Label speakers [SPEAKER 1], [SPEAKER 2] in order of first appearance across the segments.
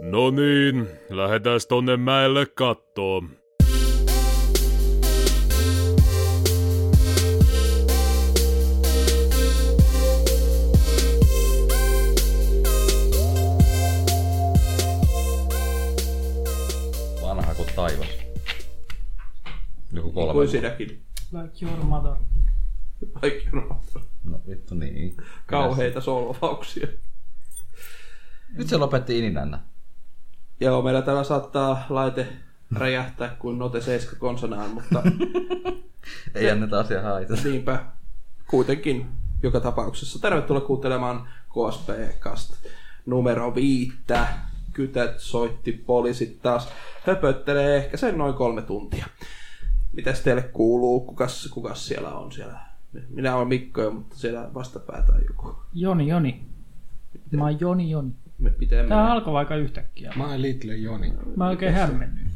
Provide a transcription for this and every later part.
[SPEAKER 1] No niin, lähdetääs tonne mäelle kattoon.
[SPEAKER 2] Vanha kuin taivas. Joku kolme.
[SPEAKER 3] Kuin sinäkin.
[SPEAKER 4] Like your mother.
[SPEAKER 3] Kaikki on
[SPEAKER 2] No vittu niin.
[SPEAKER 3] kauheita solvauksia.
[SPEAKER 2] Nyt se lopetti ininännä.
[SPEAKER 3] Joo, meillä täällä saattaa laite räjähtää kuin Note 7 konsanaan, mutta
[SPEAKER 2] Ei anneta asiaa haitata.
[SPEAKER 3] niinpä kuitenkin joka tapauksessa. Tervetuloa kuuntelemaan KSP Cast numero viittä. Kytät soitti, poliisit taas höpöttelee ehkä sen noin kolme tuntia. Mitäs teille kuuluu? Kukas, kukas siellä on siellä? Minä olen Mikko, jo, mutta siellä vastapäätä on joku.
[SPEAKER 4] Joni, Joni. Mä oon Joni, Joni.
[SPEAKER 3] Miten
[SPEAKER 4] Tää
[SPEAKER 3] minä?
[SPEAKER 4] alkoi aika yhtäkkiä.
[SPEAKER 5] Mä oon Little Joni.
[SPEAKER 4] Mä oon oikein hämmennyt.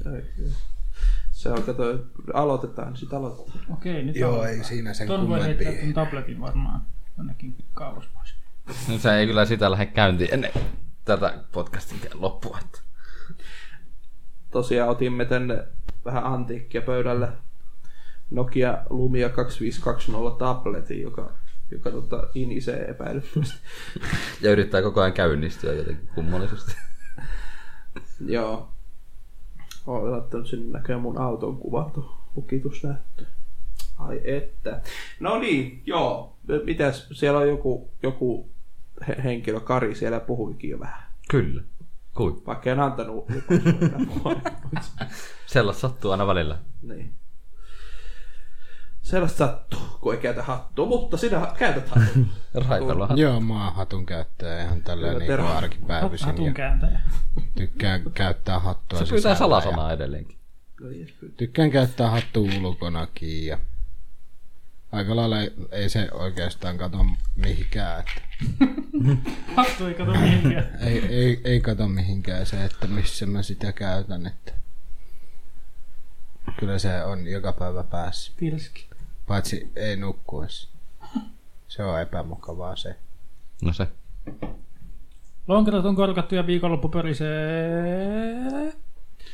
[SPEAKER 3] Se on, kato, aloitetaan, sit aloitetaan.
[SPEAKER 4] Okei, nyt
[SPEAKER 5] Joo,
[SPEAKER 4] on-
[SPEAKER 5] ei siinä sen
[SPEAKER 4] Ton voi heittää
[SPEAKER 5] kummempi.
[SPEAKER 4] ton tabletin varmaan jonnekin kauas pois.
[SPEAKER 2] Nyt No se ei kyllä sitä lähde käyntiin ennen tätä podcastin loppua. että
[SPEAKER 3] tosiaan otimme tänne vähän antiikkia pöydälle Nokia Lumia 2520 tabletin, joka, joka tota, inisee epäilyttävästi.
[SPEAKER 2] Ja yrittää koko ajan käynnistyä jotenkin kummallisesti.
[SPEAKER 3] Joo. Olen laittanut sinne näköjään mun auton kuvat tuohon lukitusnäyttöön. Ai että. No niin, joo. Mitäs, siellä on joku, joku he- henkilö, Kari, siellä puhuikin jo vähän.
[SPEAKER 2] Kyllä. Kui.
[SPEAKER 3] Vaikka en antanut lukuisuutta.
[SPEAKER 2] Sellaista sattuu aina välillä.
[SPEAKER 3] Niin. Sellaista sattuu, kun ei käytä hattua, mutta sinä käytät hattua.
[SPEAKER 2] Raitalla
[SPEAKER 5] Joo, mä oon hatun käyttäjä ihan tällä
[SPEAKER 3] Kyllä,
[SPEAKER 5] niin
[SPEAKER 3] terve.
[SPEAKER 5] kuin arkipäivisin.
[SPEAKER 4] Hatun
[SPEAKER 5] Ja
[SPEAKER 4] kääntäjä.
[SPEAKER 5] tykkään käyttää hattua
[SPEAKER 2] Se pyytää
[SPEAKER 5] sisällä ja
[SPEAKER 2] salasanaa edelleenkin.
[SPEAKER 3] No niin, kyllä.
[SPEAKER 5] Tykkään käyttää hattua ulkonakin ja aika lailla ei- ei se oikeastaan kato mihinkään. Että
[SPEAKER 4] Hattu ei kato mihinkään.
[SPEAKER 5] ei, ei, ei kato mihinkään se, että missä mä sitä käytän. Että kyllä se on joka päivä päässä.
[SPEAKER 4] Pilski.
[SPEAKER 5] Paitsi ei nukkuessa. Se on epämukavaa se.
[SPEAKER 2] No se.
[SPEAKER 4] Lonkerot on korkattu ja viikonloppu pörisee.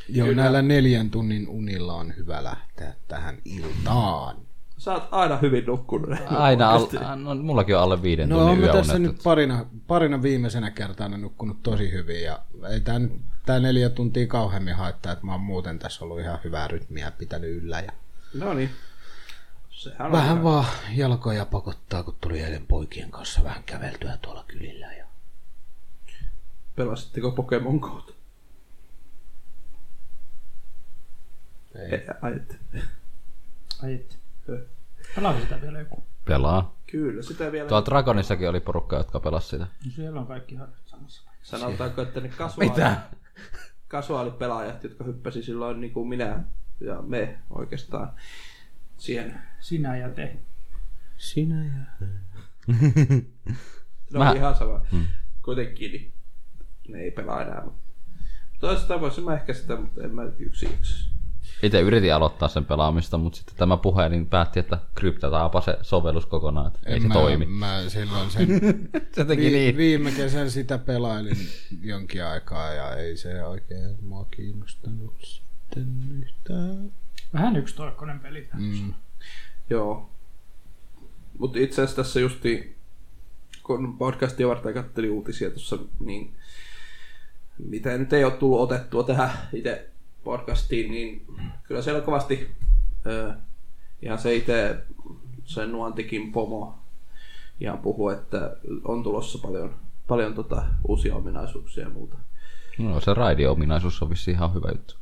[SPEAKER 5] Joo, Kyllä. näillä neljän tunnin unilla on hyvä lähteä tähän iltaan.
[SPEAKER 3] Sä oot aina hyvin nukkunut.
[SPEAKER 2] Aina, al- no, mullakin on alle viiden
[SPEAKER 5] No
[SPEAKER 2] tunnin
[SPEAKER 5] mä
[SPEAKER 2] yöunet.
[SPEAKER 5] tässä nyt parina, parina viimeisenä kertana nukkunut tosi hyvin ja ei tää, nyt- tää neljä tuntia kauhemmin haittaa, että mä oon muuten tässä ollut ihan hyvää rytmiä pitänyt yllä ja
[SPEAKER 3] No niin. Sehän
[SPEAKER 5] vähän
[SPEAKER 3] on
[SPEAKER 5] vaan jalkoja pakottaa, kun tuli eilen poikien kanssa vähän käveltyä tuolla kylillä ja
[SPEAKER 3] Pelasitteko Pokemon kautta?
[SPEAKER 5] ei.
[SPEAKER 3] Ai, et.
[SPEAKER 4] Ai et. Pelaako sitä vielä joku?
[SPEAKER 2] Pelaa.
[SPEAKER 3] Kyllä, sitä vielä
[SPEAKER 2] Tuolla Dragonissakin oli porukka, jotka pelasi sitä.
[SPEAKER 4] No siellä on kaikki harjoitukset samassa paikassa.
[SPEAKER 3] sanotaanko, että ne kasuaali, Mitä? kasuaalipelaajat, jotka hyppäsi silloin niin kuin minä ja me oikeastaan siihen.
[SPEAKER 4] Sinä ja te.
[SPEAKER 5] Sinä ja...
[SPEAKER 3] No
[SPEAKER 2] Mä-
[SPEAKER 3] Mä... ihan sama.
[SPEAKER 5] Mm.
[SPEAKER 3] Hmm. Kuitenkin niin ne ei pelaa enää. mutta Toisaalta tavoin mä ehkä sitä, mutta en mä yksi yksi.
[SPEAKER 2] Itse yritin aloittaa sen pelaamista, mutta sitten tämä puhelin päätti, että kryptataapa se sovellus kokonaan, että ei se
[SPEAKER 5] mä,
[SPEAKER 2] toimi.
[SPEAKER 5] Mä silloin sen
[SPEAKER 2] Se teki
[SPEAKER 5] vi,
[SPEAKER 2] niin.
[SPEAKER 5] viime kesän sitä pelailin jonkin aikaa ja ei se oikein mua kiinnostanut sitten yhtään.
[SPEAKER 4] Vähän yksitoikkoinen peli.
[SPEAKER 5] Mm.
[SPEAKER 3] Joo. Mutta itse asiassa tässä justi, kun podcastia varten kattelin uutisia tuossa, niin mitä nyt ei ole tullut otettua tähän itse podcastiin, niin kyllä siellä kovasti ö, ihan se itse, se Nuantikin pomo ihan puhuu, että on tulossa paljon, paljon tota, uusia ominaisuuksia ja muuta.
[SPEAKER 2] No se raidiominaisuus on vissiin ihan hyvä juttu.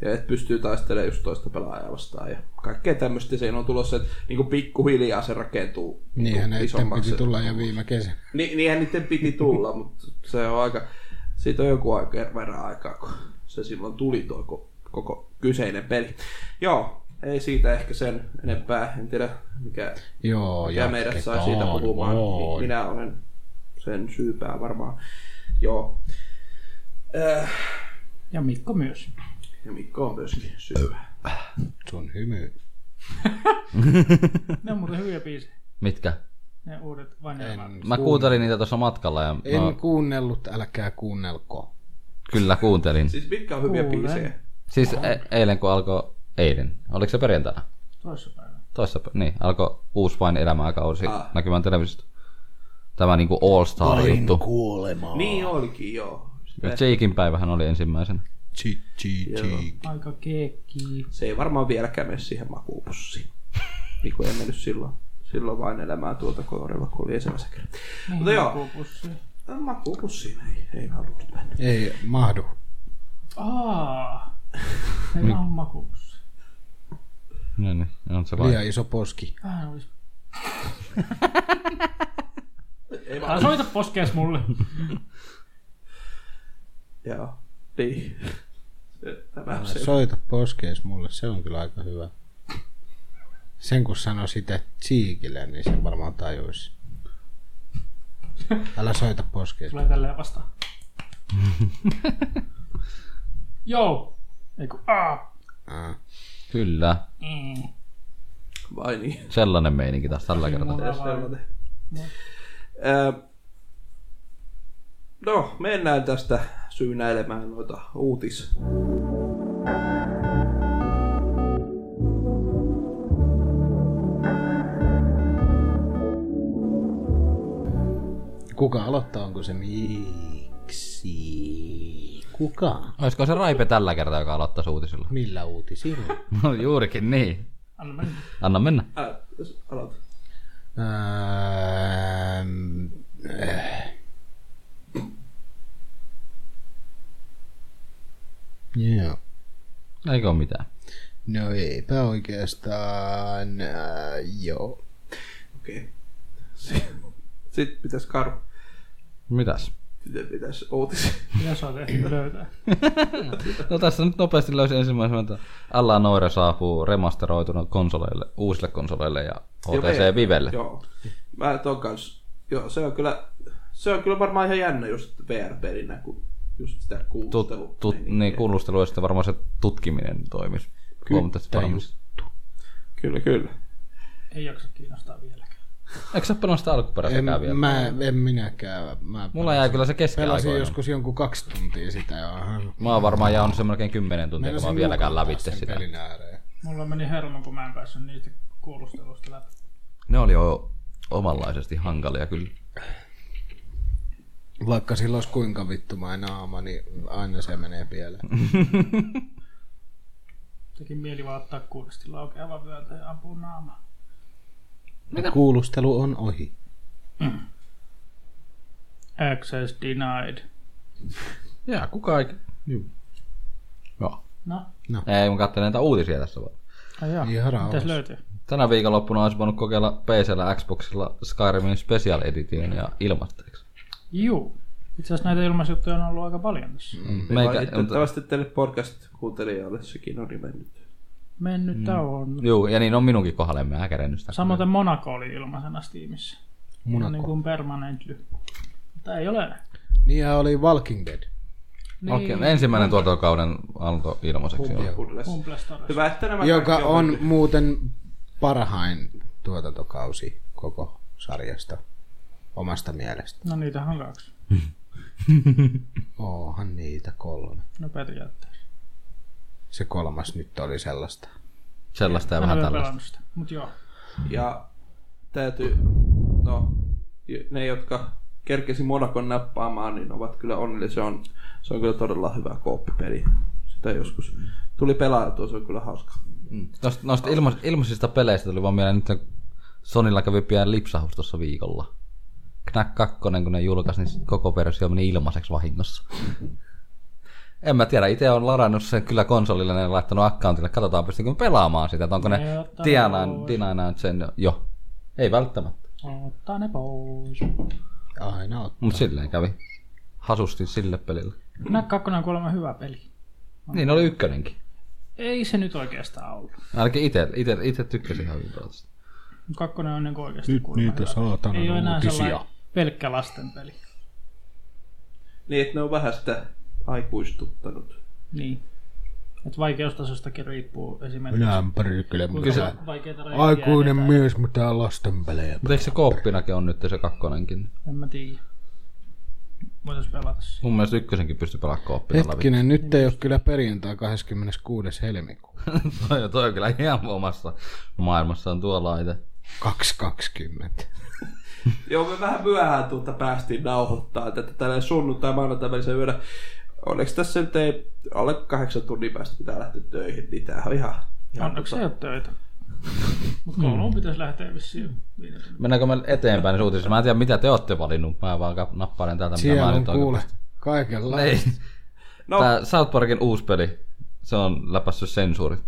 [SPEAKER 3] ja et pystyy taistelemaan just toista pelaajaa vastaan ja kaikkea tämmöistä siinä on tulossa, että niinku pikkuhiljaa se rakentuu
[SPEAKER 5] Niinhän
[SPEAKER 3] niinku
[SPEAKER 5] ne etten piti tulla jo viime kesän.
[SPEAKER 3] Ni, niinhän niiden piti tulla, mutta se on aika, siitä on joku aika, verran aikaa, kun se silloin tuli tuo ko- koko kyseinen peli. Joo, ei siitä ehkä sen enempää, en tiedä mikä,
[SPEAKER 5] Joo,
[SPEAKER 3] mikä meidät sai siitä
[SPEAKER 5] jatketaan,
[SPEAKER 3] puhumaan.
[SPEAKER 5] voi.
[SPEAKER 3] Minä olen sen syypää varmaan. Joo. Äh,
[SPEAKER 4] Ja Mikko myös.
[SPEAKER 3] ja Mikko on myöskin syypää.
[SPEAKER 5] Sun hymy.
[SPEAKER 4] Ne on muuten hyviä biisejä.
[SPEAKER 2] Mitkä?
[SPEAKER 4] Ne uudet
[SPEAKER 5] En,
[SPEAKER 4] vanjelmat.
[SPEAKER 2] Mä kuuntelin niitä tuossa matkalla ja
[SPEAKER 5] en
[SPEAKER 2] mä,
[SPEAKER 5] kuunnellut, älkää kuunnelko.
[SPEAKER 2] Kyllä kuuntelin.
[SPEAKER 3] Siis mitkä on hyviä
[SPEAKER 4] Kuulen.
[SPEAKER 3] biisejä?
[SPEAKER 2] Siis e- eilen kun alkoi, eilen, oliko se perjantaina?
[SPEAKER 4] Toissapäivänä.
[SPEAKER 2] Toissa, niin, alkoi uusi vain elämäkausi
[SPEAKER 3] Ah.
[SPEAKER 2] ah. näkymään televisiosta. Tämä niinku All Star juttu.
[SPEAKER 5] kuolemaa.
[SPEAKER 3] Niin olikin, joo.
[SPEAKER 2] Jakein päivähän oli ensimmäisenä.
[SPEAKER 5] Chi, chi, chi.
[SPEAKER 4] Aika keekki.
[SPEAKER 3] Se ei varmaan vieläkään mene siihen makuupussiin. Niin kuin ei mennyt silloin. Silloin vain elämää tuolta kohdalla, kun oli ensimmäisen kerran. Mutta joo, Äh,
[SPEAKER 4] Kokopussi.
[SPEAKER 3] makuupussiin ei, ei halunnut mennä.
[SPEAKER 5] Ei mahdu.
[SPEAKER 4] Aa. Meillä on makuus.
[SPEAKER 2] Niin, niin, on se
[SPEAKER 5] Liian
[SPEAKER 2] vai.
[SPEAKER 5] iso poski.
[SPEAKER 4] Vähän olisi.
[SPEAKER 3] Ei
[SPEAKER 4] Älä
[SPEAKER 3] vaan.
[SPEAKER 4] soita poskees mulle.
[SPEAKER 3] Joo, niin. Se- Tämä on Ah, se.
[SPEAKER 5] Soita poskees mulle, se on kyllä aika hyvä. Sen kun sano sitä tsiikille, niin se varmaan tajuisi. Älä soita poskees.
[SPEAKER 4] Tulee tälleen vastaan. Joo. Eiku, aa.
[SPEAKER 5] Ah.
[SPEAKER 2] Kyllä,
[SPEAKER 4] Mm.
[SPEAKER 3] Vai niin.
[SPEAKER 2] sellainen meininki taas tällä kertaa.
[SPEAKER 4] Mulla vaan-
[SPEAKER 3] Sellainen. Ö, Äh, No, mennään tästä syynäilemään noita uutis.
[SPEAKER 5] Kuka aloittaa, onko se miksi? Kuka?
[SPEAKER 2] Olisiko se Raipe tällä kertaa, joka aloittaa uutisilla?
[SPEAKER 5] Millä uutisilla?
[SPEAKER 2] No juurikin niin.
[SPEAKER 4] Anna mennä.
[SPEAKER 2] Anna mennä.
[SPEAKER 3] Ää, jos aloita.
[SPEAKER 5] Öö, Ähm, äh. Joo.
[SPEAKER 2] Eikö ole mitään.
[SPEAKER 5] No eipä oikeastaan. Äh, joo.
[SPEAKER 3] Okei. Okay. Sitten pitäisi karu.
[SPEAKER 2] Mitäs?
[SPEAKER 3] Sitten pitäisi uutisia.
[SPEAKER 4] Mitä sä oot ehtinyt löytää?
[SPEAKER 2] No tässä nyt nopeasti löysin ensimmäisenä, että Alla Noira saapuu remasteroituna konsoleille, uusille konsoleille ja HTC Vivelle.
[SPEAKER 3] Joo. Mä ton kans. Joo, se on kyllä, se on kyllä varmaan ihan jännä just VR-pelinä, kun just sitä
[SPEAKER 2] Tut,
[SPEAKER 3] kuulustelua.
[SPEAKER 2] tut, niin, kuulustelu ja sitten varmaan se tutkiminen toimisi. Huomattavasti paremmin.
[SPEAKER 3] Kyllä, kyllä.
[SPEAKER 4] Ei jaksa kiinnostaa vieläkään.
[SPEAKER 2] Eikö sä pelannut sitä
[SPEAKER 5] En,
[SPEAKER 2] alkuperäistäkään vielä?
[SPEAKER 5] mä, en minäkään. Mä
[SPEAKER 2] Mulla jäi kyllä se
[SPEAKER 5] pelasin
[SPEAKER 2] keskiaikoina.
[SPEAKER 5] joskus jonkun kaksi tuntia sitä jo.
[SPEAKER 2] Mä oon varmaan jäänyt sen melkein 10 tuntia, kun mä oon vieläkään lävitte sitä.
[SPEAKER 5] Pelin ääreen.
[SPEAKER 4] Mulla meni hermo, kun mä en päässyt niistä kuulusteluista läpi.
[SPEAKER 2] Ne oli jo omanlaisesti hankalia kyllä.
[SPEAKER 5] Vaikka sillä olisi kuinka vittumainen naama, niin aina se menee pieleen.
[SPEAKER 4] Tekin mieli vaan ottaa kuulustilla aukeava vyötä ja ampuu naamaa.
[SPEAKER 5] Kuulustelu on ohi.
[SPEAKER 4] Access denied.
[SPEAKER 2] Jää, kuka ei... Juu. Joo.
[SPEAKER 4] No,
[SPEAKER 2] Ei, mä katselen näitä uutisia tässä vaan.
[SPEAKER 4] ai joo.
[SPEAKER 5] Ihan rauhassa.
[SPEAKER 4] Mitäs löytyy?
[SPEAKER 2] Tänä viikonloppuna olisi voinut kokeilla PCllä Xboxilla Skyrimin Special Edition ja ilmaiseksi.
[SPEAKER 4] Juu. Itse asiassa näitä ilmaisjuttuja on ollut aika paljon tässä. Mm.
[SPEAKER 2] Meikä, mutta,
[SPEAKER 3] Toivottavasti teille podcast-kuuntelijoille sekin on nimennyt.
[SPEAKER 4] Mennyt on.
[SPEAKER 2] juu, ja niin on minunkin kohdalle, mä äkärännyt sitä.
[SPEAKER 4] Samoin Monaco oli ilmaisena Steamissa.
[SPEAKER 5] Monaco.
[SPEAKER 2] No
[SPEAKER 4] Niin kuin permanently. Mutta ei ole.
[SPEAKER 5] Niinhän oli Walking Dead.
[SPEAKER 2] Niin. Okei, ensimmäinen tuotantokauden alkoi ilmaiseksi. joo.
[SPEAKER 4] Humblestore.
[SPEAKER 3] Hyvä, että nämä
[SPEAKER 5] Joka
[SPEAKER 3] kaikki
[SPEAKER 5] on muuten parhain tuotantokausi koko sarjasta omasta mielestä.
[SPEAKER 4] No niitä on kaksi.
[SPEAKER 5] Oohan niitä kolme.
[SPEAKER 4] No periaatteessa.
[SPEAKER 5] Se kolmas nyt oli sellaista.
[SPEAKER 2] Sellaista ja
[SPEAKER 4] Mä en
[SPEAKER 2] vähän
[SPEAKER 4] ole
[SPEAKER 2] tällaista.
[SPEAKER 4] pelannut sitä. Mut joo.
[SPEAKER 3] Ja täytyy, no, ne jotka kerkesi Monakon nappaamaan, niin ovat kyllä onnellisia. Se on, se on kyllä todella hyvä kooppipeli. Sitä joskus tuli pelailtua, se on kyllä hauska.
[SPEAKER 2] Noista, noista ilma, ilmaisista peleistä tuli vaan mieleen, nyt Sonilla kävi pian lipsahus tuossa viikolla. Knack 2, kun ne julkaisi, niin sit koko versio meni ilmaiseksi vahingossa. en mä tiedä, itse on ladannut sen kyllä konsolille ja laittanut accountille. Katsotaan, pystyykö mä pelaamaan sitä, että onko ne
[SPEAKER 4] Ne ottaa
[SPEAKER 2] tienaan,
[SPEAKER 4] pois.
[SPEAKER 2] tienaan sen jo. Ei välttämättä,
[SPEAKER 4] Ottaa ne pois.
[SPEAKER 5] Aina on.
[SPEAKER 2] mutta silleen kävi. Hasusti sille pelille.
[SPEAKER 4] Knack 2 on kuulemma hyvä peli.
[SPEAKER 2] Niin oli ykkönenkin.
[SPEAKER 4] Ei se nyt oikeastaan ollut.
[SPEAKER 2] Ainakin itse, itse, itse tykkäsin ihan hyvin pelata sitä.
[SPEAKER 4] Kakkonen on niin kuin oikeasti kuulemma
[SPEAKER 5] niitä
[SPEAKER 4] hyvä peli.
[SPEAKER 5] saatanan
[SPEAKER 4] Ei ole enää
[SPEAKER 5] uutisia.
[SPEAKER 4] sellainen pelkkä lastenpeli.
[SPEAKER 3] Niin, että ne on vähän sitä aikuistuttanut.
[SPEAKER 4] Niin. Et vaikeustasostakin riippuu esimerkiksi.
[SPEAKER 5] Minä en pärjykele
[SPEAKER 4] Kyllä.
[SPEAKER 5] mitään.
[SPEAKER 4] Vaikeita rajoja
[SPEAKER 5] Aikuinen
[SPEAKER 4] jäädetään.
[SPEAKER 5] mies, mitä lasten pelejä.
[SPEAKER 2] Mutta eikö se kooppinakin on nyt se kakkonenkin?
[SPEAKER 4] En mä tiedä. Voitais pelata se.
[SPEAKER 2] Mun mielestä ykkösenkin pystyy pelaamaan kooppina läpi.
[SPEAKER 5] Hetkinen, nyt ei ole kyllä perjantai 26. helmikuuta.
[SPEAKER 2] toi, toi on kyllä ihan omassa maailmassaan tuo laite.
[SPEAKER 5] 2.20.
[SPEAKER 3] Joo, me vähän myöhään tuota päästiin nauhoittaa tätä tällä sunnuntai maanantai välisen yönä. Onneksi tässä nyt ei alle kahdeksan tunnin päästä pitää lähteä töihin, niin tämähän on ihan... ihan
[SPEAKER 4] Onneksi ei
[SPEAKER 3] tota-
[SPEAKER 4] ole töitä. Mut kouluun pitäisi lähteä vissiin viiden tunnin.
[SPEAKER 2] Mennäänkö me eteenpäin niin uutisissa? Mä en tiedä mitä te olette valinnut. Mä vaan kap- nappailen täältä mitä
[SPEAKER 5] Siellä
[SPEAKER 2] mä
[SPEAKER 5] on
[SPEAKER 2] nyt oikein
[SPEAKER 5] kuule
[SPEAKER 2] pystyn.
[SPEAKER 5] kaikella.
[SPEAKER 2] Ei.
[SPEAKER 3] No.
[SPEAKER 2] No. Tää South Parkin uusi peli. Se on läpässyt sensuurit.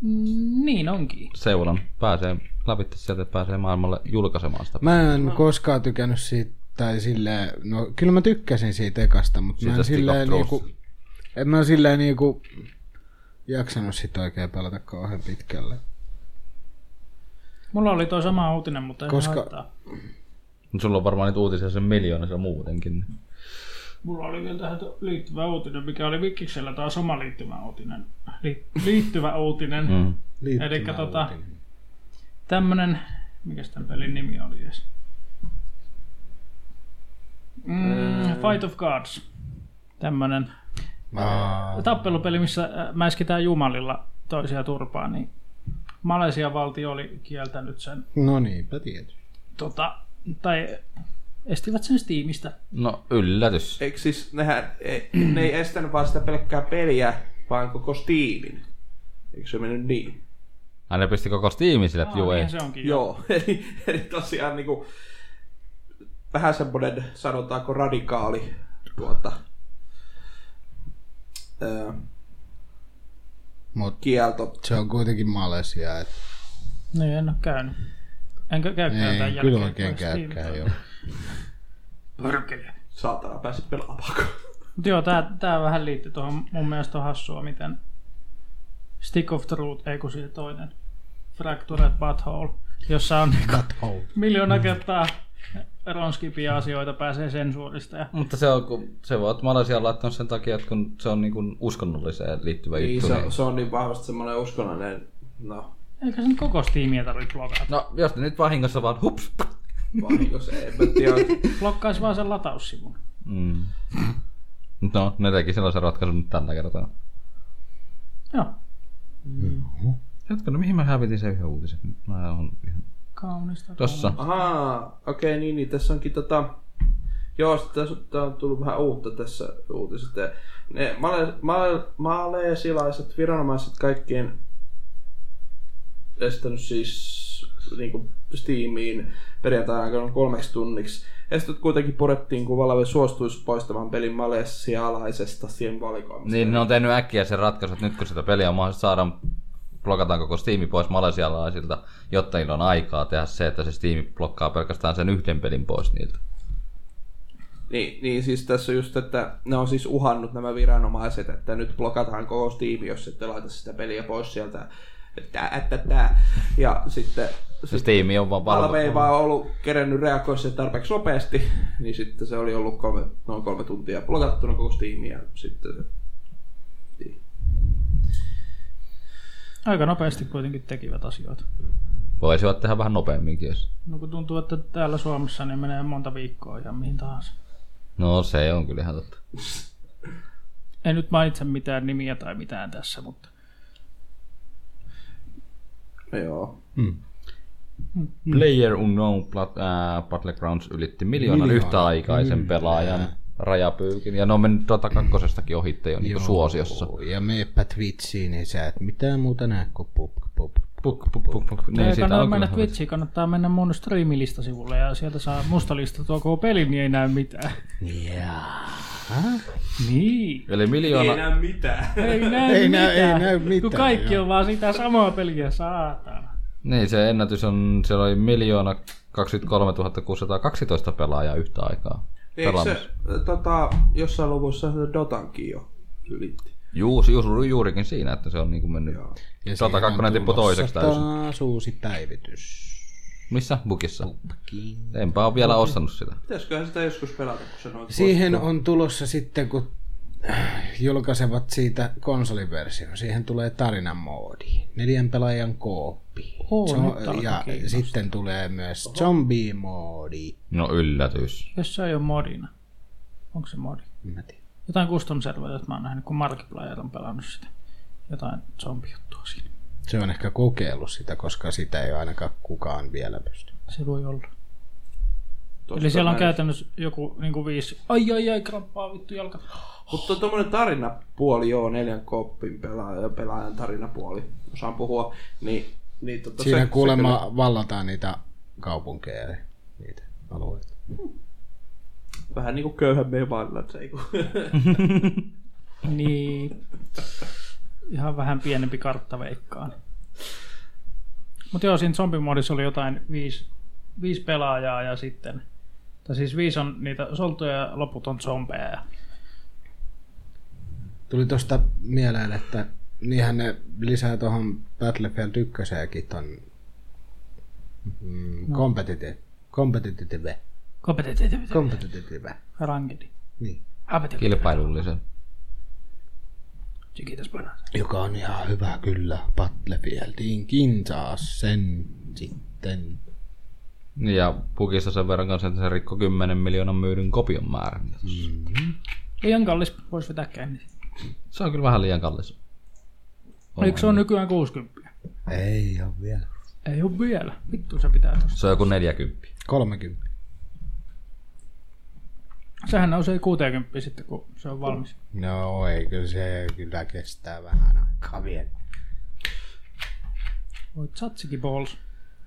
[SPEAKER 4] Mm, Niin onkin.
[SPEAKER 2] Seulan pääsee läpi sieltä ja pääsee maailmalle julkaisemaan sitä.
[SPEAKER 5] Mä en koskaan tykännyt siitä, tai silleen, no kyllä mä tykkäsin siitä ekasta, mutta mä
[SPEAKER 2] Siitä
[SPEAKER 5] en
[SPEAKER 2] Stick of
[SPEAKER 5] silleen
[SPEAKER 2] Truth.
[SPEAKER 5] niinku, en mä silleen niinku jaksanut sit oikein pelata kauhean pitkälle.
[SPEAKER 4] Mulla oli toi sama uutinen, mutta ei
[SPEAKER 5] Koska-
[SPEAKER 4] Koska... haittaa.
[SPEAKER 2] Mut Sulla on varmaan niitä uutisia sen miljoonassa muutenkin.
[SPEAKER 4] Mulla oli vielä tähän to- liittyvä uutinen, mikä oli Vikiksellä taas oma liittyvä uutinen. Li- liittyvä uutinen. Mm.
[SPEAKER 2] Mm.
[SPEAKER 4] Elikkä tota, tämmönen, mikäs tämän pelin nimi oli edes? Mm, Fight of Cards. Tämmönen
[SPEAKER 5] Aa,
[SPEAKER 4] tappelupeli, missä äh, mäiskitään jumalilla toisia turpaa, niin Malesian valtio oli kieltänyt sen,
[SPEAKER 5] no niinpä tietysti.
[SPEAKER 4] tota, tai estivät sen Steamista.
[SPEAKER 2] No yllätys.
[SPEAKER 3] Eikö siis, nehän, ei, ne ei estänyt vaan sitä pelkkää peliä, vaan koko Steamin. Eikö se mennyt niin?
[SPEAKER 2] Aina pisti koko Steamin sille, että juu ei.
[SPEAKER 4] niinhän niin se onkin.
[SPEAKER 3] Joo, eli, eli tosiaan niinku, vähän semmoinen, sanotaanko radikaali tuota, ö,
[SPEAKER 5] Mut
[SPEAKER 3] kielto.
[SPEAKER 5] se on kuitenkin Malesia, et
[SPEAKER 4] Niin, en ole käynyt. Enkä käykään tämän
[SPEAKER 5] ei
[SPEAKER 4] jälkeen.
[SPEAKER 5] kyllä oikein
[SPEAKER 4] kun Steam-
[SPEAKER 5] käykään jo.
[SPEAKER 4] Pörkele.
[SPEAKER 3] Saatana pääsit pelaamaan.
[SPEAKER 4] Mut joo, tää, tää vähän liittyy tuohon, mun mielestä on hassua, miten Stick of Truth, ei kun se toinen, Fractured Butthole, jossa on niinku miljoona kertaa ronskipiä asioita pääsee sensuurista. Ja
[SPEAKER 2] Mutta se, on, kun, se voi olla, että Malesia on laittanut sen takia, että kun se on niin kuin uskonnolliseen liittyvä
[SPEAKER 3] Niin,
[SPEAKER 2] juttu.
[SPEAKER 3] se,
[SPEAKER 2] Niin.
[SPEAKER 3] se, on niin vahvasti semmoinen uskonnollinen, no,
[SPEAKER 4] eikä sen koko Steamia tarvitse blokata.
[SPEAKER 2] No, jos ne nyt vahingossa vaan hups.
[SPEAKER 3] vahingossa, niinku en mä tiedä.
[SPEAKER 4] Blokkaisi vaan sen lataussivun.
[SPEAKER 2] Mm. No, ne teki sellaisen ratkaisun nyt tällä kertaa.
[SPEAKER 4] Joo,
[SPEAKER 2] Jatko, no mihin mä hävitin sen yhden uutisen? Nyt Mä oon ihan...
[SPEAKER 4] kaunista.
[SPEAKER 2] Tossa.
[SPEAKER 3] Ahaa, okei, okay, niin, niin, tässä onkin tota... Joo, sit tässä tää on tullut vähän uutta tässä uutisista. Ne male, male, malesilaiset viranomaiset kaikkien estänyt siis niin kuin Steamiin perjantaina aikana kolmeksi tunniksi. Estot kuitenkin purettiin, kun Valve suostuisi poistamaan pelin malesialaisesta siihen valikoimasta.
[SPEAKER 2] Niin, ne on tehnyt äkkiä sen ratkaisun, että nyt kun sitä peliä on mahdollista saada, blokataan koko Steam pois malesialaisilta, jotta niillä on aikaa tehdä se, että se Steam blokkaa pelkästään sen yhden pelin pois niiltä.
[SPEAKER 3] Niin, niin siis tässä just, että ne on siis uhannut nämä viranomaiset, että nyt blokataan koko Steam, jos ette laita sitä peliä pois sieltä. Että, että, että. Ja sitten
[SPEAKER 2] Se
[SPEAKER 3] sit
[SPEAKER 2] Steam on vaan
[SPEAKER 3] Valve
[SPEAKER 2] valvottu.
[SPEAKER 3] ei vaan ollut kerennyt reagoida siihen tarpeeksi nopeasti, niin sitten se oli ollut kolme, noin kolme tuntia blokattuna koko Steam ja sitten se
[SPEAKER 4] Aika nopeasti kuitenkin tekivät asioita.
[SPEAKER 2] Voisivat tehdä vähän nopeamminkin, jos...
[SPEAKER 4] No kun tuntuu, että täällä Suomessa niin menee monta viikkoa ihan mihin tahansa.
[SPEAKER 2] No se on kyllä ihan totta.
[SPEAKER 4] En nyt mainitse mitään nimiä tai mitään tässä, mutta
[SPEAKER 3] no joo.
[SPEAKER 2] Player Unknown plat, äh, Battlegrounds ylitti miljoonan
[SPEAKER 5] Miljoona.
[SPEAKER 2] Miljoona. yhtäaikaisen pelaajan rajapyykin. Ja ne on mennyt Dota 2 ohitte jo niin suosiossa.
[SPEAKER 5] Ja meepä Twitchiin, niin sä et mitään muuta näe kuin pop, pop.
[SPEAKER 2] Puk, puk, puk, puk.
[SPEAKER 4] niin, ei
[SPEAKER 2] Niin, siitä
[SPEAKER 4] kannata
[SPEAKER 2] on
[SPEAKER 4] mennä
[SPEAKER 2] kyllä
[SPEAKER 4] Twitchiin, kannattaa mennä mun striimilistasivulle ja sieltä saa musta lista tuo koko peli, niin ei näe mitään.
[SPEAKER 5] Jaa.
[SPEAKER 4] Niin.
[SPEAKER 2] Eli miljoona,
[SPEAKER 3] näe mitään.
[SPEAKER 4] Ei näy
[SPEAKER 5] Ei
[SPEAKER 4] mitään.
[SPEAKER 5] näy- ei näy
[SPEAKER 4] Kun
[SPEAKER 5] mitään,
[SPEAKER 4] kaikki
[SPEAKER 5] joo.
[SPEAKER 4] on vaan sitä samaa peliä, saatana.
[SPEAKER 2] niin se ennätys on, siellä oli miljoona 23 612 pelaajaa yhtä aikaa.
[SPEAKER 3] Eikö se
[SPEAKER 2] pelaamassa.
[SPEAKER 3] tota, jossain luvussa se Dotankin jo ylitti?
[SPEAKER 2] Juu, se juu, juurikin siinä, että se on niinku mennyt.
[SPEAKER 3] Joo.
[SPEAKER 5] Ja
[SPEAKER 2] Dota 2 tippui toiseksi täysin.
[SPEAKER 5] Taas uusi päivitys.
[SPEAKER 2] Missä? Bukissa? Enpä ole vielä ostanut sitä.
[SPEAKER 3] Pitäisiköhän sitä joskus pelata, kun se noin
[SPEAKER 5] Siihen on tulossa sitten, kun julkaisevat siitä konsoliversion, siihen tulee tarinan moodi, neljän pelaajan kooppi.
[SPEAKER 4] Oo,
[SPEAKER 5] Se on-
[SPEAKER 4] nyt alkaa
[SPEAKER 5] ja
[SPEAKER 4] kiinnostaa.
[SPEAKER 5] sitten tulee myös zombie moodi.
[SPEAKER 2] No yllätys.
[SPEAKER 4] Jos se ei ole modina. Onko se modi?
[SPEAKER 5] En mä tiedä.
[SPEAKER 4] Jotain custom serverit mä oon nähnyt, kun Markiplier on pelannut sitä. Jotain zombijuttua siinä.
[SPEAKER 5] Se on ehkä kokeillut sitä, koska sitä ei ainakaan kukaan vielä pysty.
[SPEAKER 4] Se voi olla.
[SPEAKER 3] Tosta
[SPEAKER 4] Eli siellä on
[SPEAKER 3] näin.
[SPEAKER 4] käytännössä joku niin kuin viisi. Ai ai ai, krampaa vittu jalka.
[SPEAKER 3] Mutta tuommoinen tarinapuoli, joo, neljän koppin pelaajan, pelaajan tarinapuoli, osaan puhua, niin, niin
[SPEAKER 4] No
[SPEAKER 3] totta
[SPEAKER 5] Siinä
[SPEAKER 3] se,
[SPEAKER 5] se, kuulemma
[SPEAKER 3] Se
[SPEAKER 5] se vallataan niitä kaupunkeja ja niitä alueita.
[SPEAKER 3] kyllä, vähän niin kuin köyhän meidän vanhat, se ei kun...
[SPEAKER 4] Niin. Ihan vähän pienempi kartta veikkaan. Mutta joo, siinä zombimodissa oli jotain viisi, viisi pelaajaa ja sitten... Tai siis viisi on niitä soltuja ja loput on zombeja. Ja
[SPEAKER 5] Tuli tuosta mieleen, että niinhän ne lisää tuohon Battlefield 1 ton mm, competitive. Competitive.
[SPEAKER 4] Kompetitiivinen.
[SPEAKER 5] Competitive.
[SPEAKER 4] Rankedi.
[SPEAKER 5] Niin.
[SPEAKER 2] Kilpailullisen.
[SPEAKER 4] Sí, kiitos paljon.
[SPEAKER 5] Joka on ihan hyvä kyllä Battlefieldinkin taas sen sitten.
[SPEAKER 2] Niin, Ja pukista sen verran kanssa, että se rikko 10 miljoonan myydyn kopion määrän.
[SPEAKER 4] Liian kallis, vois vetää käynnin.
[SPEAKER 2] Se on kyllä vähän liian kallis.
[SPEAKER 4] Eikö se on nykyään 60?
[SPEAKER 5] Ei ole vielä.
[SPEAKER 4] Ei oo vielä. Vittu se pitää nostaa.
[SPEAKER 2] Se on joku 40.
[SPEAKER 5] 30.
[SPEAKER 4] Sehän nousee 60 sitten, kun se on valmis.
[SPEAKER 5] No eikö se kyllä kestää vähän aikaa vielä.
[SPEAKER 4] Voit satsikin balls.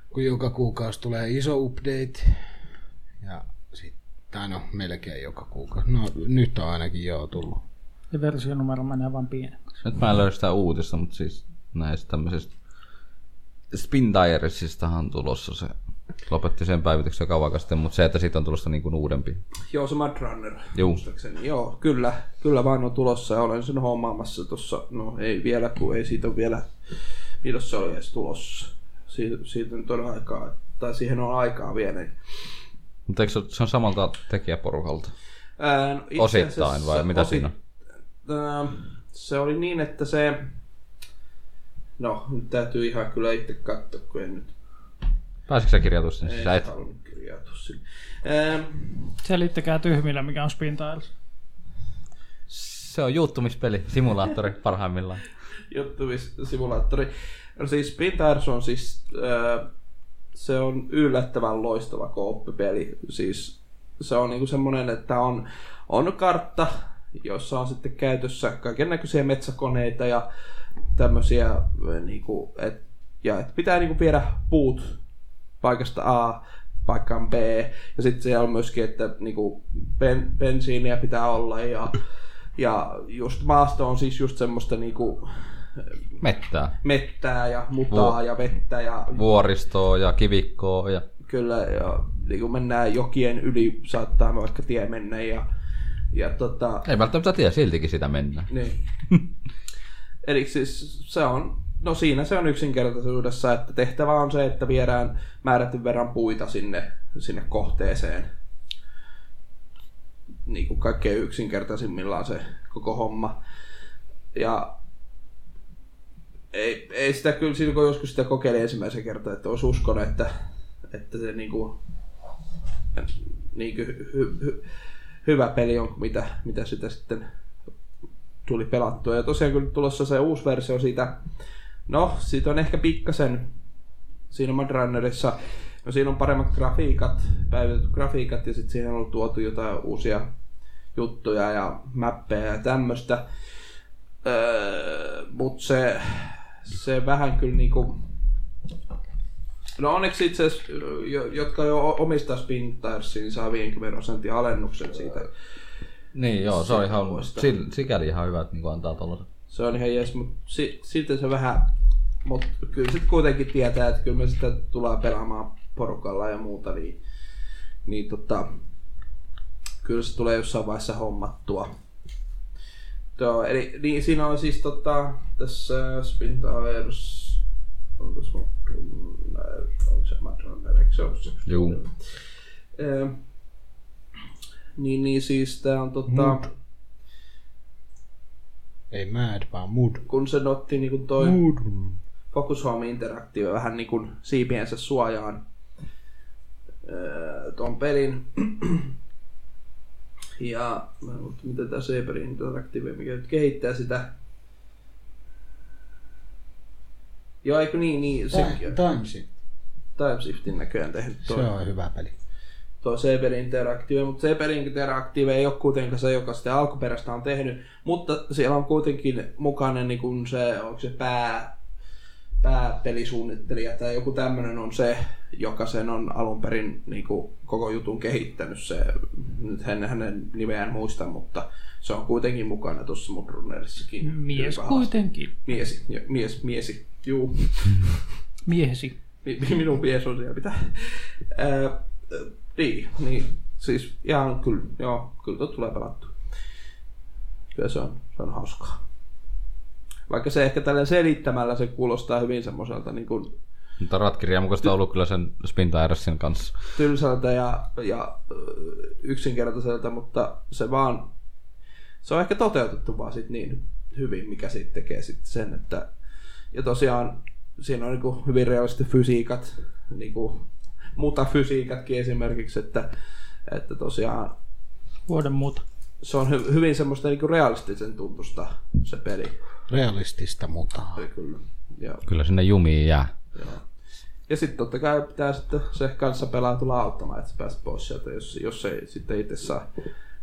[SPEAKER 5] kun joka kuukausi tulee iso update. Ja sitten, no melkein joka kuukausi. No nyt on ainakin joo tullut.
[SPEAKER 4] Ja versionumero menee vaan pienemmäksi.
[SPEAKER 2] Nyt mä en löydä sitä uutista, mutta siis näistä tämmöisistä Spin Diresistahan on tulossa se. Lopetti sen päivityksen kauan aikaa sitten, mutta se, että siitä on tulossa niin kuin uudempi.
[SPEAKER 3] joo, se Mad Runner.
[SPEAKER 2] Juu.
[SPEAKER 3] muistaakseni. Joo, kyllä, kyllä vaan on tulossa ja olen sen hommaamassa tuossa, no ei vielä, kun ei siitä ole vielä, milloin se oli edes tulossa. Siitä, siitä nyt on aikaa, tai siihen on aikaa vielä.
[SPEAKER 2] Mutta eikö se, se on samalta tekijäporukalta?
[SPEAKER 3] Ää, no itse
[SPEAKER 2] Osittain
[SPEAKER 3] asiassa
[SPEAKER 2] vai mitä siinä on?
[SPEAKER 3] Ää, se oli niin, että se... No, nyt täytyy ihan kyllä itse katsoa, kun en nyt
[SPEAKER 2] Pääsitkö sä kirjautumaan sinne?
[SPEAKER 3] ei
[SPEAKER 2] Sä et.
[SPEAKER 3] halunnut kirjautua sinne. Ää,
[SPEAKER 4] Selittäkää tyhmillä, mikä on Spin Tiles.
[SPEAKER 2] Se on juuttumispeli, simulaattori parhaimmillaan.
[SPEAKER 3] juttuvis-simulaattori. No siis Pintars on siis... Ää, se on yllättävän loistava kooppipeli. Siis se on niinku semmonen, että on, on kartta, jossa on sitten käytössä kaiken näköisiä metsäkoneita ja tämmöisiä, äh, niinku, et, ja et pitää niinku viedä puut paikasta A paikkaan B. Ja sitten siellä on myöskin, että niinku, ben, bensiiniä pitää olla ja, ja just maasto on siis just semmoista niinku,
[SPEAKER 2] Mettää.
[SPEAKER 3] mettää ja mutaa
[SPEAKER 2] Vuo-
[SPEAKER 3] ja vettä ja
[SPEAKER 2] Vuoristoa ja kivikkoa ja
[SPEAKER 3] kyllä ja niin kun mennään jokien yli, saattaa vaikka tie mennä ja, ja tota,
[SPEAKER 2] ei välttämättä tiedä, siltikin sitä mennään.
[SPEAKER 3] niin. Eli siis se on, no siinä se on yksinkertaisuudessa, että tehtävä on se, että viedään määrätyn verran puita sinne, sinne kohteeseen. Niin kuin kaikkein yksinkertaisimmillaan se koko homma. Ja ei, ei sitä kyllä silloin, kun joskus sitä kokeilin ensimmäisen kertaa, että olisi uskonut, että, että se niin kuin, niin kuin hy, hy, hyvä peli on, mitä, mitä sitä sitten tuli pelattua. Ja tosiaan kyllä tulossa se uusi versio siitä, no siitä on ehkä pikkasen siinä Madrunnerissa, no siinä on paremmat grafiikat, päivitetyt grafiikat ja sitten siihen on tuotu jotain uusia juttuja ja mappeja ja tämmöistä. Öö, Mutta se, se vähän kyllä niinku... No onneksi itse asiassa, jo- jotka jo omistaa Spintarsin, niin saa 50 prosentin alennuksen siitä.
[SPEAKER 2] Niin joo, se on ihan,
[SPEAKER 3] Muista.
[SPEAKER 2] sil- sikäli ihan hyvä, että niin antaa tuollaisen.
[SPEAKER 3] se on ihan jees, mutta si, silti se vähän, mutta kyllä sitten kuitenkin tietää, että kyllä me sitä tullaan pelaamaan porukalla ja muuta, niin, niin tota, kyllä se tulee jossain vaiheessa hommattua. Joo, eli niin siinä on siis tota, tässä Spin Tires, onko se Madrunner, onko se Madrunner, eikö se ole se?
[SPEAKER 2] Juu.
[SPEAKER 3] Öö, niin, niin siis tää on tota...
[SPEAKER 5] Mut. Ei mad, vaan mood.
[SPEAKER 3] kun se otti niin kuin toi Focus Home Interactive vähän niin kuin siipiensä suojaan öö, ton pelin. Ja mutta miten tämä Saber Interactive, mikä nyt kehittää sitä. Joo, eikö niin, niin se
[SPEAKER 5] Time Shift.
[SPEAKER 3] Time Shiftin näköjään tehnyt
[SPEAKER 5] Äh. Se
[SPEAKER 3] tuo,
[SPEAKER 5] on hyvä peli.
[SPEAKER 3] tuo Saber Interactive, mutta Saber Interactive ei ole kuitenkaan se, joka sitä alkuperäistä on tehnyt, mutta siellä on kuitenkin mukana niin kun se, onko se pää, pääpelisuunnittelija tai joku tämmöinen on se, joka sen on alun perin niin kuin, koko jutun kehittänyt. Se, nyt en hänen nimeään muista, mutta se on kuitenkin mukana tuossa Mudrunnerissakin.
[SPEAKER 4] Mies kuitenkin.
[SPEAKER 3] Miesi, jo, mies, miesi, juu.
[SPEAKER 4] Miehesi.
[SPEAKER 3] Mi- mi- minun mies on siellä pitää. Ää, ä, niin, niin, siis ihan kyllä, joo, kyllä tuo tulee pelattu. Kyllä se on, se on hauskaa. Vaikka se ehkä tällä selittämällä se kuulostaa hyvin semmoiselta niin kuin
[SPEAKER 2] Mutta ratkirjan mukaista on ollut kyllä sen Spin Tiresin kanssa.
[SPEAKER 3] tylsältä ja, ja ö, yksinkertaiselta, mutta se vaan, se on ehkä toteutettu vaan sit niin hyvin, mikä siitä tekee sit sen, että ja tosiaan siinä on niinku hyvin realistiset fysiikat, niinku mutafysiikatkin esimerkiksi, että, että tosiaan
[SPEAKER 4] Vuoden muuta.
[SPEAKER 3] se on hy, hyvin semmoista niinku realistisen tuntusta se peli.
[SPEAKER 5] Realistista mutaa.
[SPEAKER 3] Kyllä. Joo.
[SPEAKER 2] Kyllä sinne jumiin jää.
[SPEAKER 3] Ja sitten totta kai pitää sitten se kanssa pelaa tulla auttamaan, että se pääsee pois sieltä, jos, jos ei sitten itse saa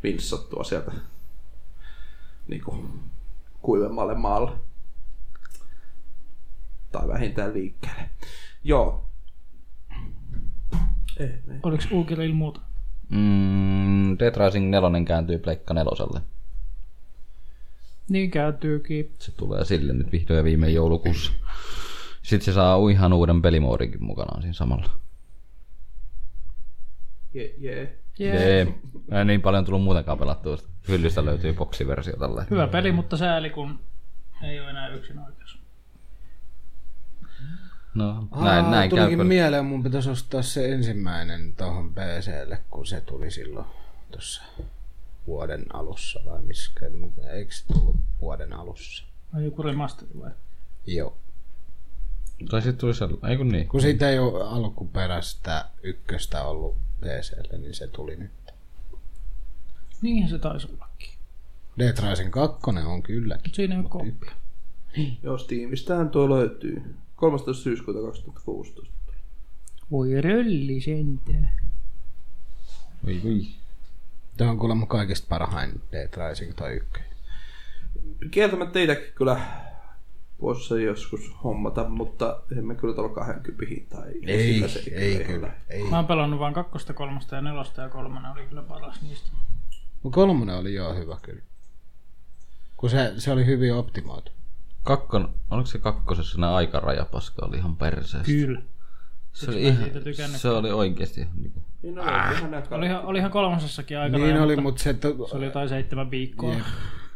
[SPEAKER 3] vinssattua sieltä niin kuin, kuivemmalle maalle. Tai vähintään liikkeelle. Joo. Ei, ei.
[SPEAKER 4] Oliko Uukilla muuta?
[SPEAKER 2] Mm, Dead Rising 4 kääntyy Pleikka neloselle.
[SPEAKER 4] Niin käytyykin.
[SPEAKER 2] Se tulee sille nyt vihdoin ja viimein joulukuussa. Sitten se saa u- ihan uuden pelimoodinkin mukanaan siinä samalla.
[SPEAKER 3] Je, je.
[SPEAKER 4] Jee.
[SPEAKER 2] Jee. Ei niin paljon tullut muutenkaan pelattua. sitä. Hyllystä löytyy boksiversio tällä.
[SPEAKER 4] Hyvä peli, mutta sääli kun ei ole enää yksin oikeus.
[SPEAKER 2] No, näin, näin käy.
[SPEAKER 5] tulikin
[SPEAKER 2] kun-
[SPEAKER 5] mieleen, mun pitäisi ostaa se ensimmäinen tuohon PClle, kun se tuli silloin tuossa vuoden alussa vai miskä, eikö se tullut vuoden alussa?
[SPEAKER 4] On joku remasteri vai?
[SPEAKER 5] Joo.
[SPEAKER 2] Tai sitten tuli sellainen, ei kun niin.
[SPEAKER 5] Kun siitä ei ole alkuperäistä ykköstä ollut PClle, niin se tuli nyt.
[SPEAKER 4] Niinhän se taisi ollakin.
[SPEAKER 5] Dead Rising 2 on kylläkin.
[SPEAKER 4] Mut siinä ei ole koppia.
[SPEAKER 3] Joo, Steamistähän tuo löytyy. 13. syyskuuta 2016.
[SPEAKER 4] Voi rölli sentään.
[SPEAKER 2] Oi, oi.
[SPEAKER 5] Tämä on kuulemma kaikista parhain Dead Rising tai ykkönen.
[SPEAKER 3] Kieltämättä itsekin kyllä voisi se joskus hommata, mutta emme kyllä tuolla 20 hintaa.
[SPEAKER 5] Ei,
[SPEAKER 3] sillä se
[SPEAKER 5] ei
[SPEAKER 3] ole.
[SPEAKER 5] kyllä. Ei.
[SPEAKER 4] Mä oon pelannut vaan kakkosta, kolmosta ja nelosta ja kolmonen oli kyllä paras niistä.
[SPEAKER 5] Mut Kolmonen oli joo hyvä kyllä. Kun se, se oli hyvin optimoitu.
[SPEAKER 2] Kakkon, oliko se kakkosessa nämä aikarajapaska oli ihan perseestä?
[SPEAKER 4] Kyllä.
[SPEAKER 2] Se oli,
[SPEAKER 4] mä en
[SPEAKER 2] ihan,
[SPEAKER 4] siitä tykännyt.
[SPEAKER 2] se oli oikeasti ihan niinku...
[SPEAKER 3] Niin, no, ah. nämä
[SPEAKER 4] Olihan, olihan kolmosessakin aika
[SPEAKER 5] Niin
[SPEAKER 4] lailla,
[SPEAKER 5] oli, mutta se, to,
[SPEAKER 4] Se oli jotain seitsemän viikkoa.
[SPEAKER 5] Jep.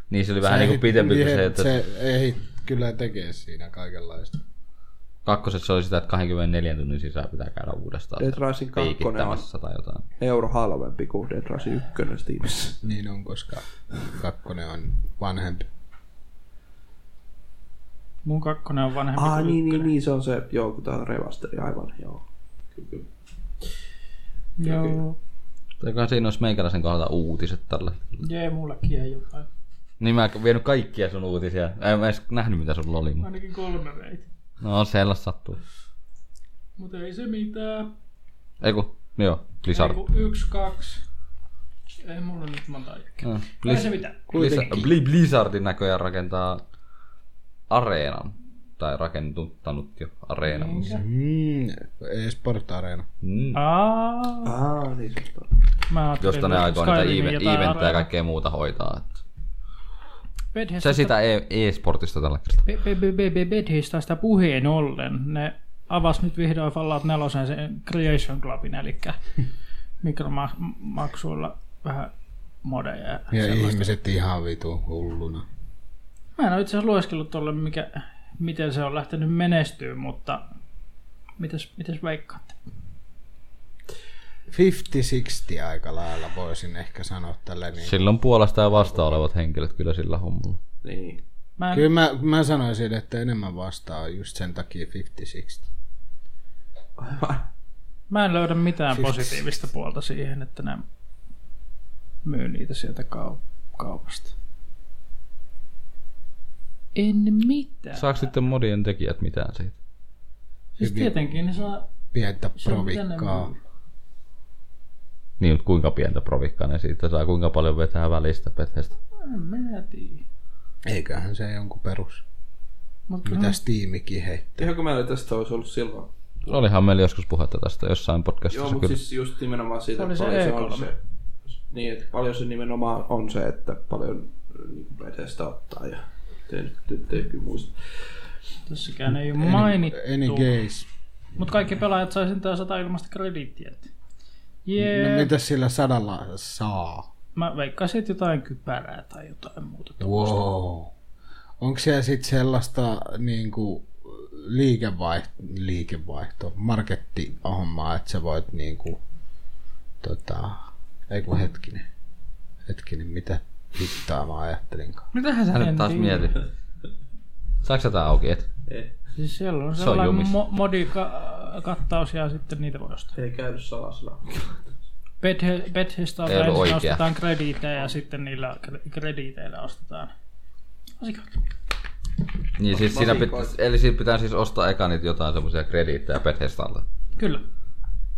[SPEAKER 2] Niin se oli vähän niinku pitempi kuin se, että
[SPEAKER 5] se ei kyllä tekee siinä kaikenlaista.
[SPEAKER 2] kakkosessa oli sitä, että 24 tunnin sisään pitää käydä uudestaan.
[SPEAKER 3] Dead
[SPEAKER 2] sitä
[SPEAKER 3] Rising 2 on-
[SPEAKER 2] piikittämässä tai jotain.
[SPEAKER 3] euro halvempi kuin Dead Rising 1 Steamissa.
[SPEAKER 5] Niin on, koska kakkonen on vanhempi.
[SPEAKER 4] Mun kakkonen on vanhempi
[SPEAKER 3] Ah,
[SPEAKER 4] kuin
[SPEAKER 3] niin, niin,
[SPEAKER 4] ykkönen.
[SPEAKER 3] niin, se on se, joo, kun tää on revasteri, aivan, joo. Kyllä, kyllä.
[SPEAKER 5] niin.
[SPEAKER 4] Joo.
[SPEAKER 2] Eiköhän siinä olisi meikäläisen kohdalta uutiset tällä.
[SPEAKER 4] Jee, mullekin jäi jotain.
[SPEAKER 2] Niin mä en vienyt kaikkia sun uutisia. En mä edes nähnyt mitä sulla oli. mutta-
[SPEAKER 4] Ainakin kolme veit.
[SPEAKER 2] No sellaista sattuu.
[SPEAKER 4] Mutta ei se mitään.
[SPEAKER 2] Eiku, niin joo, Blizzard.
[SPEAKER 4] Eiku yksi, kaksi. Ei mulla nyt monta jäkkiä.
[SPEAKER 2] Joo,
[SPEAKER 4] Ei
[SPEAKER 2] Blizz-
[SPEAKER 4] se mitään.
[SPEAKER 2] Blizzard, Äh, Bli- Blizzardin näköjään rakentaa areenan. Tai rakennuttanut jo areenan.
[SPEAKER 5] Mm, eSport Arena.
[SPEAKER 2] Mm.
[SPEAKER 4] Aa,
[SPEAKER 3] Ah, niin, se on.
[SPEAKER 4] mä ajattelin,
[SPEAKER 2] Josta ne
[SPEAKER 4] että
[SPEAKER 2] aikoo niitä
[SPEAKER 4] Skyrimin
[SPEAKER 2] even-
[SPEAKER 4] jotain
[SPEAKER 2] eventtejä ja
[SPEAKER 4] areenaa.
[SPEAKER 2] kaikkea muuta hoitaa. että-
[SPEAKER 4] Bethesda-
[SPEAKER 2] Se sitä e- e-sportista tällä kertaa.
[SPEAKER 4] Be- be- be- be- Bethesdasta puheen ollen, ne avas nyt vihdoin Fallout 4 sen Creation Clubin, eli mikromaksuilla vähän modeja. Ja
[SPEAKER 5] Ja
[SPEAKER 4] sellaista.
[SPEAKER 5] ihmiset ihan vitu hulluna.
[SPEAKER 4] Mä en ole itse asiassa lueskellut tuolle, mikä, miten se on lähtenyt menestyä, mutta mitäs, mitäs veikkaatte?
[SPEAKER 5] 50-60 aika lailla voisin ehkä sanoa tällä niin.
[SPEAKER 2] Silloin puolesta ja vastaan olevat henkilöt kyllä sillä hommalla.
[SPEAKER 3] niin.
[SPEAKER 4] Mä en,
[SPEAKER 5] Kyllä mä, mä sanoisin, että enemmän vastaa just sen takia 50-60.
[SPEAKER 3] Aivan.
[SPEAKER 5] Siis-
[SPEAKER 4] mä en löydä mitään positiivista puolta siihen, että ne myy niitä sieltä kaup- kaupasta. En mitään.
[SPEAKER 2] Saako sitten modien tekijät mitään siitä?
[SPEAKER 4] siis tietenkin ne saa...
[SPEAKER 5] Pientä
[SPEAKER 4] se on mitä ne
[SPEAKER 5] provikkaa.
[SPEAKER 4] myy.
[SPEAKER 2] Niin, mutta kuinka pientä provikkaa ne siitä saa, kuinka paljon vetää välistä pethestä.
[SPEAKER 4] En minä tiedä.
[SPEAKER 5] Eiköhän se jonkun perus.
[SPEAKER 4] Mutta
[SPEAKER 5] Mitä Steamikin heittää.
[SPEAKER 3] Ihanko meillä tästä olisi ollut silloin?
[SPEAKER 2] Olihan meillä joskus puhetta tästä jossain podcastissa
[SPEAKER 3] Joo,
[SPEAKER 2] kyllä.
[SPEAKER 3] mutta siis just nimenomaan siitä,
[SPEAKER 4] Se oli
[SPEAKER 3] että paljon
[SPEAKER 4] se E
[SPEAKER 3] se on
[SPEAKER 4] E3.
[SPEAKER 3] se, niin, että paljon se nimenomaan on se, että paljon niin Bethesda ottaa ja tein, tein, tein muista.
[SPEAKER 4] tässäkään ei ole mainittu.
[SPEAKER 5] Any gays.
[SPEAKER 4] Mutta kaikki pelaajat sai sentään 100 ilmasta krediittiä. että Jee.
[SPEAKER 5] No mitä sillä sadalla saa?
[SPEAKER 4] Mä veikkaisin, että jotain kypärää tai jotain muuta.
[SPEAKER 5] Wow. Onko siellä sitten sellaista niin kuin, liikevaihto, liikevaihto, markettihommaa, että sä voit niin kuin, tota, ei kun hetkinen, hetkinen, mitä vittaa mä ajattelinkaan.
[SPEAKER 2] Mitähän sä nyt
[SPEAKER 4] En
[SPEAKER 2] taas
[SPEAKER 4] tiedä.
[SPEAKER 2] mietit? Saatko sä tää auki? Et?
[SPEAKER 3] E-
[SPEAKER 4] Siis siellä on
[SPEAKER 2] Se on
[SPEAKER 4] sellainen
[SPEAKER 2] jumissa.
[SPEAKER 4] mo- modikattaus ja sitten niitä voi ostaa.
[SPEAKER 3] Ei käy salasana.
[SPEAKER 4] Bethe- Bethesda
[SPEAKER 2] Ei ollut oikea.
[SPEAKER 4] ensin ostetaan krediitejä ja sitten niillä kre- krediiteillä ostetaan. Vasikoita.
[SPEAKER 2] Niin siis siinä pit,
[SPEAKER 3] Vasikoita.
[SPEAKER 2] eli siinä pitää siis ostaa eka niitä jotain semmoisia krediittejä Bethesdalle.
[SPEAKER 4] Kyllä.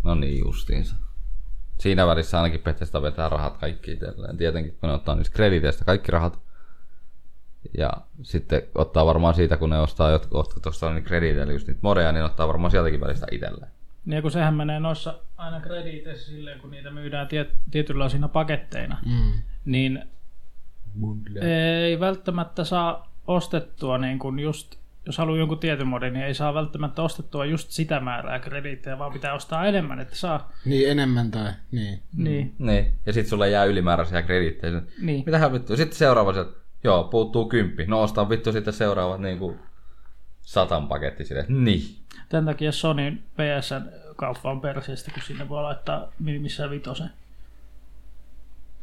[SPEAKER 2] No niin justiinsa. Siinä välissä ainakin Bethesda vetää rahat kaikki itselleen. Tietenkin kun ne ottaa niistä krediteistä kaikki rahat. Ja sitten ottaa varmaan siitä, kun ne ostaa jotkut, jotkut tuossa niin krediteillä just niitä modeja, niin ottaa varmaan sieltäkin välistä itselleen.
[SPEAKER 4] Niin kun sehän menee noissa aina krediiteissä silleen, kun niitä myydään tiet- tietynlaisina paketteina, mm. niin ei välttämättä saa ostettua niin kun just jos haluaa jonkun tietyn modin, niin ei saa välttämättä ostettua just sitä määrää krediittejä, vaan pitää ostaa enemmän, että saa.
[SPEAKER 5] Niin enemmän tai niin.
[SPEAKER 4] Niin,
[SPEAKER 2] Niin. Ja sitten sulle jää ylimääräisiä krediittejä.
[SPEAKER 4] niin.
[SPEAKER 2] Mitähän vittu? Sitten seuraava sieltä. Joo, puuttuu kymppi. No ostaa vittu sitten seuraavat niinku satan paketti sille. Niin.
[SPEAKER 4] Tämän takia Sonyn PSN-kauppa on perseestä, kun sinne voi laittaa minimissään vitosen.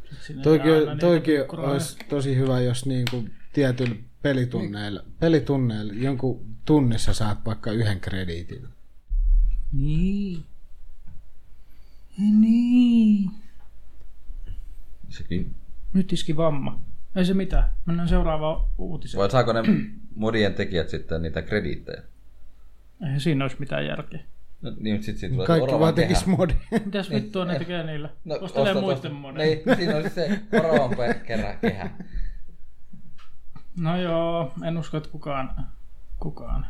[SPEAKER 4] Sitten sinne jää aina
[SPEAKER 5] Toikin,
[SPEAKER 4] niitä niinku
[SPEAKER 5] toikin
[SPEAKER 4] kukkuroita.
[SPEAKER 5] olisi tosi hyvä, jos niin kuin tietyllä pelitunneilla, pelitunneilla jonkun tunnissa saat vaikka yhden krediitin.
[SPEAKER 4] Niin. Niin.
[SPEAKER 2] Sekin.
[SPEAKER 4] Nyt iski vamma. Ei se mitään. Mennään seuraavaan uutiseen.
[SPEAKER 2] Vai saako ne modien tekijät sitten niitä krediittejä?
[SPEAKER 4] Eihän siinä olisi mitään järkeä.
[SPEAKER 2] No, niin, mutta sit siitä tulee
[SPEAKER 5] Kaikki
[SPEAKER 2] oravan
[SPEAKER 5] vaan
[SPEAKER 2] kehä.
[SPEAKER 5] tekis modi.
[SPEAKER 4] Mitäs vittua ne tekee niillä? No, Ostelee
[SPEAKER 2] Niin, eh, osta
[SPEAKER 4] muiden
[SPEAKER 2] tosta-
[SPEAKER 4] monen.
[SPEAKER 2] Niin, siinä on se oravan perkerä kehä.
[SPEAKER 4] No joo, en usko, että kukaan. Kukaan.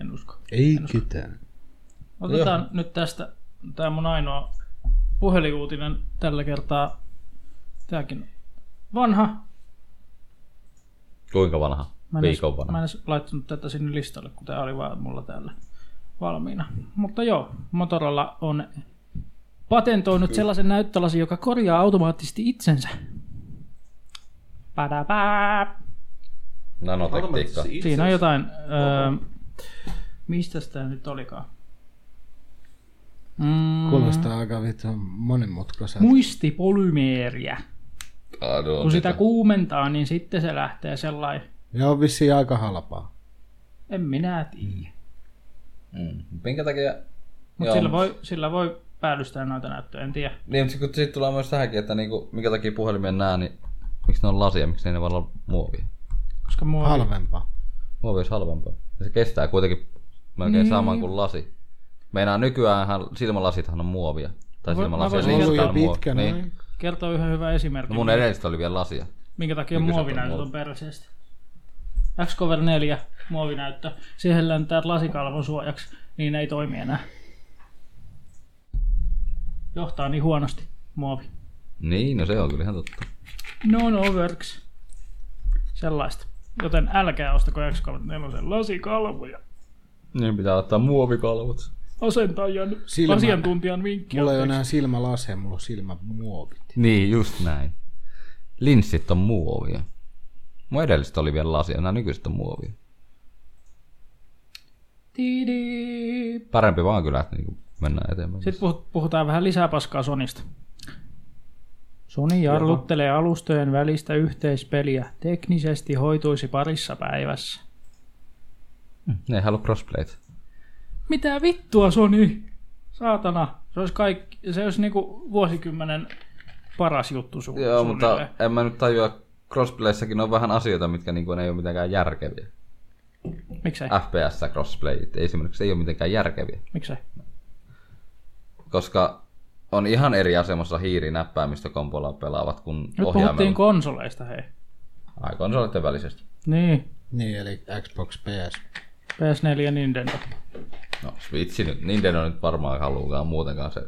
[SPEAKER 4] En usko.
[SPEAKER 5] Ei ketään.
[SPEAKER 4] Otetaan Joo. nyt tästä, tämä mun ainoa puhelinuutinen tällä kertaa. Tämäkin vanha.
[SPEAKER 2] Kuinka vanha?
[SPEAKER 4] Mä en, edes,
[SPEAKER 2] Viikon vanha.
[SPEAKER 4] mä en edes laittanut tätä sinne listalle, kun tämä oli vaan mulla täällä valmiina. Mutta joo, Motorola on patentoinut sellaisen näyttölasin, joka korjaa automaattisesti itsensä. Padabää.
[SPEAKER 2] Nanotekniikka.
[SPEAKER 4] Siinä on jotain... Öö, mistä tämä nyt olikaan? Mm,
[SPEAKER 5] Kuulostaa aika vittu monimutkaiselta.
[SPEAKER 4] muistipolymeeriä.
[SPEAKER 2] Ah, no,
[SPEAKER 4] Kun sitä
[SPEAKER 2] mitä?
[SPEAKER 4] kuumentaa, niin sitten se lähtee sellainen,
[SPEAKER 5] Ja on vissiin aika halpaa.
[SPEAKER 4] en minä tiedä.
[SPEAKER 2] Mm. Minkä takia...
[SPEAKER 4] Mutta
[SPEAKER 2] Joo,
[SPEAKER 4] sillä voi, sillä voi päällystää noita näyttöjä, en tiedä.
[SPEAKER 2] Niin, mutta sitten sit tulee myös tähänkin, että niinku, minkä takia puhelimien nää, niin miksi ne on lasia, miksi ne ei voi olla muovia?
[SPEAKER 4] Koska mua
[SPEAKER 5] Halvempaa.
[SPEAKER 2] Muovi olisi halvempaa. Ja se kestää kuitenkin melkein niin. saman kuin lasi. Meinaa nykyäänhän silmälasithan on muovia. Tai
[SPEAKER 4] Voi-
[SPEAKER 2] silmälasia
[SPEAKER 4] mä voisin
[SPEAKER 5] Ollut
[SPEAKER 2] lisätään
[SPEAKER 5] jo
[SPEAKER 2] muovi.
[SPEAKER 5] pitkän
[SPEAKER 2] niin.
[SPEAKER 5] niin.
[SPEAKER 4] kertoo yhden hyvän esimerkin,
[SPEAKER 2] No
[SPEAKER 4] no
[SPEAKER 2] mun edellistä oli vielä lasia.
[SPEAKER 4] minkä takia
[SPEAKER 2] nykyiset on
[SPEAKER 4] muovinäytöt on
[SPEAKER 2] muovi.
[SPEAKER 4] perseestä. Xcover 4 muovinäyttö, siihen lentää lasikalvon suojaksi, niin ei toimi enää. Johtaa niin huonosti muovi.
[SPEAKER 2] Niin, no se on kyllä ihan totta.
[SPEAKER 4] No no works. Sellaista. Joten älkää ostako Xcover 4 lasikalvoja.
[SPEAKER 2] Niin pitää ottaa muovikalvot.
[SPEAKER 4] asentajan,
[SPEAKER 5] Silmä.
[SPEAKER 4] asiantuntijan vinkkiä.
[SPEAKER 5] Mulla ei ole enää silmälaseja, mulla on silmämuovit.
[SPEAKER 2] Niin, just näin. Linssit on muovia. Mun edellistä oli vielä lasia, nämä nykyiset on muovia.
[SPEAKER 4] Tiidi.
[SPEAKER 2] Parempi vaan kyllä, että niinku mennään eteenpäin.
[SPEAKER 4] Sitten puhut- puhutaan vähän lisää paskaa Sonista. Sony jarruttelee alustojen välistä yhteispeliä. Teknisesti hoituisi parissa päivässä.
[SPEAKER 2] Ne ei halua crossplayt.
[SPEAKER 4] Mitä vittua Sony? Saatana. Se olisi, kaikki, se olisi niinku vuosikymmenen paras juttu sun,
[SPEAKER 2] Joo,
[SPEAKER 4] suunnilleen.
[SPEAKER 2] mutta en mä nyt tajua, crossplayssäkin on vähän asioita, mitkä niinku, ne ei ole mitenkään järkeviä.
[SPEAKER 4] Miksei? Äh.
[SPEAKER 2] FPS crossplayit ei esimerkiksi ei ole mitenkään järkeviä,
[SPEAKER 4] Miksei?
[SPEAKER 2] koska on ihan eri asemassa hiirinäppäämistä kompolla pelaavat kuin
[SPEAKER 4] Nyt puhuttiin
[SPEAKER 2] ohjaimella. Ko-
[SPEAKER 4] konsoleista, hei.
[SPEAKER 2] Aikoin välisesti.
[SPEAKER 4] Niin,
[SPEAKER 5] Niin, eli Xbox PS.
[SPEAKER 4] PS4 ja Nintendo.
[SPEAKER 2] No, Switch nyt, Nintendo nyt varmaan haluukaan muutenkaan se.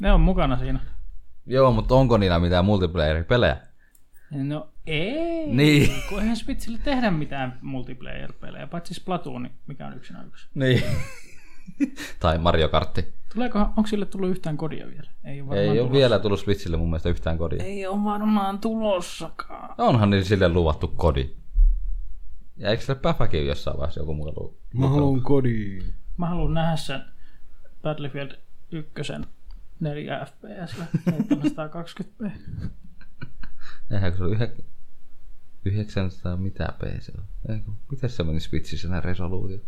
[SPEAKER 4] Ne on mukana siinä.
[SPEAKER 2] Joo, mutta onko niillä mitään multiplayer-pelejä?
[SPEAKER 4] No ei,
[SPEAKER 2] Niin.
[SPEAKER 4] kun eihän Switchillä tehdä mitään multiplayer-pelejä, paitsi Splatoon, mikä on yksinä yksi.
[SPEAKER 2] Niin. tai Mario Kartti.
[SPEAKER 4] Tuleekohan, onko sille tullut yhtään kodia vielä? Ei ole varmaan
[SPEAKER 2] Ei ole
[SPEAKER 4] tulossa.
[SPEAKER 2] vielä tullut Switchille mun mielestä yhtään kodia. No
[SPEAKER 4] Ei ole varmaan tulossakaan.
[SPEAKER 2] Onhan niillä sille luvattu kodi. Ja eikö sille Päfäkin jossain vaiheessa joku muu lu-
[SPEAKER 5] Mä haluun kodiin.
[SPEAKER 4] Mä haluan nähdä sen Battlefield 1 4 fps 720p.
[SPEAKER 2] Eihän se ole yhä... 900 mitä PC on? Eikö, miten se meni Switchissä nämä resoluutiot?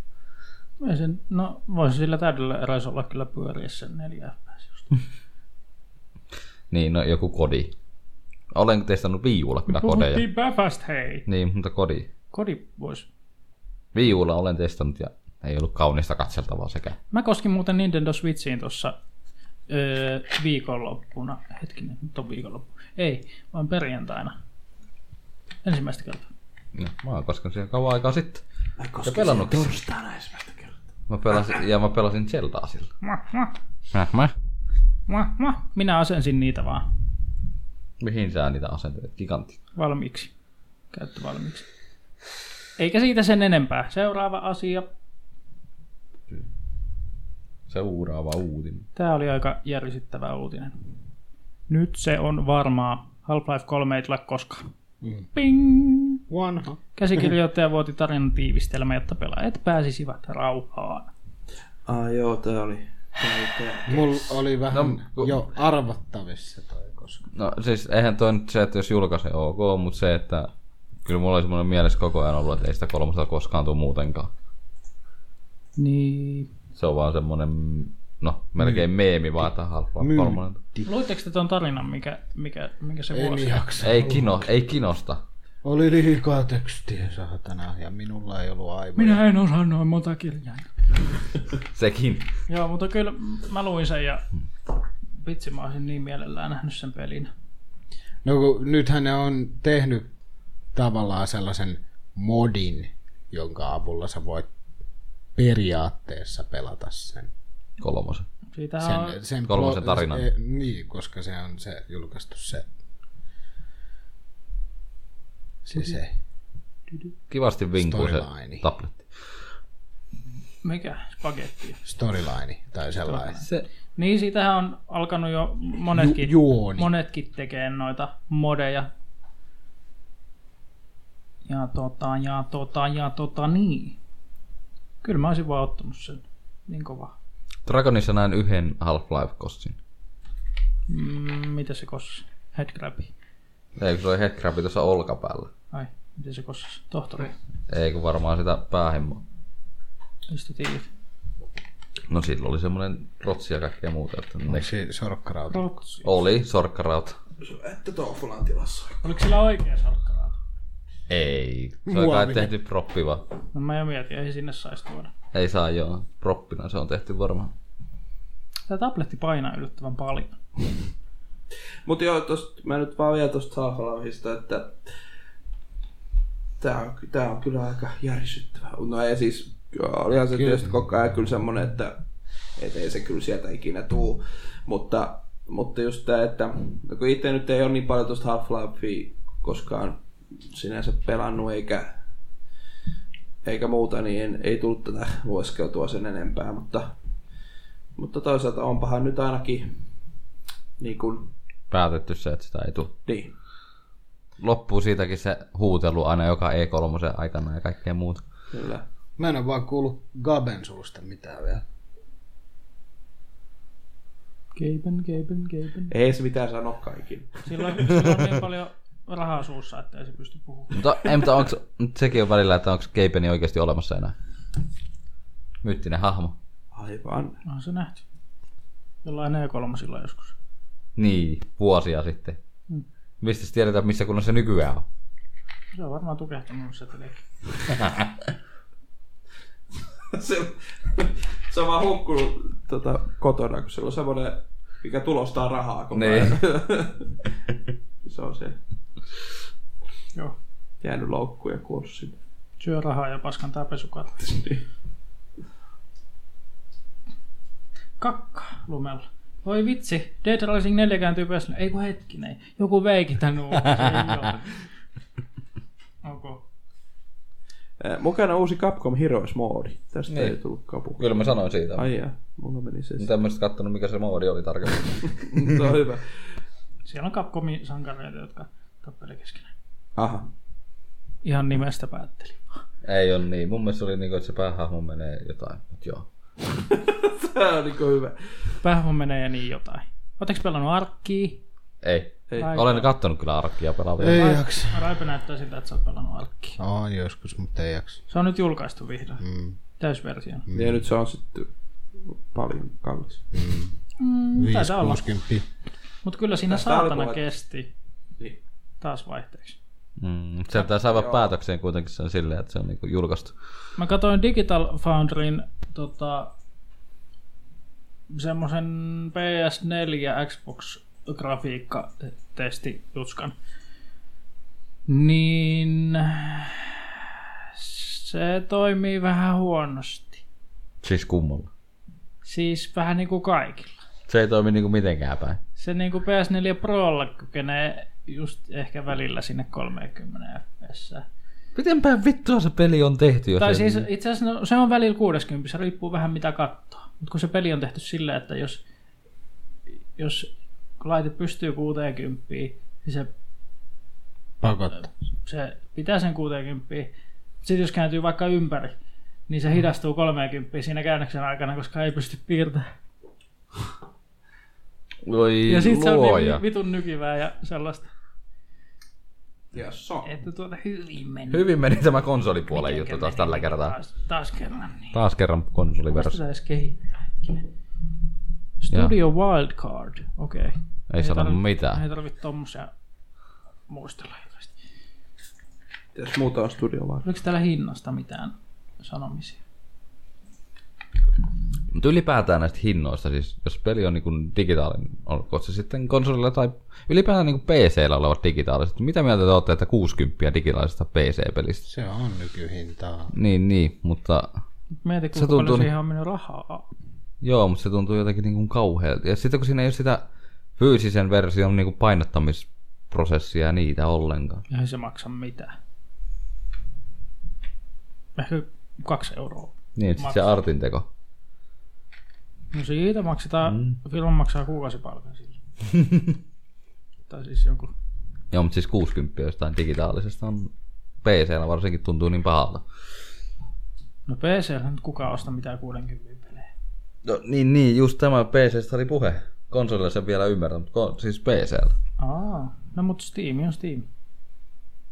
[SPEAKER 4] Ei sen, no voisi sillä täydellä eräisolla kyllä pyöriä sen 4 fps just.
[SPEAKER 2] Niin, no joku kodi. Olen testannut viiulla kyllä kodeja.
[SPEAKER 4] Puhuttiin Bäfästä hei.
[SPEAKER 2] Niin, mutta kodi.
[SPEAKER 4] Kodi voisi.
[SPEAKER 2] Viiulla olen testannut ja ei ollut kaunista katseltavaa sekään.
[SPEAKER 4] Mä koskin muuten Nintendo Switchiin tuossa öö, viikonloppuna. Hetkinen, nyt on viikonloppu. Ei, vaan perjantaina. Ensimmäistä kertaa.
[SPEAKER 2] No, mä oon koskaan siihen kauan aikaa sitten.
[SPEAKER 3] Mä
[SPEAKER 2] Ja
[SPEAKER 3] koskin
[SPEAKER 2] pelannut.
[SPEAKER 3] torstaina ensimmäistä kertaa.
[SPEAKER 2] Mä pelasin, ja mä pelasin Zeldaa sillä.
[SPEAKER 4] Mwah, mwah,
[SPEAKER 2] Mäh, mäh.
[SPEAKER 4] mwah, mwah. Minä asensin niitä vaan
[SPEAKER 2] Mihin sä niitä asentelet? Gigantti.
[SPEAKER 4] valmiiksi. Käyttö valmiiksi. Eikä siitä sen enempää. Seuraava asia.
[SPEAKER 2] Seuraava uutinen.
[SPEAKER 4] Tämä oli aika järisyttävä uutinen. Nyt se on varmaa. Half-Life 3 ei tule koskaan. Ping!
[SPEAKER 5] Vanha.
[SPEAKER 4] Käsikirjoittaja vuoti tarinan tiivistelmä, jotta pelaajat pääsisivät rauhaan.
[SPEAKER 3] Ai Ah, joo, tää oli. Tää oli tää.
[SPEAKER 5] Mulla oli vähän
[SPEAKER 2] No, ku-
[SPEAKER 5] jo arvattavissa toi, koska
[SPEAKER 2] No siis eihän toi nyt se, että jos julkaisee ok, mutta se, että kyllä mulla oli semmoinen mielessä koko ajan ollut, että ei sitä kolmosta koskaan tule muutenkaan.
[SPEAKER 4] Niin.
[SPEAKER 2] Se on vaan semmoinen, no melkein meemi vaan, että halpaa
[SPEAKER 5] Myynti.
[SPEAKER 2] kolmonen.
[SPEAKER 4] Luitteko te tuon tarinan, mikä, mikä, mikä se
[SPEAKER 5] en
[SPEAKER 4] vuosi? on?
[SPEAKER 5] jaksa.
[SPEAKER 2] Ei, kino, ei kinosta.
[SPEAKER 5] Oli liikaa tekstiä, saatana, ja minulla ei ollut aivoja.
[SPEAKER 4] Minä en osaa noin monta kirjaa.
[SPEAKER 2] Sekin.
[SPEAKER 4] Joo, mutta kyllä mä luin sen ja vitsi mä olisin niin mielellään nähnyt sen pelin.
[SPEAKER 5] No kun nythän ne on tehnyt tavallaan sellaisen modin, jonka avulla sä voit periaatteessa pelata sen.
[SPEAKER 2] Kolmosen.
[SPEAKER 4] Siitähän on,
[SPEAKER 5] sen, sen
[SPEAKER 2] Kolmosen
[SPEAKER 5] plo-
[SPEAKER 2] tarinan.
[SPEAKER 5] Se, niin, koska se on se julkaistu se. Se se.
[SPEAKER 2] Kivasti vinkuu se
[SPEAKER 5] Storyline.
[SPEAKER 2] tabletti.
[SPEAKER 4] mikä, spagetti.
[SPEAKER 5] Storyline tai sellainen.
[SPEAKER 2] Se,
[SPEAKER 4] Niin, siitähän on alkanut jo monetkin,
[SPEAKER 5] Ju- juoni.
[SPEAKER 4] monetkin tekemään noita modeja. Ja tota, ja tota, ja tota, niin. Kyllä mä olisin vaan ottanut sen. Niin kova.
[SPEAKER 2] Dragonissa näin yhden Half-Life-kossin.
[SPEAKER 4] Mm, mitä se kossasi? Headgrabi.
[SPEAKER 2] Eikö se ole headcrabi tuossa olkapäällä?
[SPEAKER 4] Ai, miten se kossasi? Tohtori.
[SPEAKER 2] Eikö varmaan sitä päähemmoa?
[SPEAKER 4] Mistä tiedät?
[SPEAKER 2] No silloin oli semmoinen rotsi ja kaikkea muuta. Että ne...
[SPEAKER 5] Se sorkkarauta.
[SPEAKER 4] Rotsi.
[SPEAKER 2] Oli sorkkarauta.
[SPEAKER 3] Ette Tofulan tilassa.
[SPEAKER 4] Oliko sillä oikea salkkaraata?
[SPEAKER 2] Ei. Se on kai
[SPEAKER 5] Muovinen.
[SPEAKER 2] tehty proppi vaan.
[SPEAKER 4] No mä jo mietin, ei sinne saisi tuoda.
[SPEAKER 2] Ei saa joo. Proppina se on tehty varmaan.
[SPEAKER 4] Tämä tabletti painaa yllättävän paljon.
[SPEAKER 3] Mut joo, tosta, mä nyt vaan vielä tosta Half-Lifeista, että tää on, tää on kyllä aika järisyttävä. No ei siis, joo, olihan se tietysti koko ajan kyllä semmonen, että et ei se kyllä sieltä ikinä tuu. Mutta, mutta just tää, että no kun itse nyt ei ole niin paljon tosta Half-Lifea koskaan sinänsä pelannut eikä eikä muuta, niin en, ei tullut tätä lueskeltua sen enempää, mutta, mutta toisaalta onpahan nyt ainakin niin kuin,
[SPEAKER 2] Päätetty se, että sitä ei tule.
[SPEAKER 3] niin,
[SPEAKER 2] Loppuu siitäkin se huutelu aina joka E3 aikana ja kaikkea muuta.
[SPEAKER 3] Kyllä.
[SPEAKER 5] Mä en ole vaan kuullut Gaben suusta mitään vielä.
[SPEAKER 4] Keipen, keipen, keipen.
[SPEAKER 3] Ei se mitään sano kaikin.
[SPEAKER 4] Sillä on, sillä on niin paljon rahaa suussa, että ei se pysty puhumaan.
[SPEAKER 2] Mutta, ei, mutta onks, nyt sekin on välillä, että onko Keipeni oikeasti olemassa enää. Myyttinen hahmo.
[SPEAKER 3] Aivan.
[SPEAKER 4] Onhan se nähty. Jollain E3 E joskus.
[SPEAKER 2] Niin, vuosia sitten.
[SPEAKER 4] Mm.
[SPEAKER 2] Mistä tiedetään, missä kunnossa se nykyään on?
[SPEAKER 4] Se on varmaan tukehtunut se teli.
[SPEAKER 3] se, se on vaan hukkunut tota, kotona, kun sillä on semmoinen, mikä tulostaa rahaa koko
[SPEAKER 2] Niin.
[SPEAKER 3] ajan. se on siellä
[SPEAKER 4] Joo.
[SPEAKER 3] jäänyt loukkuun ja kuollut sinne.
[SPEAKER 4] Syö rahaa ja paskantaa pesukat. Kakka lumella. Voi vitsi, Dead Rising 4 kääntyy pesulle. Ei kun hetkinen, joku veiki tän uuden. Onko?
[SPEAKER 3] Eh, Mukana uusi Capcom Heroes-moodi. Tästä
[SPEAKER 2] Niin.
[SPEAKER 3] niin. ei tullut kapu.
[SPEAKER 2] Kyllä mä sanoin siitä. Ai.
[SPEAKER 3] Ai jaa, mulla meni se.
[SPEAKER 2] En tämmöistä kattonut, mikä se moodi oli tarkemmin.
[SPEAKER 3] se on hyvä.
[SPEAKER 4] Siellä on Capcomin sankareita, jotka tappelee keskenään.
[SPEAKER 3] Aha.
[SPEAKER 4] Ihan nimestä päätteli.
[SPEAKER 2] Ei on niin. Mun mielestä se oli niinku, että se päähahmo menee jotain. Mut joo.
[SPEAKER 3] Tää on niinku hyvä.
[SPEAKER 4] Päähän menee ja niin jotain. Oletteko pelannut Arkkii?
[SPEAKER 2] Ei.
[SPEAKER 3] Ei.
[SPEAKER 4] Ai-
[SPEAKER 2] Olen kattonut kyllä arkkia pelaavia.
[SPEAKER 5] Ei
[SPEAKER 4] Ai-
[SPEAKER 5] jaksa.
[SPEAKER 4] Raipe näyttää siltä, että sä oot pelannut Arkkii.
[SPEAKER 5] Oon joskus, mutta ei jaksa.
[SPEAKER 4] Se on nyt julkaistu vihdoin.
[SPEAKER 5] Mm.
[SPEAKER 4] Täysversio.
[SPEAKER 3] Ja nyt se on sitten paljon kallis.
[SPEAKER 4] Mm, taitaa olla.
[SPEAKER 5] 560.
[SPEAKER 4] Mutta kyllä siinä
[SPEAKER 3] Tästä
[SPEAKER 4] saatana
[SPEAKER 3] alkuun-
[SPEAKER 4] kesti
[SPEAKER 3] Niin.
[SPEAKER 4] taas vaihteeksi.
[SPEAKER 2] Mm, sieltä saivat päätökseen kuitenkin sen silleen, että se on niinku julkaistu.
[SPEAKER 4] Mä katsoin Digital Foundryn tota, semmoisen PS4 Xbox grafiikkatesti jutskan. Niin se toimii vähän huonosti.
[SPEAKER 2] Siis kummalla.
[SPEAKER 4] Siis vähän niinku kaikilla.
[SPEAKER 2] Se ei toimi niinku mitenkään päin.
[SPEAKER 4] Se niinku PS4 Prolla kykenee just ehkä välillä sinne 30 fps.
[SPEAKER 2] Miten päin vittua se peli on tehty? Jos
[SPEAKER 4] Tai
[SPEAKER 2] ei-
[SPEAKER 4] siis itse asiassa no, se on välillä 60, se riippuu vähän mitä katsoo. Mutta kun se peli on tehty sillä, että jos, jos laite pystyy 60, niin se,
[SPEAKER 5] Pakottaa.
[SPEAKER 4] se pitää sen 60. Sitten jos kääntyy vaikka ympäri, niin se hidastuu 30 siinä käännöksen aikana, koska ei pysty piirtämään.
[SPEAKER 2] Voi
[SPEAKER 4] Ja sitten se on
[SPEAKER 2] luoja.
[SPEAKER 4] niin vitun nykivää ja sellaista,
[SPEAKER 3] Ja so.
[SPEAKER 4] että tuota hyvin meni.
[SPEAKER 2] Hyvin meni tämä konsolipuolen juttu
[SPEAKER 4] Mitenkä
[SPEAKER 2] taas
[SPEAKER 4] meni?
[SPEAKER 2] tällä kertaa.
[SPEAKER 4] Taas, taas kerran. Niin.
[SPEAKER 2] Taas kerran konsoliverossa.
[SPEAKER 4] Tästä edes kehittää hetkinen. Studio Wildcard. Okei. Okay.
[SPEAKER 2] Ei sano mitään.
[SPEAKER 4] Ei tarvitse tommosia muistella hirveästi.
[SPEAKER 3] Mitäs muuta on studio vaan?
[SPEAKER 4] Oliko täällä hinnasta mitään sanomisia?
[SPEAKER 2] Mutta ylipäätään näistä hinnoista, siis jos peli on niinku digitaalinen, olkoon se sitten konsolilla tai ylipäätään niinku PC-llä olevat digitaaliset, mitä mieltä te olette, että 60 digitaalisesta PC-pelistä?
[SPEAKER 5] Se on nykyhintaa.
[SPEAKER 2] Niin, niin, mutta
[SPEAKER 4] Mieti,
[SPEAKER 2] Se
[SPEAKER 4] kuinka
[SPEAKER 2] tuntuu
[SPEAKER 4] paljon
[SPEAKER 2] ni-
[SPEAKER 4] siihen on mennyt rahaa.
[SPEAKER 2] joo, mutta se tuntuu jotenkin niinku kauhealta. Ja sitten kun siinä ei ole sitä fyysisen version niinku painottamisprosessia ja niitä ollenkaan.
[SPEAKER 4] Eihän se maksa mitään. Ehkä kaksi euroa.
[SPEAKER 2] Niin, sitten se artin teko.
[SPEAKER 4] No siitä maksetaan, mm. firma maksaa kuukausipalkan sille. tai siis joku.
[SPEAKER 2] Joo, mutta siis 60 jostain digitaalisesta on PC-llä varsinkin tuntuu niin pahalta.
[SPEAKER 4] No PCllä nyt kukaan osta mitään 60 pelejä.
[SPEAKER 2] No niin, niin, just tämä pc oli puhe. Konsolilla sen vielä ymmärrän, mutta kon- siis pc
[SPEAKER 4] Aa, no mutta Steam on Steam.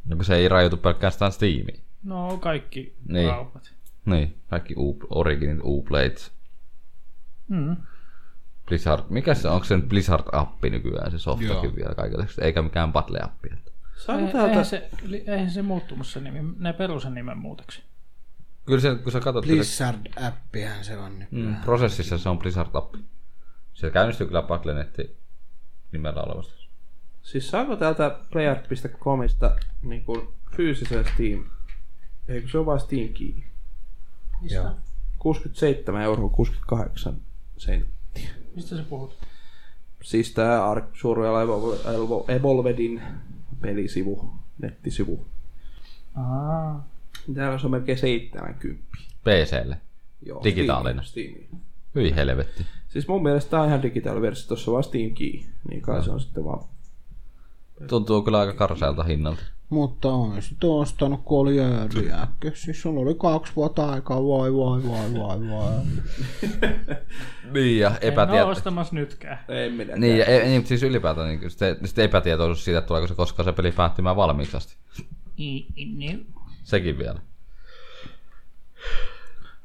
[SPEAKER 2] No kun se ei rajoitu pelkästään Steamiin.
[SPEAKER 4] No kaikki
[SPEAKER 2] Niin.
[SPEAKER 4] niin. kaupat.
[SPEAKER 2] Niin, kaikki U- Originit, Uplates, Hmm.
[SPEAKER 4] Mm.
[SPEAKER 2] Blizzard. Mikä se on? Onko se nyt Blizzard-appi nykyään se softakin
[SPEAKER 5] Joo.
[SPEAKER 2] vielä kaikille? Eikä mikään Battle-appi. että-
[SPEAKER 3] Saanko
[SPEAKER 4] Ei,
[SPEAKER 3] täältä?
[SPEAKER 4] eihän, se, li- eihän se muuttunut se nimi, ne peru sen nimen muutoksi.
[SPEAKER 2] Kyllä se, kun sä katsot kyllä,
[SPEAKER 5] Blizzard-appihän se on nyt.
[SPEAKER 2] mm, prosessissa se on Blizzard-appi. Se käynnistyy kyllä Battle.netti nimellä olevasta.
[SPEAKER 3] Siis saanko täältä playart.comista niin kuin fyysisen Steam? Ei kun se on vaan Steam Key.
[SPEAKER 5] Joo.
[SPEAKER 3] 67 euroa 68 sen.
[SPEAKER 4] Mistä sä puhut?
[SPEAKER 3] Siis tää Ark Survival Evol- Evol- Evolvedin pelisivu, nettisivu.
[SPEAKER 4] Aa,
[SPEAKER 3] Täällä se on melkein 70.
[SPEAKER 2] PClle.
[SPEAKER 3] Joo,
[SPEAKER 2] Digitaalinen.
[SPEAKER 3] Steam, Steam.
[SPEAKER 2] Hyi helvetti.
[SPEAKER 3] Siis mun mielestä tää on ihan digitaalinen versio, tossa on vaan Steam Key. Niin kai se on sitten vaan...
[SPEAKER 2] Tuntuu kyllä aika karsealta hinnalta.
[SPEAKER 5] Mutta on sitten ostanut koljääriä. Siis sulla oli kaksi vuotta aikaa. Voi, voi, voi, voi, voi.
[SPEAKER 2] Niin ja
[SPEAKER 4] en ole
[SPEAKER 2] epätietoisuus.
[SPEAKER 4] ostamassa nytkään.
[SPEAKER 3] Ei minä.
[SPEAKER 2] Niin, ja ei, niin, siis ylipäätään niin, sitten, sitten epätietoisuus siitä, että tuleeko se koskaan se peli päättymään valmiiksi asti.
[SPEAKER 4] I, i, niin.
[SPEAKER 2] Sekin vielä.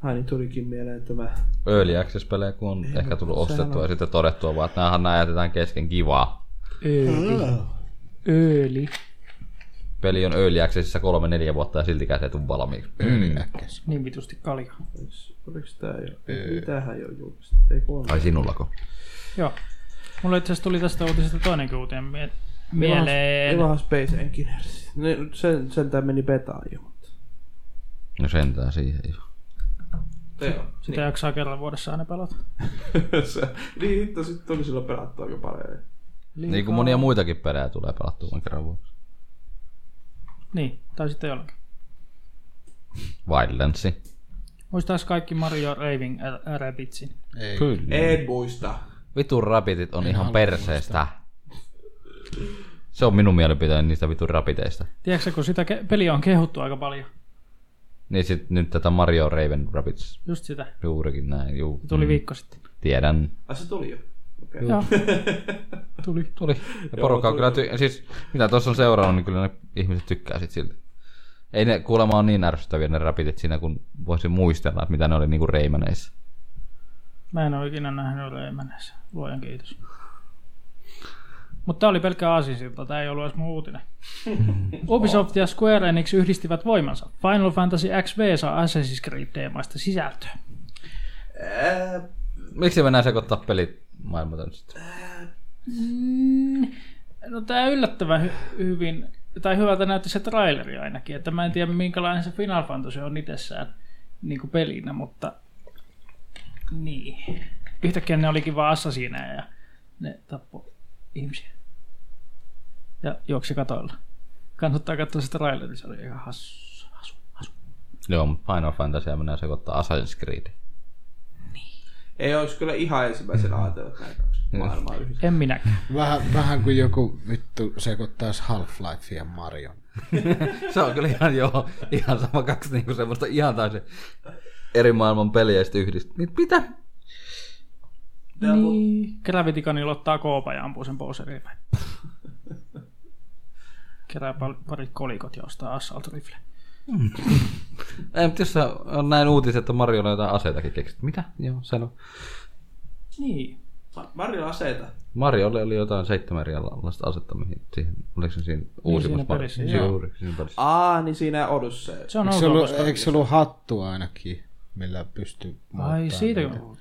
[SPEAKER 3] Ai niin tulikin mieleen tämä.
[SPEAKER 2] Early Access-pelejä, kun on ehkä tullut
[SPEAKER 3] sehän
[SPEAKER 2] ostettua ja sitten todettua vaan, että näähän nää jätetään kesken kivaa.
[SPEAKER 4] Ööli. Ööli.
[SPEAKER 2] Peli on Early Accessissa kolme neljä vuotta ja siltikään se ei tule valmiiksi. Mm.
[SPEAKER 5] Yliäkäs.
[SPEAKER 4] Niin vitusti kalja.
[SPEAKER 3] Oliks- Oliks tää jo? Mitähän jo julkista? Ei kun
[SPEAKER 2] Ai sinullako?
[SPEAKER 4] Joo. Mulle itse asiassa tuli tästä uutisesta toinenkin uutinen mie- mieleen.
[SPEAKER 3] Ivahan Space Engineers. Ne, sen, sentään meni betaan jo. Mutta...
[SPEAKER 2] No sentään siihen. iso.
[SPEAKER 3] Joo,
[SPEAKER 4] Sitä niin. jaksaa kerran vuodessa aina pelata.
[SPEAKER 3] niin. se, niin, hitto, sit tuli silloin pelattua aika paljon.
[SPEAKER 2] Niin kuin monia muitakin pelejä tulee pelattua vain kerran vuodessa.
[SPEAKER 4] Niin, tai sitten jollakin.
[SPEAKER 2] Violence.
[SPEAKER 4] Muistaaks kaikki Mario Raving Ä- Rabbitsin?
[SPEAKER 5] Ei.
[SPEAKER 2] Kyllä.
[SPEAKER 3] En muista.
[SPEAKER 2] Vitun rapitit on ihan perseestä. Se on minun mielipiteeni niistä vitun rapiteista.
[SPEAKER 4] Tiedätkö, kun sitä ke- peliä on kehuttu aika paljon.
[SPEAKER 2] Niin sit nyt tätä Mario Raven Rapids
[SPEAKER 4] Just sitä.
[SPEAKER 2] juurikin näin. Juu,
[SPEAKER 4] Tuli viikko sitten.
[SPEAKER 2] Tiedän.
[SPEAKER 3] Ai se tuli jo. Okei.
[SPEAKER 4] Joo. Tuli.
[SPEAKER 2] Tuli. Ja porukka on kyllä ty- siis, mitä tuossa on seurannut, niin kyllä ne ihmiset tykkää sit silti. Ei ne kuulemma ole niin ärsyttäviä ne rapitit siinä, kun voisi muistella, että mitä ne oli niinku reimaneissa.
[SPEAKER 4] Mä en ole ikinä nähnyt Reimanessa. Luojan kiitos. Mutta tämä oli pelkkä aasinsilta, tämä ei ollut edes mun uutinen. Ubisoft ja Square Enix yhdistivät voimansa. Final Fantasy XV saa Assassin's Creed-teemaista sisältöä.
[SPEAKER 3] Ää,
[SPEAKER 2] Miksi mennään sekoittaa pelit maailmalta nyt sitten?
[SPEAKER 4] No tämä yllättävän hy- hyvin, tai hyvältä näytti se traileri ainakin, että mä en tiedä minkälainen se Final Fantasy on itsessään niin kuin pelinä, mutta niin. Yhtäkkiä ne olikin vaan assasiineja ja ne tappoi ihmisiä. Ja juoksi katoilla. Kannattaa katsoa se traileri, se oli ihan hassu. hassu.
[SPEAKER 2] Joo, mutta Final Fantasy mennään sekoittaa Assassin's Creed.
[SPEAKER 3] ei olisi kyllä ihan ensimmäisenä ajatellut että nämä kaksi maailmaa yhdessä.
[SPEAKER 4] En minäkään.
[SPEAKER 5] Vähän, vähän kuin joku vittu sekoittaisi Half-Life ja Marion.
[SPEAKER 2] Se on kyllä ihan, joo, ihan sama kaksi niinku semmoista ihan täysin eri maailman peliä sitten yhdistä. Niin mitä?
[SPEAKER 4] Niin. Gravity Gunilla ottaa koopa ja ampuu sen poseriin päin. Kerää pal- parit kolikot ja ostaa Assault Rifle.
[SPEAKER 2] Ei, mutta jos sä- on näin uutiset, että Mario on jotain aseitakin keksit. Mitä? Joo, sano.
[SPEAKER 4] Niin.
[SPEAKER 3] Ma- Marjo aseita.
[SPEAKER 2] Marjolle oli jotain seitsemän erilaista asetta, mihin siihen, oliko se siinä uusimmassa
[SPEAKER 4] Niin, siinä pelissä,
[SPEAKER 2] Mar-
[SPEAKER 4] joo.
[SPEAKER 2] Juuri, siinä pelissä.
[SPEAKER 3] Aa, niin siinä Odyssey.
[SPEAKER 4] No, Se on
[SPEAKER 5] Eikö se
[SPEAKER 4] outoa,
[SPEAKER 5] ollut,
[SPEAKER 4] koska...
[SPEAKER 5] eikö se ollut hattu ainakin, millä pystyy
[SPEAKER 4] Ai siitä kun...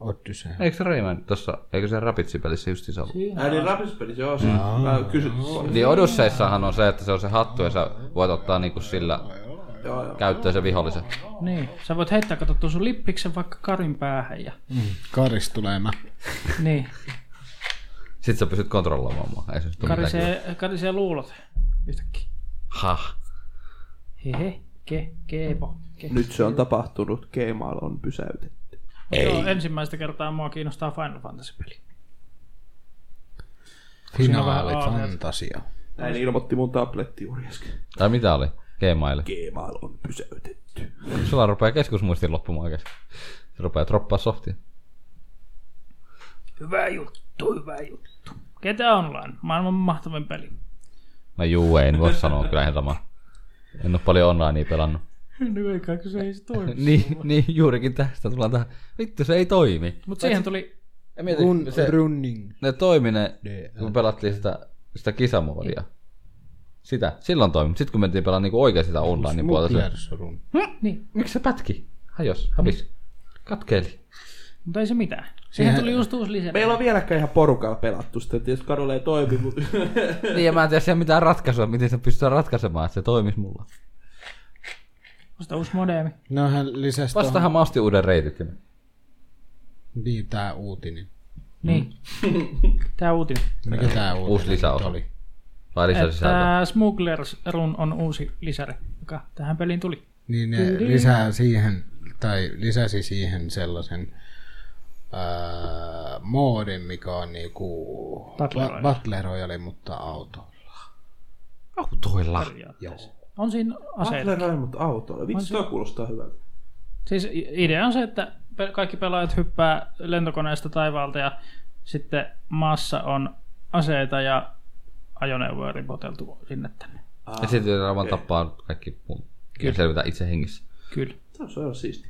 [SPEAKER 5] Odyssey.
[SPEAKER 2] Eikö se Rayman tuossa, eikö se Rapidsi-pelissä justiinsa ollut?
[SPEAKER 3] Ää, niin Rapids-peli, joo se. Mä kysyn.
[SPEAKER 2] Niin Odysseissahan on se, että se on se hattu ja sä voit ottaa niinku sillä
[SPEAKER 3] Joo, joo.
[SPEAKER 2] käyttöön sen vihollisen.
[SPEAKER 4] Niin. Sä voit heittää, kato tuon sun lippiksen vaikka karin päähän ja...
[SPEAKER 5] Mm. Karis tulee mä.
[SPEAKER 4] Niin.
[SPEAKER 2] Sitten sä pystyt kontrolloimaan mua. Ei se nyt ole mitään.
[SPEAKER 4] Karisee, karisee luulot. Yhtäkkiä.
[SPEAKER 2] Hah.
[SPEAKER 4] Hehe. Ke, keepo. Ke.
[SPEAKER 3] Nyt se on tapahtunut. Keimail on pysäytetty.
[SPEAKER 4] Ei. Joo, ensimmäistä kertaa mua kiinnostaa Final Fantasy-peli.
[SPEAKER 5] Finaali
[SPEAKER 4] vähän aaveet.
[SPEAKER 5] fantasia.
[SPEAKER 3] Näin ilmoitti mun tabletti juuri äsken.
[SPEAKER 2] Tai mitä oli? Gmail.
[SPEAKER 3] Gmail on pysäytetty.
[SPEAKER 2] Sulla rupeaa keskusmuisti loppumaan kesken. Se rupeaa droppaa softia.
[SPEAKER 4] Hyvä juttu, hyvä juttu. Ketä Online, maailman mahtavin peli.
[SPEAKER 2] No juu, en voi sanoa kyllä ihan sama. En ole paljon onlinea pelannut.
[SPEAKER 4] No ei kai, kun se ei se toimi.
[SPEAKER 2] niin, niin, juurikin tästä tullaan tähän. Vittu, se ei toimi.
[SPEAKER 4] Mutta siihen tuli...
[SPEAKER 2] Ja mieti,
[SPEAKER 5] Un
[SPEAKER 2] se,
[SPEAKER 5] running.
[SPEAKER 2] ne toimi ne, kun pelattiin sitä, sitä kisamoodia. Sitä, silloin toimi. Sitten kun mentiin pelaamaan niinku oikein sitä online puolta, se,
[SPEAKER 5] Multiversorun.
[SPEAKER 4] Niin,
[SPEAKER 2] miksi se pätki? Hajos, hävis. Katkeeli.
[SPEAKER 4] mutta ei se mitään. Siihen tuli just uusi lisä.
[SPEAKER 3] Meillä on vieläkään ihan porukalla pelattu sitä. Tietysti Karolle ei toimi, mutta...
[SPEAKER 2] niin, ja mä en tiedä siellä mitään ratkaisua, miten se pystytään ratkaisemaan, että se toimis mulla.
[SPEAKER 4] Osta uusi modeemi.
[SPEAKER 5] Nohan lisäsi tuohon
[SPEAKER 2] Vastahan mä ostin uuden reitittimen.
[SPEAKER 5] niin, tää uutinen.
[SPEAKER 4] Niin. Tää uutinen.
[SPEAKER 5] Mikä tää uutinen
[SPEAKER 2] Uusi lisäosa.
[SPEAKER 5] nyt oli?
[SPEAKER 2] Vai lisäsisältöä.
[SPEAKER 4] Että Smugglers Run on uusi lisäri, joka tähän peliin tuli.
[SPEAKER 5] Niin ne lisää siihen, tai lisäsi siihen sellaisen ää, moodin, mikä on niinku
[SPEAKER 4] Battle
[SPEAKER 5] ba-
[SPEAKER 4] Royale.
[SPEAKER 5] Battle Royale, mutta auto.
[SPEAKER 2] Autoilla.
[SPEAKER 4] periaatteessa. On siinä aseita.
[SPEAKER 3] Battle Royale, mutta autolla. Vitsi, toi kuulostaa hyvältä.
[SPEAKER 4] Siis i- idea on se, että pe- kaikki pelaajat hyppää lentokoneesta taivaalta ja sitten maassa on aseita ja ajoneuvoja ripoteltu sinne tänne.
[SPEAKER 2] Ja sitten yritetään vaan tappaa kaikki muut. Kyllä selvitään itse hengissä.
[SPEAKER 4] Kyllä.
[SPEAKER 3] Tämä on aivan siisti.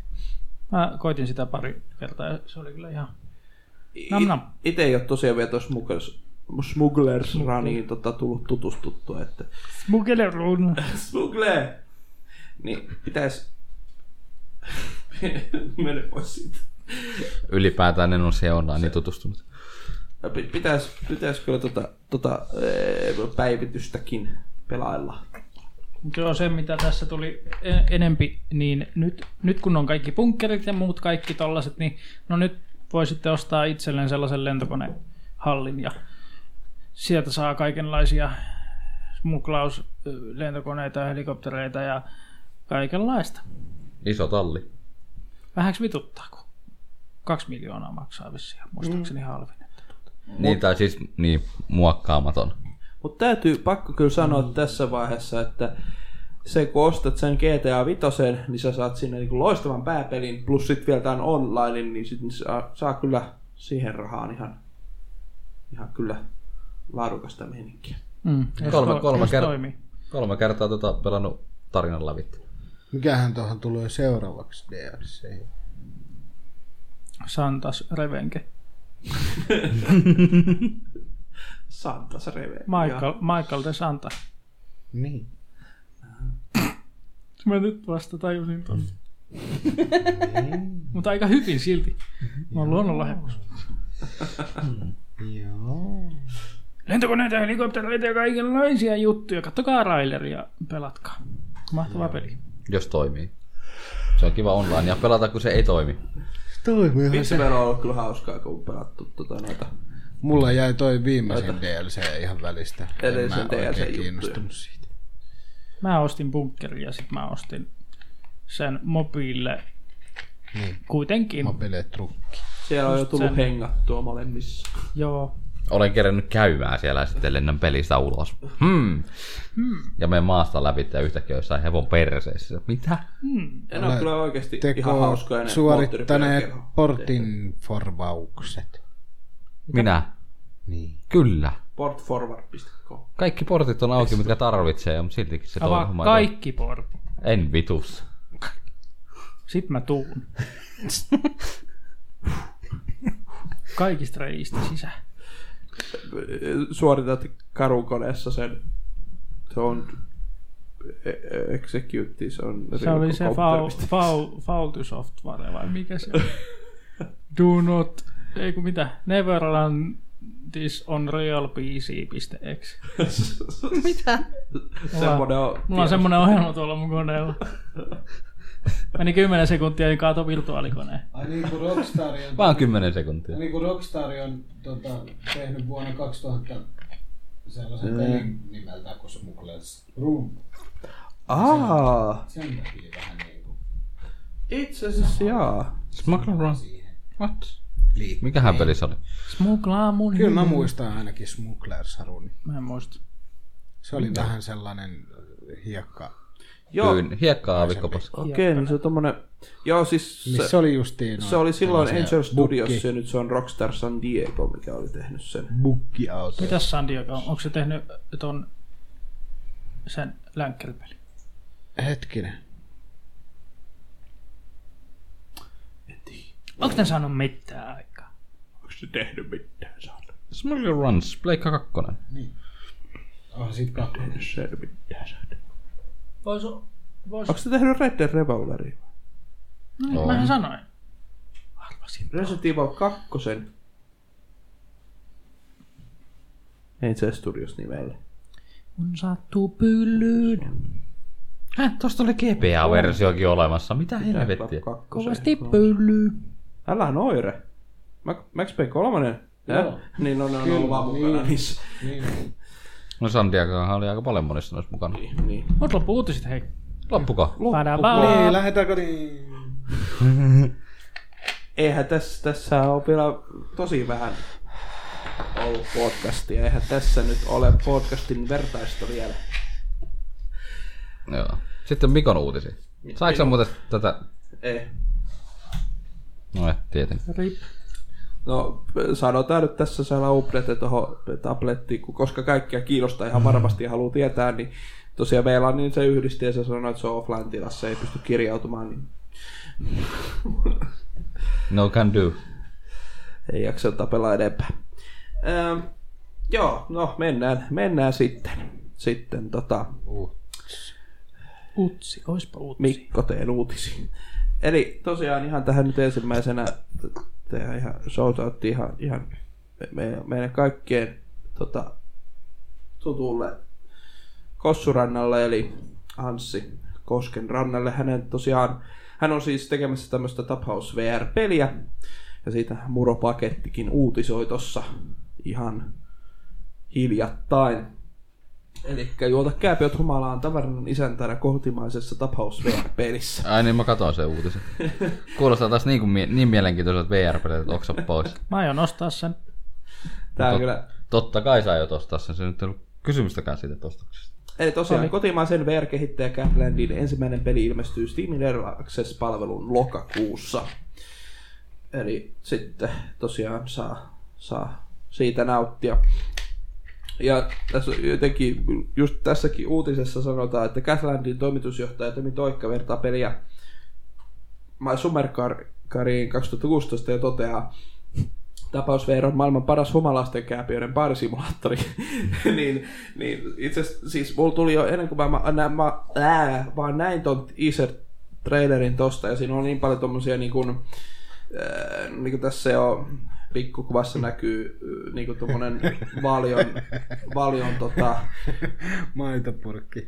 [SPEAKER 4] Mä koitin sitä pari kertaa ja se oli kyllä ihan... Nam
[SPEAKER 3] It-
[SPEAKER 4] nam.
[SPEAKER 3] Ite ei ole tosiaan vielä tuossa Smugglers, Smugglers Runiin tota, tullut tutustuttua, että
[SPEAKER 4] Smugelerun.
[SPEAKER 3] Smugle! Niin pitäis mene pois siitä.
[SPEAKER 2] Ylipäätään en ole seuraan niin tutustunut.
[SPEAKER 3] P- Pitäis, pitäis kyllä tota, tota ee, päivitystäkin pelailla.
[SPEAKER 4] Se on se, mitä tässä tuli e- enempi, niin nyt, nyt kun on kaikki bunkkerit ja muut kaikki tollaset, niin no nyt voi sitten ostaa itselleen sellaisen lentokonehallin ja sieltä saa kaikenlaisia smuklaus ö, lentokoneita ja helikoptereita ja kaikenlaista.
[SPEAKER 2] Iso talli. Niin,
[SPEAKER 4] Vähäks vituttaa, kun kaksi miljoonaa maksaa vissiin, muistaakseni halvin. että tuota.
[SPEAKER 2] Niin, tai siis niin, muokkaamaton.
[SPEAKER 3] Mutta täytyy pakko kyllä sanoa
[SPEAKER 4] Mm.
[SPEAKER 3] tässä vaiheessa, että se kun ostat sen GTA Vitosen, niin sä saat sinne niinku loistavan pääpelin, plus sit vielä tämän online, niin sit saa, saa kyllä siihen rahaan ihan, ihan kyllä laadukasta meininkiä.
[SPEAKER 4] Mm, jos
[SPEAKER 2] Kolme-
[SPEAKER 4] to-
[SPEAKER 2] kolme
[SPEAKER 4] jos
[SPEAKER 2] kert-
[SPEAKER 4] toimii.
[SPEAKER 2] Kolme kertaa tota pelannut tarinan lävitse.
[SPEAKER 5] Mikähän tuohon tulee seuraavaksi DLC?
[SPEAKER 4] Santas Revenke.
[SPEAKER 3] Santas Reve.
[SPEAKER 4] Michael, Michael de Santa.
[SPEAKER 5] Niin.
[SPEAKER 4] Mä nyt vasta tajusin ton. Mutta aika hyvin silti. Mä oon luonnonlahjakkuus.
[SPEAKER 5] Joo.
[SPEAKER 4] Lentokoneita, helikoptereita ja kaikenlaisia juttuja. Kattokaa traileria, pelatkaa. Mahtava peli.
[SPEAKER 2] Jos toimii. Se on kiva online ja pelata, kun se ei toimi.
[SPEAKER 5] Toimiihan
[SPEAKER 3] Vitsi,
[SPEAKER 5] se.
[SPEAKER 3] meillä on ollut kyllä hauskaa, kun on pelattu tota noita.
[SPEAKER 5] Mulla jäi toi viimeisin DLC ihan välistä. en
[SPEAKER 3] Edellisen
[SPEAKER 5] mä oikein
[SPEAKER 3] DLC-juttuja.
[SPEAKER 5] kiinnostunut siitä.
[SPEAKER 4] Mä ostin bunkkeria ja sit mä ostin sen mobiille.
[SPEAKER 5] Niin.
[SPEAKER 4] Kuitenkin.
[SPEAKER 5] Mobiiletrukki.
[SPEAKER 3] Siellä on jo tullut
[SPEAKER 4] sen.
[SPEAKER 3] hengattua molemmissa.
[SPEAKER 4] Joo.
[SPEAKER 2] Olen kerännyt käymään siellä ja sitten lennän pelistä ulos. Hmm. Ja menen maasta läpi ja yhtäkkiä jossain hevon perseessä. Mitä?
[SPEAKER 3] En ole kyllä oikeasti ihan
[SPEAKER 5] Teko
[SPEAKER 3] hauskaa enää
[SPEAKER 5] suorittaneet
[SPEAKER 3] moottoripyöräkerho.
[SPEAKER 5] portin forvaukset.
[SPEAKER 2] Minä?
[SPEAKER 5] Niin.
[SPEAKER 2] Kyllä.
[SPEAKER 3] Portforward.com.
[SPEAKER 2] Kaikki portit on auki, mitkä tarvitsee, mutta siltikin se
[SPEAKER 4] Avaa
[SPEAKER 2] homma ei
[SPEAKER 4] kaikki portit.
[SPEAKER 2] toimi. En vitus.
[SPEAKER 4] Sit mä tuun. Kaikista reistä sisään.
[SPEAKER 3] eh, Suoritat karukoneessa sen. Se on e- execute, se on
[SPEAKER 4] Se oli se foul,
[SPEAKER 3] computer-
[SPEAKER 4] foul, foul to software vai mikä se on? Do not, ei kun mitä, Neverland this on real PC.exe.
[SPEAKER 3] Semmonen on.
[SPEAKER 4] Mulla on semmonen ohjelma tuolla mun koneella. Meni 10 sekuntia ja kaato virtuaalikoneen.
[SPEAKER 5] Ai niin kuin Rockstar on
[SPEAKER 2] Vaan 10 sekuntia.
[SPEAKER 5] Niin kuin Rockstar on tota, tehnyt vuonna 2000 sellaisen pelin nimeltä kuin Smugglers Room.
[SPEAKER 3] Aa,
[SPEAKER 5] Sen takia vähän niin kuin
[SPEAKER 3] itse asiassa jaa.
[SPEAKER 5] siihen
[SPEAKER 4] What?
[SPEAKER 5] liittyy.
[SPEAKER 2] Mikähän peli se oli?
[SPEAKER 4] Smuglaa mun
[SPEAKER 5] Kyllä mä muistan ainakin Smugglers Room.
[SPEAKER 4] Mä en muista.
[SPEAKER 5] Se oli vähän sellainen hiekka,
[SPEAKER 3] Joo,
[SPEAKER 2] Pyyn, hiekkaa avikkopas.
[SPEAKER 3] okei, niin se on tommonen... Joo, siis
[SPEAKER 4] Niin
[SPEAKER 5] missä
[SPEAKER 3] se,
[SPEAKER 5] Niin oli justiin
[SPEAKER 3] se oli silloin Angel Studios
[SPEAKER 5] bukki,
[SPEAKER 3] ja nyt se on Rockstar San Diego, mikä oli tehnyt sen.
[SPEAKER 5] bukkiauto.
[SPEAKER 4] Mitäs San Diego on? Onko se tehnyt ton sen länkkäripeli?
[SPEAKER 5] Hetkinen.
[SPEAKER 4] Onko ne saanut mitään aikaa?
[SPEAKER 3] Onko se tehnyt mitään saada?
[SPEAKER 2] Smuggle Runs, Pleikka 2.
[SPEAKER 5] Oh, sit kakkonen.
[SPEAKER 3] Se mitään saada.
[SPEAKER 4] Vois, vois...
[SPEAKER 3] Onko se tehnyt Red Dead Revolveria?
[SPEAKER 4] No, mähän sanoin. Arvasin.
[SPEAKER 3] Resident Evil 2. Ei se Studios nimellä.
[SPEAKER 4] Kun sattuu pyllyyn.
[SPEAKER 2] Häh, tosta oli GBA-versiokin olemassa. Mitä helvettiä?
[SPEAKER 4] Kovasti pyllyy.
[SPEAKER 3] Älä noire. Ma- Max Payne 3.
[SPEAKER 5] Joo.
[SPEAKER 3] Niin on, ne on ollut vaan mukana niissä.
[SPEAKER 5] Niin.
[SPEAKER 2] No San Diegohan oli aika paljon monissa noissa mukana.
[SPEAKER 3] Niin.
[SPEAKER 4] Mut loppu uutiset, hei.
[SPEAKER 2] Loppuko?
[SPEAKER 5] Niin,
[SPEAKER 4] Padabaa.
[SPEAKER 5] lähdetään kotiin.
[SPEAKER 3] Eihän tässä, tässä on vielä tosi vähän ollut podcastia. Eihän tässä nyt ole podcastin vertaista vielä.
[SPEAKER 2] Joo. Sitten Mikon uutisia. Saiko sä muuten tätä?
[SPEAKER 3] Ei.
[SPEAKER 2] No et tietenkin.
[SPEAKER 4] Rip.
[SPEAKER 3] No sanotaan nyt tässä sana update tuohon tablettiin, kun koska kaikkia kiinnostaa ihan varmasti ja haluaa tietää, niin tosiaan meillä on niin se yhdisti ja se sanoi, että se on offline tilassa, ei pysty kirjautumaan, niin
[SPEAKER 2] No can do.
[SPEAKER 3] ei jaksa tapella enempää. Öö, joo, no mennään, mennään sitten. Sitten tota,
[SPEAKER 4] Utsi, oispa utsi.
[SPEAKER 3] Mikko teen uutisiin. Eli tosiaan ihan tähän nyt ensimmäisenä tehdään ihan shoutoutti ihan, ihan me, me, meidän kaikkien tota, tutulle Kossurannalle eli Anssi Kosken rannalle. Hänen tosiaan, hän on siis tekemässä tämmöistä tapaus VR-peliä ja siitä muropakettikin uutisoi tossa ihan hiljattain. Eli juota kääpiöt humalaan tavarnan isäntänä kohtimaisessa tapaus VR-pelissä.
[SPEAKER 2] Ai niin, mä katsoin sen uutisen. Kuulostaa taas niin, kuin mie- niin mielenkiintoiselta VR-pelit, että oksa pois.
[SPEAKER 4] Mä aion ostaa sen.
[SPEAKER 3] Tää on
[SPEAKER 2] Tot-
[SPEAKER 3] kyllä.
[SPEAKER 2] Totta kai sä aiot ostaa sen, se nyt ei ollut kysymystäkään siitä ostoksesta.
[SPEAKER 3] Eli tosiaan kotimaisen VR-kehittäjä Catlandin ensimmäinen peli ilmestyy Steam Early Access-palvelun lokakuussa. Eli sitten tosiaan saa, saa siitä nauttia. Ja tässä on jotenkin, just tässäkin uutisessa sanotaan, että Catlandin toimitusjohtaja Tomi Toikka vertaa peliä My Summer Car- Cariin 2016 ja toteaa, tapaus VR on maailman paras humalaisten kääpiöiden baarisimulaattori. niin, niin itse asiassa, siis mulla tuli jo ennen kuin mä, mä, nä, mä ää, vaan näin ton teaser trailerin tosta ja siinä on niin paljon tommosia niin kuin, äh, niin kuin tässä jo pikkukuvassa näkyy äh, niin kuin tommonen valion, valion tota,
[SPEAKER 5] Maitopurkki.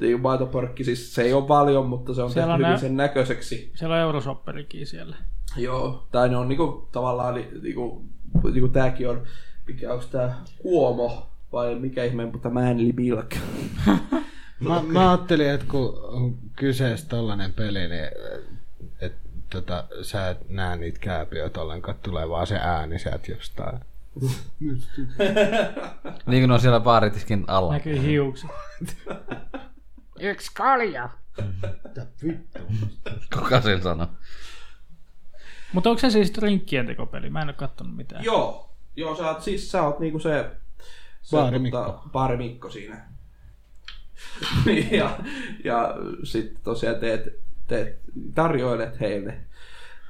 [SPEAKER 3] niin kuin maitoporkki, siis se ei ole valion, mutta se on
[SPEAKER 4] Siellä
[SPEAKER 3] tehty
[SPEAKER 4] on
[SPEAKER 3] hyvin
[SPEAKER 4] nä-
[SPEAKER 3] sen näköiseksi.
[SPEAKER 4] Siellä on eurosopperikin siellä.
[SPEAKER 3] Joo, tai ne on niinku tavallaan ni- niinku, niinku tääkin on, mikä onks tää Kuomo vai mikä ihme, mutta Manly Milk.
[SPEAKER 5] Mä, mä ajattelin, että kun on kyseessä tollanen peli, niin et, tota, sä et näe niitä kääpiöitä ollenkaan, tulee vaan se ääni sieltä jostain.
[SPEAKER 2] Niin kuin ne on siellä baaritiskin alla.
[SPEAKER 4] Näkyy hiukset.
[SPEAKER 2] Kuka sen sanoo?
[SPEAKER 4] Mutta onko se siis drinkkien tekopeli? Mä en ole kattonut mitään.
[SPEAKER 3] joo, joo sä oot siis sä oot niinku se, se
[SPEAKER 5] Baari
[SPEAKER 3] Tota, baari Mikko siinä. ja, ja sit tosiaan teet, teet tarjoilet heille.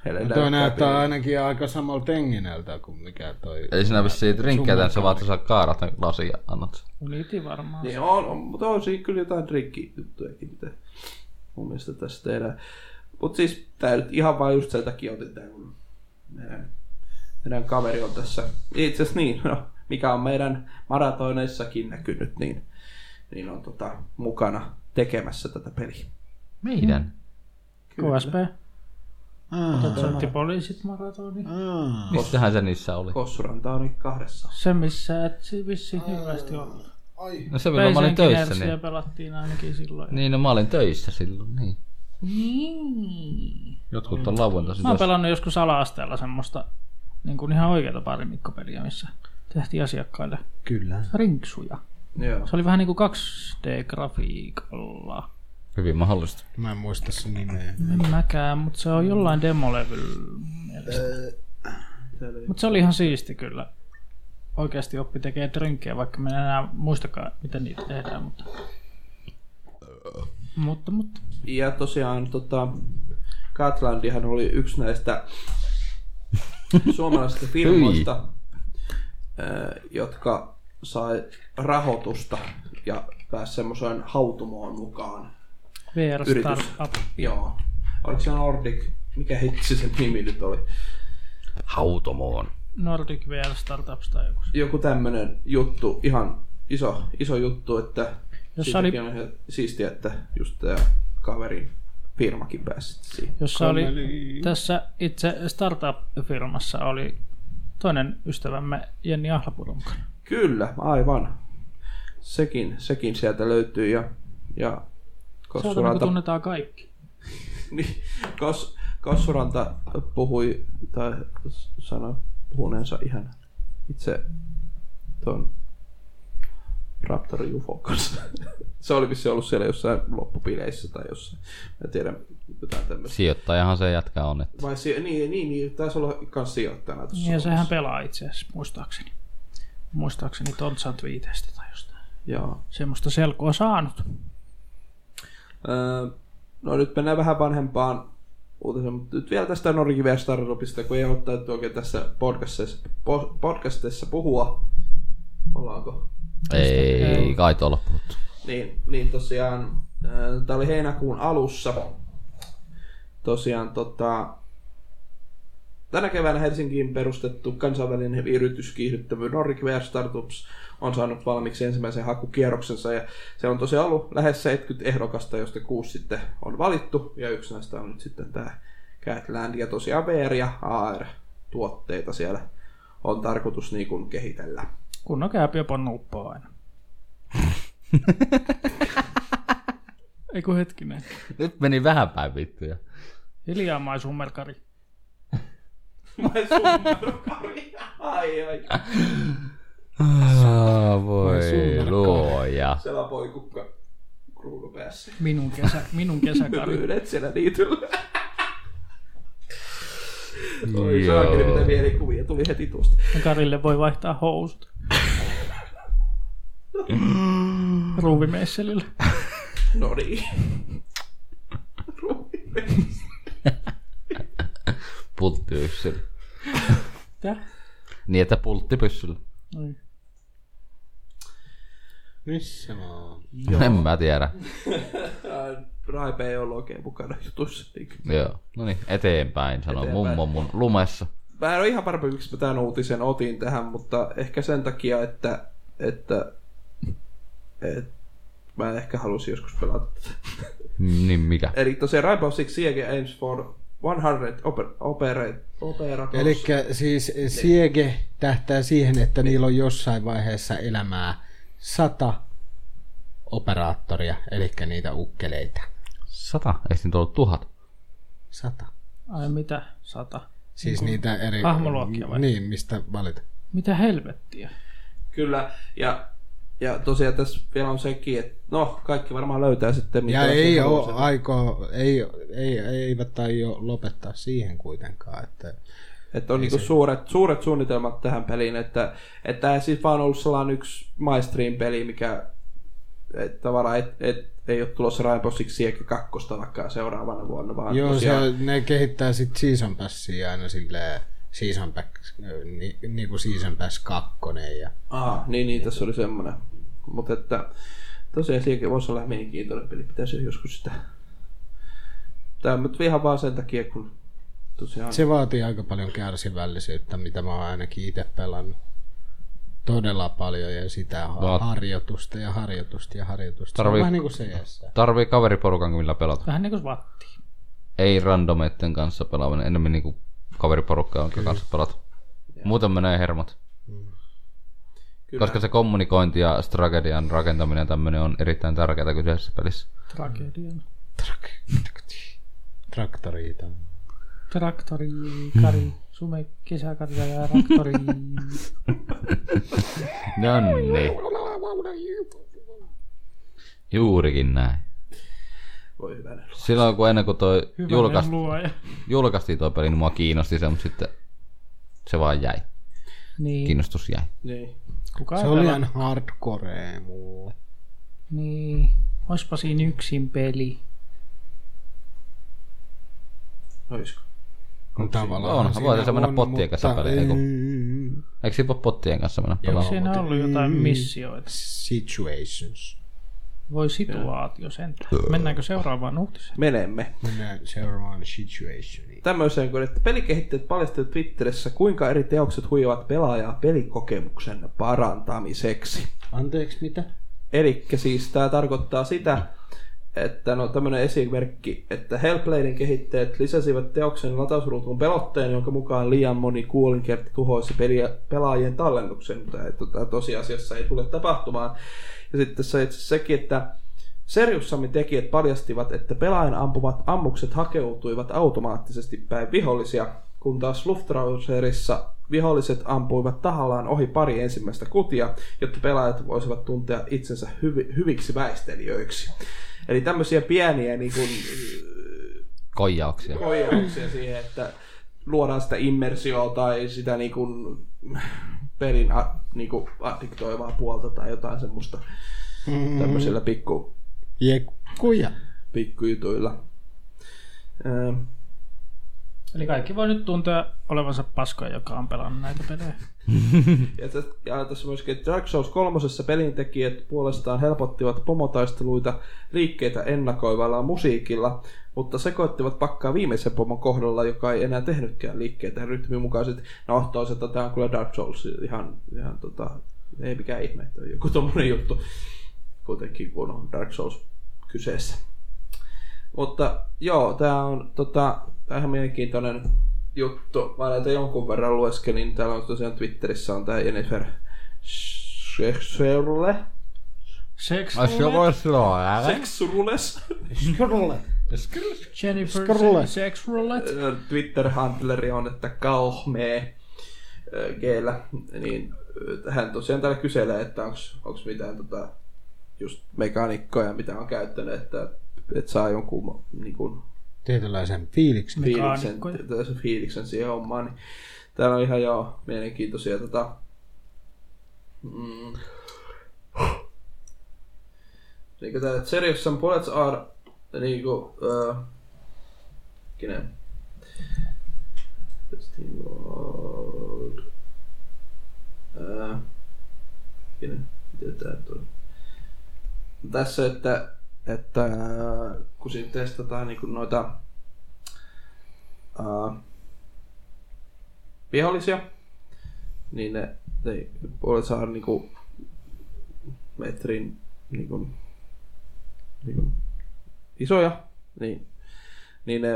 [SPEAKER 3] heille
[SPEAKER 5] No toi näyttää ainakin aika samalta engineltä kuin mikä toi.
[SPEAKER 2] Ei sinä vissiin drinkkejä tässä sä vaan että sä kaarat ne lasia ja annat sen.
[SPEAKER 4] Uniti varmaan.
[SPEAKER 3] Niin on, on, mutta on siinä kyllä jotain drinkki-juttujakin, mitä mun mielestä tässä tehdään. Mutta siis tää nyt ihan vaan just sen takia otin tää, kun meidän, meidän kaveri on tässä. Itse asiassa niin, no, mikä on meidän maratoneissakin näkynyt, niin, niin on tota, mukana tekemässä tätä peliä.
[SPEAKER 2] Meidän?
[SPEAKER 4] KSP.
[SPEAKER 5] Ah,
[SPEAKER 4] Soitti poliisit maratoni.
[SPEAKER 3] Mm.
[SPEAKER 5] ah.
[SPEAKER 2] Mistähän se niissä oli?
[SPEAKER 3] Kossuranta on nyt kahdessa.
[SPEAKER 4] Se missä et si- vissiin hirveästi ole.
[SPEAKER 2] No se milloin mä olin
[SPEAKER 4] Pacen
[SPEAKER 2] töissä,
[SPEAKER 4] Kinersia
[SPEAKER 2] niin...
[SPEAKER 4] pelattiin ainakin silloin.
[SPEAKER 2] Niin, no mä olin töissä silloin, niin. Jotkut on lauantaisin
[SPEAKER 4] Mä oon
[SPEAKER 2] töissä.
[SPEAKER 4] pelannut joskus ala-asteella semmoista niin kuin ihan oikeata parimikkopeliä, missä tehtiin asiakkaille
[SPEAKER 5] Kyllä.
[SPEAKER 4] rinksuja.
[SPEAKER 3] Joo.
[SPEAKER 4] Se oli vähän niin kuin 2D-grafiikalla.
[SPEAKER 2] Hyvin mahdollista.
[SPEAKER 5] Mä en muista sen nimeä.
[SPEAKER 4] En mäkään, mutta se on jollain demolevyllä mielestä. Mutta se oli ihan siisti kyllä. Oikeasti oppi tekee drinkkejä, vaikka mä en enää muistakaan, miten niitä tehdään. Mutta, mutta, mutta.
[SPEAKER 3] Ja tosiaan tota, Katlandihan oli yksi näistä suomalaisista firmoista, ö, jotka sai rahoitusta ja pääsi semmoiseen hautumoon mukaan.
[SPEAKER 4] VR
[SPEAKER 3] Yritys.
[SPEAKER 4] Startup.
[SPEAKER 3] Joo. Oliko se Nordic? Mikä hitsi sen nimi nyt oli?
[SPEAKER 2] Hautomoon.
[SPEAKER 4] Nordic VR Startups tai joku. se.
[SPEAKER 3] Joku tämmönen juttu, ihan iso, iso juttu, että
[SPEAKER 4] Jossa oli,
[SPEAKER 3] siitäkin on ihan siistiä, että just tämä kaverin firmakin pääsi sitten siihen.
[SPEAKER 4] jossa oli tässä itse startup-firmassa oli toinen ystävämme Jenni Ahlapuron mukana.
[SPEAKER 3] Kyllä, aivan. Sekin, sekin sieltä löytyy ja, ja
[SPEAKER 4] Saatana, kun
[SPEAKER 3] Kossuranta,
[SPEAKER 4] tunnetaan kaikki.
[SPEAKER 3] Niin, Kos, Kossuranta puhui tai s- sanoi puhuneensa ihan itse tuon Raptor UFO kanssa. Se oli vissi ollut siellä jossain loppupileissä tai jossain. Mä tiedän jotain tämmöistä.
[SPEAKER 2] Sijoittajahan se jätkä on, että
[SPEAKER 3] Vai si- niin, niin, niin, taisi olla kans sijoittajana tuossa.
[SPEAKER 4] Niin ja sehän
[SPEAKER 3] hommassa.
[SPEAKER 4] pelaa itse asiassa, muistaakseni. Muistaakseni Tontsan twiiteistä tai jostain.
[SPEAKER 3] Joo.
[SPEAKER 4] Semmoista selkoa saanut.
[SPEAKER 3] Öö, no nyt mennään vähän vanhempaan uutiseen, mutta nyt vielä tästä Norjive Startupista, kun ei ole täytyy oikein tässä podcastissa, po- podcastissa puhua. Ollaanko?
[SPEAKER 2] Ei, kai tuolla puhuttu.
[SPEAKER 3] Niin, niin tosiaan, tämä oli heinäkuun alussa. Tosiaan tota, tänä keväänä Helsinkiin perustettu kansainvälinen yritys kiihdyttävy Nordic Wear Startups on saanut valmiiksi ensimmäisen hakukierroksensa ja se on tosiaan ollut lähes 70 ehdokasta, joista kuusi sitten on valittu ja yksi näistä on nyt sitten tämä Catland ja tosiaan VR ja AR tuotteita siellä on tarkoitus niin kuin kehitellä.
[SPEAKER 4] Kunnon käypi jopa nuppaa aina. Eiku hetkinen.
[SPEAKER 2] Nyt meni vähän päin vittuja.
[SPEAKER 4] Hiljaa maisun melkari.
[SPEAKER 3] Mä en summarukari. Ai ai.
[SPEAKER 2] Ah, voi luoja.
[SPEAKER 3] Siellä poikukka kruunupäässä.
[SPEAKER 4] Minun, kesä, minun kesäkari.
[SPEAKER 3] Pyydet siellä niityllä. Oi saakeli, mitä mielikuvia tuli heti tuosta.
[SPEAKER 4] Karille voi vaihtaa housut. Ruuvimeisselillä.
[SPEAKER 3] No niin.
[SPEAKER 2] Pulttipyssyllä.
[SPEAKER 4] Mitä?
[SPEAKER 2] Niin, että pulttipyssyllä.
[SPEAKER 4] Niin.
[SPEAKER 5] Missä mä oon?
[SPEAKER 2] En mä tiedä.
[SPEAKER 3] Ää, Raipe ei ollut oikein mukana jutussa. niin kyllä.
[SPEAKER 2] Joo. No niin, eteenpäin, sanoi
[SPEAKER 3] Eteenpäin.
[SPEAKER 2] mummo mun lumessa.
[SPEAKER 3] Mä en ole ihan varma, miksi mä tämän uutisen otin tähän, mutta ehkä sen takia, että, että, että mä ehkä halusin joskus pelata tätä.
[SPEAKER 2] Niin mikä?
[SPEAKER 3] Eli tosiaan Rainbow Six Siege aims for 100 oper- operate, operators.
[SPEAKER 5] Eli siis siege tähtää siihen, että niillä on jossain vaiheessa elämää sata operaattoria, eli niitä ukkeleita.
[SPEAKER 2] Sata? Eikö niitä ollut tuhat?
[SPEAKER 5] Sata.
[SPEAKER 4] Ai mitä? Sata.
[SPEAKER 5] Siis niitä eri...
[SPEAKER 4] Niin hahmoluokkia vai?
[SPEAKER 5] Niin, mistä valita.
[SPEAKER 4] Mitä helvettiä?
[SPEAKER 3] Kyllä, ja, ja tosiaan tässä vielä on sekin, että no, kaikki varmaan löytää sitten,
[SPEAKER 5] Ja
[SPEAKER 3] se
[SPEAKER 5] ei
[SPEAKER 3] haluaa
[SPEAKER 5] ole
[SPEAKER 3] sen-
[SPEAKER 5] aikoo, ei, ei, eivät aio lopettaa siihen kuitenkaan, että
[SPEAKER 3] Että on niinku suuret, suuret suunnitelmat tähän peliin, että, että tämä siis vaan ollut sellainen yksi MyStream-peli, mikä et, tavallaan et, et, ei ole tulossa Rainbow Six Siege 2 vaikka seuraavana vuonna, vaan
[SPEAKER 5] Joo,
[SPEAKER 3] tosiaan,
[SPEAKER 5] se, ne kehittää sitten Season Passia aina silleen Season Pass, ni, niin kuin Season Pass 2 ja
[SPEAKER 3] Aa, niin, niin, tässä oli semmoinen. Mutta että tosiaan Siege voisi olla mielenkiintoinen peli, pitäisi joskus sitä. Tämä on nyt ihan vaan sen takia, kun tosiaan...
[SPEAKER 5] se vaatii aika paljon kärsivällisyyttä, mitä mä oon ainakin itse pelannut todella paljon ja sitä
[SPEAKER 2] Vaat-
[SPEAKER 5] Va- harjoitusta ja harjoitusta ja harjoitusta. Tarvii... Se
[SPEAKER 2] Tarvii-
[SPEAKER 5] on vähän niin kuin CS.
[SPEAKER 2] Tarvii kaveriporukan, millä pelata.
[SPEAKER 4] Vähän niin kuin vattiin.
[SPEAKER 2] Ei randomeitten kanssa pelaaminen, enemmän niinku kaveriporukkaa, jonka kanssa pelata. Muuten menee hermot. Mm.
[SPEAKER 3] Kyllä.
[SPEAKER 2] Koska se kommunikointi ja strategian rakentaminen ja tämmöinen on erittäin tärkeää kyseisessä pelissä.
[SPEAKER 4] Tragedian.
[SPEAKER 5] Traktoriita.
[SPEAKER 4] Traktori, kari, sume, kesäkari ja traktori.
[SPEAKER 2] No niin. Juurikin näin.
[SPEAKER 3] Voi hyvänä.
[SPEAKER 2] Silloin kun ennen kuin toi julkaist,
[SPEAKER 4] Hyvänen luoja.
[SPEAKER 2] julkaistiin toi peli, niin mua kiinnosti se, mutta sitten se vaan jäi.
[SPEAKER 4] Niin,
[SPEAKER 2] Kiinnostus jäi.
[SPEAKER 3] Niin.
[SPEAKER 4] kuka
[SPEAKER 5] Se oli ihan hardcore mulle.
[SPEAKER 4] Niin, oispa siinä yksin peli.
[SPEAKER 3] Olisiko?
[SPEAKER 5] No, tavallaan
[SPEAKER 2] onhan,
[SPEAKER 5] siinä
[SPEAKER 2] voitaisiin mennä
[SPEAKER 5] on,
[SPEAKER 2] pottien
[SPEAKER 5] mutta
[SPEAKER 2] kanssa peliin, ei kun-
[SPEAKER 5] mm,
[SPEAKER 2] Eikö siinä voi pottien kanssa mennä
[SPEAKER 5] Joo.
[SPEAKER 2] pelaamaan?
[SPEAKER 4] Siinä on ollut jotain missioita.
[SPEAKER 5] Situations.
[SPEAKER 4] Voi situaatio sentään. Mennäänkö seuraavaan uutiseen?
[SPEAKER 3] Menemme.
[SPEAKER 5] Mennään seuraavaan situationiin.
[SPEAKER 3] Tämmöiseen kuin, että pelikehittäjät paljastivat Twitterissä, kuinka eri teokset huijavat pelaajaa pelikokemuksen parantamiseksi.
[SPEAKER 5] Anteeksi, mitä?
[SPEAKER 3] Eli siis tämä tarkoittaa sitä, että no tämmöinen esimerkki, että Hellbladen kehittäjät lisäsivät teoksen latausruutuun pelotteen, jonka mukaan liian moni kuolinkerta tuhoisi peliä, pelaajien tallennuksen, mitä ei, tota, tosiasiassa ei tule tapahtumaan. Ja sitten se itse sekin, että Seriussamin tekijät paljastivat, että pelaajan ampumat ammukset hakeutuivat automaattisesti päin vihollisia, kun taas Luftrauserissa viholliset ampuivat tahallaan ohi pari ensimmäistä kutia, jotta pelaajat voisivat tuntea itsensä hyvi, hyviksi väistelijöiksi. Eli tämmöisiä pieniä niin kuin,
[SPEAKER 2] Koijauksia.
[SPEAKER 3] ojauksia siihen, että luodaan sitä immersioa tai sitä niin kuin, pelin a, niin kuin addiktoivaa puolta tai jotain semmoista tämmöisellä pikku
[SPEAKER 5] Jekkuja.
[SPEAKER 3] pikkujutuilla. Ää,
[SPEAKER 4] Eli kaikki voi nyt tuntea olevansa paskoja, joka on pelannut näitä pelejä.
[SPEAKER 3] Ja, tä- ja tässä myöskin, että Dark Souls 3. pelintekijät puolestaan helpottivat pomotaisteluita liikkeitä ennakoivalla musiikilla, mutta sekoittivat pakkaa viimeisen pomon kohdalla, joka ei enää tehnytkään liikkeitä rytmin mukaiset. No, toisaalta tämä on kyllä Dark Souls ihan, ihan tota, ei mikään ihme, että on joku tommonen juttu. Kuitenkin kun on Dark Souls kyseessä. Mutta joo, tämä on tota, tää on ihan mielenkiintoinen juttu. Mä näitä jonkun verran lueskelin. Täällä on tosiaan Twitterissä on tämä Jennifer Sexuelle.
[SPEAKER 4] Sex
[SPEAKER 2] Ai se voi silloin, älä.
[SPEAKER 3] Sexules.
[SPEAKER 5] Skrulle.
[SPEAKER 4] Jennifer
[SPEAKER 5] Scrolle.
[SPEAKER 4] Sex Roulette.
[SPEAKER 3] Twitter-handleri on, että kauhmee ö, geellä. Niin ö, hän tosiaan täällä kyselee, että onko mitään tota, just mekaanikkoja, mitä on käyttänyt, että et saa jonkun niin kuin,
[SPEAKER 5] Tietynlaisen fiiliksen.
[SPEAKER 3] fiiliksen,
[SPEAKER 4] Mekaanikkoja.
[SPEAKER 3] tällaisen fiiliksen siihen hommaan. Niin täällä on ihan joo mielenkiintoisia tota, mm, niin kuin täällä Serious and Bullets are niin kuin, äh, kinen? Steam World. Äh, kinen? Miten tää nyt on? Tässä, että, että äh, kun siinä testataan niin kuin noita äh, vihollisia, niin ne, ne puolet saa niinku metrin niinku, niinku isoja, niin, niin ne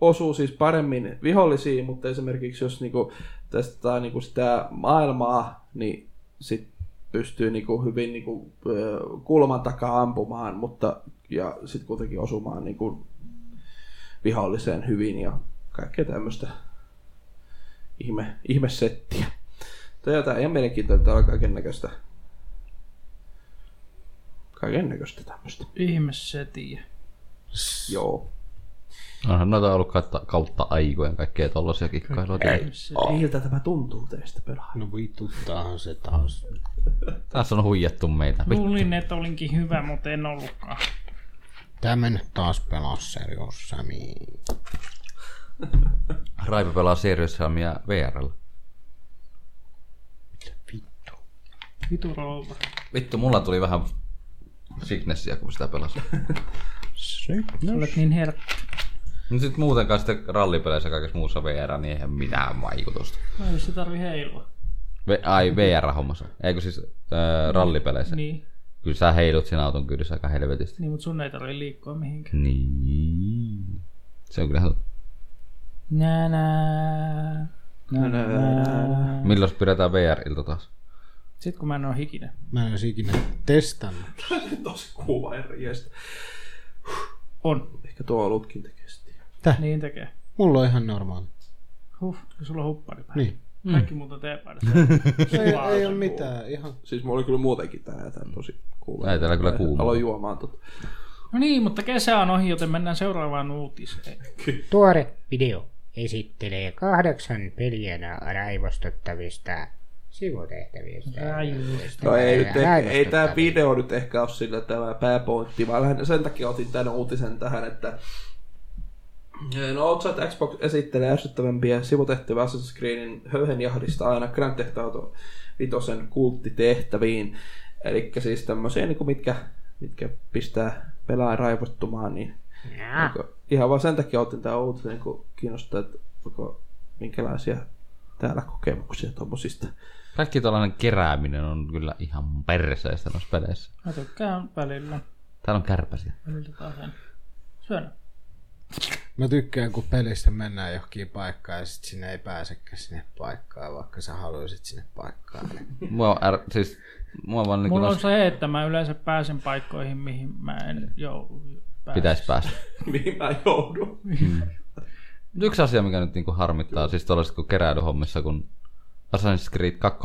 [SPEAKER 3] osuu siis paremmin vihollisiin, mutta esimerkiksi jos niinku testataan niinku sitä maailmaa, niin sit pystyy niinku hyvin niinku, ö, kulman takaa ampumaan, mutta ja sitten kuitenkin osumaan niinku viholliseen hyvin ja kaikkea tämmöistä ihme, ihmesettiä. Tämä on ihan mielenkiintoinen, täällä on kaiken näköistä. Kaiken näköistä tämmöistä.
[SPEAKER 4] Ihme setiä.
[SPEAKER 3] Joo.
[SPEAKER 2] Onhan noita ollut kautta, kautta aikojen kaikkea tollasia kikkailuja.
[SPEAKER 4] Ihme setiä.
[SPEAKER 3] Miltä tämä tuntuu teistä pelaa?
[SPEAKER 5] No vituttaahan se taas.
[SPEAKER 2] Tässä on huijattu meitä. Vittu.
[SPEAKER 4] Luulin, että olinkin hyvä, mutta en ollutkaan.
[SPEAKER 5] Tää mennä taas pelaa Serious Samiin.
[SPEAKER 2] Raipe pelaa Serious Samia VRllä.
[SPEAKER 5] Vittu.
[SPEAKER 4] Vitu rouva.
[SPEAKER 2] Vittu, mulla tuli vähän sicknessia, kun sitä pelasin.
[SPEAKER 4] Olet niin herkkä.
[SPEAKER 2] No sit muutenkaan sitten rallipeleissä ja kaikessa muussa VR, niin eihän mitään vaikutusta.
[SPEAKER 4] No, jos se tarvii heilua.
[SPEAKER 2] V- ai, VR-hommassa. Eikö siis äh, rallipeleissä?
[SPEAKER 4] Niin,
[SPEAKER 2] Kyllä sä heilut siinä auton kyydissä aika helvetisti.
[SPEAKER 4] niin mutta sun ei tarvii liikkua mihinkään.
[SPEAKER 2] Niin. Se on kyllähän...
[SPEAKER 4] Nää, nää. Nää, nää.
[SPEAKER 2] Milloin pidetään VR-ilta taas?
[SPEAKER 4] Sitten kun mä en oo hikinen.
[SPEAKER 5] Mä en olisi ikinä testannut.
[SPEAKER 3] Tosi kuva eri jestä.
[SPEAKER 4] On.
[SPEAKER 3] Ehkä tuo olutkin tekee sitä.
[SPEAKER 4] Niin tekee.
[SPEAKER 5] Mulla on ihan normaali.
[SPEAKER 4] Huh, kun sulla on huppari päällä. Mm.
[SPEAKER 5] Niin.
[SPEAKER 4] Kaikki muuta teepaidasta.
[SPEAKER 5] Ei, ei ole mitään. Ihan
[SPEAKER 3] Siis mulla oli kyllä muutenkin tänään tää tosi kuuma.
[SPEAKER 2] Ei täällä kyllä kuuma.
[SPEAKER 3] Aloin juomaan tota.
[SPEAKER 4] No niin, mutta kesä on ohi, joten mennään seuraavaan uutiseen.
[SPEAKER 6] Tuore video esittelee kahdeksan peliä raivostuttavista sivutehtävistä.
[SPEAKER 4] Raivostuttavista.
[SPEAKER 3] No ei, nyt ehkä, ei tämä
[SPEAKER 6] Raivostuttavista.
[SPEAKER 3] video nyt ehkä ole sillä tämä pääpointti, vaan lähinnä sen takia otin tämän uutisen tähän, että No, Outside Xbox esittelee ärsyttävämpiä sivutehtäviä Assassin's Creedin höyhenjahdista aina Grand Theft Auto vitosen kulttitehtäviin. Eli siis tämmöisiä, niin kuin mitkä, mitkä pistää pelaa raivottumaan, niin
[SPEAKER 6] Jaa.
[SPEAKER 3] niin ihan vaan sen takia otin tämän uutisen, kun kiinnostaa, että onko, minkälaisia täällä kokemuksia tuommoisista.
[SPEAKER 2] Kaikki tällainen kerääminen on kyllä ihan perseestä noissa peleissä.
[SPEAKER 4] Mä tykkään välillä.
[SPEAKER 2] Täällä on kärpäsiä.
[SPEAKER 4] Välillä taas en. Syönä.
[SPEAKER 5] Mä tykkään, kun pelissä mennään johonkin paikkaan ja sit sinne ei pääsekään sinne paikkaan, vaikka sä haluaisit sinne paikkaan.
[SPEAKER 2] Mua on är... siis... Mua vaan niinku
[SPEAKER 4] Mulla on
[SPEAKER 2] noissa
[SPEAKER 4] se, että mä yleensä pääsen paikkoihin, mihin mä en joudu. pääse.
[SPEAKER 2] pitäisi päästä.
[SPEAKER 3] Mihin mä joudun?
[SPEAKER 2] Mut Yksi asia, mikä nyt niinku harmittaa, siis tuollaiset kun keräilyhommissa, kun Assassin's Creed 2,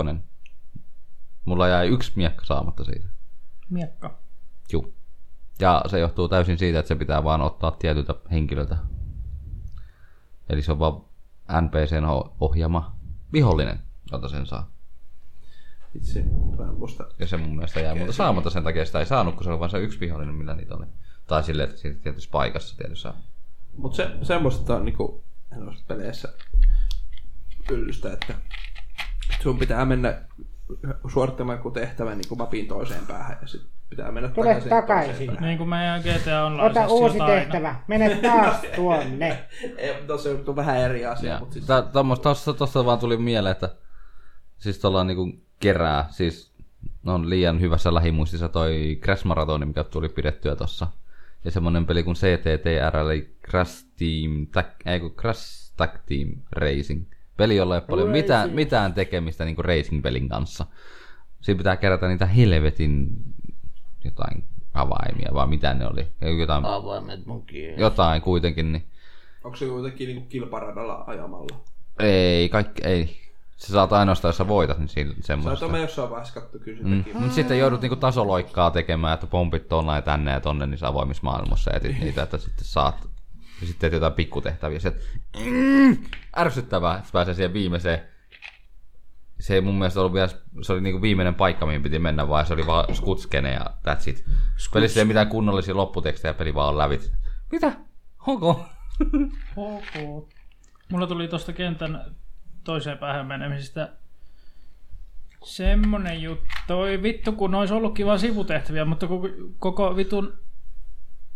[SPEAKER 2] mulla jäi yksi miekka saamatta siitä.
[SPEAKER 4] Miekka.
[SPEAKER 2] Juu. Ja se johtuu täysin siitä, että se pitää vaan ottaa tietyltä henkilöltä. Eli se on vaan NPCn ho- ohjaama vihollinen, jolta sen saa.
[SPEAKER 3] Itse, mä en muista.
[SPEAKER 2] Ja se mun mielestä jää muuta saamatta sen takia, sitä ei saanut, kun se on vain se yksi vihollinen, millä niitä oli. Tai silleen, että siinä tietyssä paikassa tietyssä.
[SPEAKER 3] Mutta se, semmoista on niinku noissa peleissä yllystä, että sun pitää mennä suorittamaan joku tehtävä niinku mapin toiseen päähän ja sitten pitää mennä
[SPEAKER 6] Tule
[SPEAKER 3] takaisin,
[SPEAKER 6] takaisin.
[SPEAKER 3] toiseen päähän.
[SPEAKER 4] Niin kuin meidän GTA Online.
[SPEAKER 6] Ota uusi tehtävä. Mene taas tuonne.
[SPEAKER 3] Ei, no se on vähän eri asia, mutta siis
[SPEAKER 2] Tää- tommosta- Tossa, tossa vaan tuli mieleen, että siis tuolla niinku kerää, siis on liian hyvässä lähimuistissa toi Crash Maratoni, mikä tuli pidettyä tossa. Ja semmonen peli kuin CTTR, eli Crash Team, tag, ei kun Crash Tag Team Racing. Peli, jolla ei ole paljon mitään, mitään tekemistä niinku racing-pelin kanssa. Siinä pitää kerätä niitä helvetin jotain avaimia, vai mitä ne oli. Jotain,
[SPEAKER 5] Avaimet mukiin.
[SPEAKER 2] jotain kuitenkin, niin
[SPEAKER 3] onko se kuitenkin niinku kilparadalla ajamalla?
[SPEAKER 2] Ei, kaikki, ei. Sä saat ainoastaan, jos sä voitat, niin siinä
[SPEAKER 3] Saat
[SPEAKER 2] semmoisesta.
[SPEAKER 3] me jossain vaiheessa kattu kyllä se teki.
[SPEAKER 2] Mutta sitten joudut niinku tasoloikkaa tekemään, että pompit tuolla ja tänne ja tonne niissä avoimissa maailmassa ja etit niitä, että sitten saat ja sitten teet jotain pikkutehtäviä. Sitten, mm, ärsyttävää, että pääsee siihen viimeiseen. Se ei mun mielestä ollut vielä, se oli niinku viimeinen paikka, mihin piti mennä vaan, se oli vaan skutskene ja that's it. Pelissä ei mitään kunnollisia lopputekstejä, peli vaan on lävit. Mitä? Onko?
[SPEAKER 4] Ok. Mulla tuli tuosta kentän toiseen päähän menemisestä semmonen juttu. Toi vittu, kun olisi ollut kiva sivutehtäviä, mutta koko, koko vitun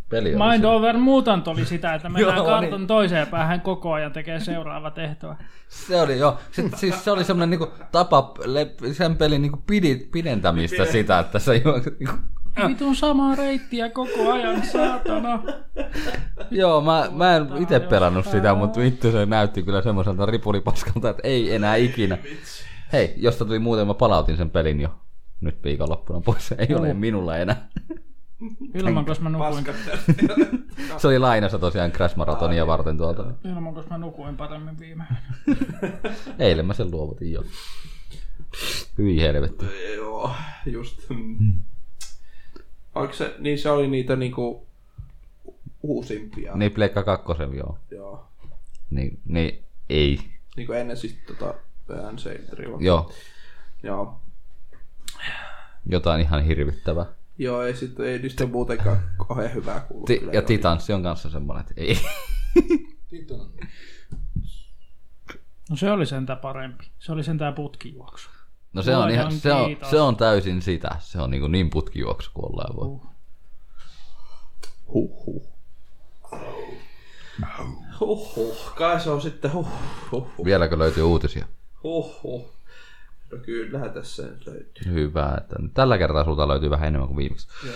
[SPEAKER 2] Peli oli
[SPEAKER 4] Mind
[SPEAKER 2] se.
[SPEAKER 4] over mutant oli sitä, että mennään
[SPEAKER 2] Joo,
[SPEAKER 4] kartan
[SPEAKER 2] niin.
[SPEAKER 4] toiseen päähän koko ajan tekee seuraava tehtävä.
[SPEAKER 2] Se oli joo. Sitten, siis se oli semmoinen niinku tapa le- sen pelin niinku pidi, pidentämistä sitä, että se juo, niinku,
[SPEAKER 4] Vitun samaa reittiä koko ajan, saatana.
[SPEAKER 2] Joo, mä, mä en itse pelannut sitä, mutta vittu se näytti kyllä semmoiselta ripulipaskalta, että ei enää ikinä. Hei, josta tuli muuten, mä palautin sen pelin jo nyt viikonloppuna pois. Se ei ole minulla enää.
[SPEAKER 4] Ilman, koska mä nukuin,
[SPEAKER 3] Paskat
[SPEAKER 2] Se oli lainassa tosiaan Crash Maratonia varten tuolta.
[SPEAKER 4] ilman, koska mä nukuin paremmin viime yönä.
[SPEAKER 2] Eilen mä sen luovutin jo. Hyi helvetti.
[SPEAKER 3] Joo, just. Mm. Oliko se, niin se oli niitä niinku uusimpia.
[SPEAKER 2] Niin Pleikka kakkosen joo.
[SPEAKER 3] Joo.
[SPEAKER 2] Niin, niin ei.
[SPEAKER 3] Niinku ennen siis tota Ancestrylla.
[SPEAKER 2] Joo,
[SPEAKER 3] Joo.
[SPEAKER 2] jotain ihan hirvittävää.
[SPEAKER 3] Joo, ei sit ei niistä muutenkaan kauhean hyvää kuulu.
[SPEAKER 2] Ti-
[SPEAKER 3] kyllä
[SPEAKER 2] ja
[SPEAKER 3] joo.
[SPEAKER 2] Titanssi on kanssa semmoinen, että ei.
[SPEAKER 4] No se oli sentään parempi. Se oli sentään putkijuoksu.
[SPEAKER 2] No se on,
[SPEAKER 4] Luojan
[SPEAKER 2] ihan, se, on,
[SPEAKER 4] kiitos.
[SPEAKER 2] se on täysin sitä. Se on niin, kuin niin putkijuoksu kuin ollaan voi.
[SPEAKER 3] Huhhuh. Huhhuh. Kai se on sitten huh, huh, huh,
[SPEAKER 2] Vieläkö löytyy uutisia?
[SPEAKER 3] huh, huh. No kyllähän tässä nyt löytyy.
[SPEAKER 2] Hyvä, että nyt tällä kertaa sulta löytyy vähän enemmän kuin viimeksi.
[SPEAKER 3] Joo.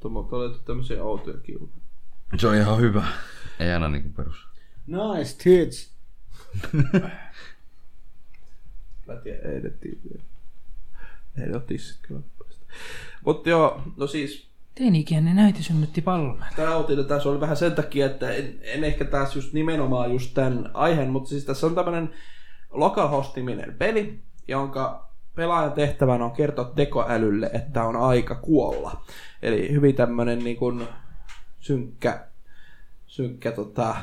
[SPEAKER 3] Tuommoilta löytyy tämmöisiä outoja kiukuja.
[SPEAKER 2] Se on ihan hyvä. Ei aina niin kuin perus.
[SPEAKER 5] Nice tits.
[SPEAKER 3] Mä tiedän, ei ne tiedä. Ei ne ole tissit kyllä. Mutta joo, no siis
[SPEAKER 4] Teini-ikäinen äiti synnytti pallomen.
[SPEAKER 3] tämä uutinen tässä oli vähän sen takia, että en, en ehkä tässä just nimenomaan just tämän aiheen, mutta siis tässä on tämmöinen localhost-niminen peli, jonka pelaajan tehtävänä on kertoa tekoälylle, että on aika kuolla. Eli hyvin tämmöinen niin kuin synkkä, synkkä tota,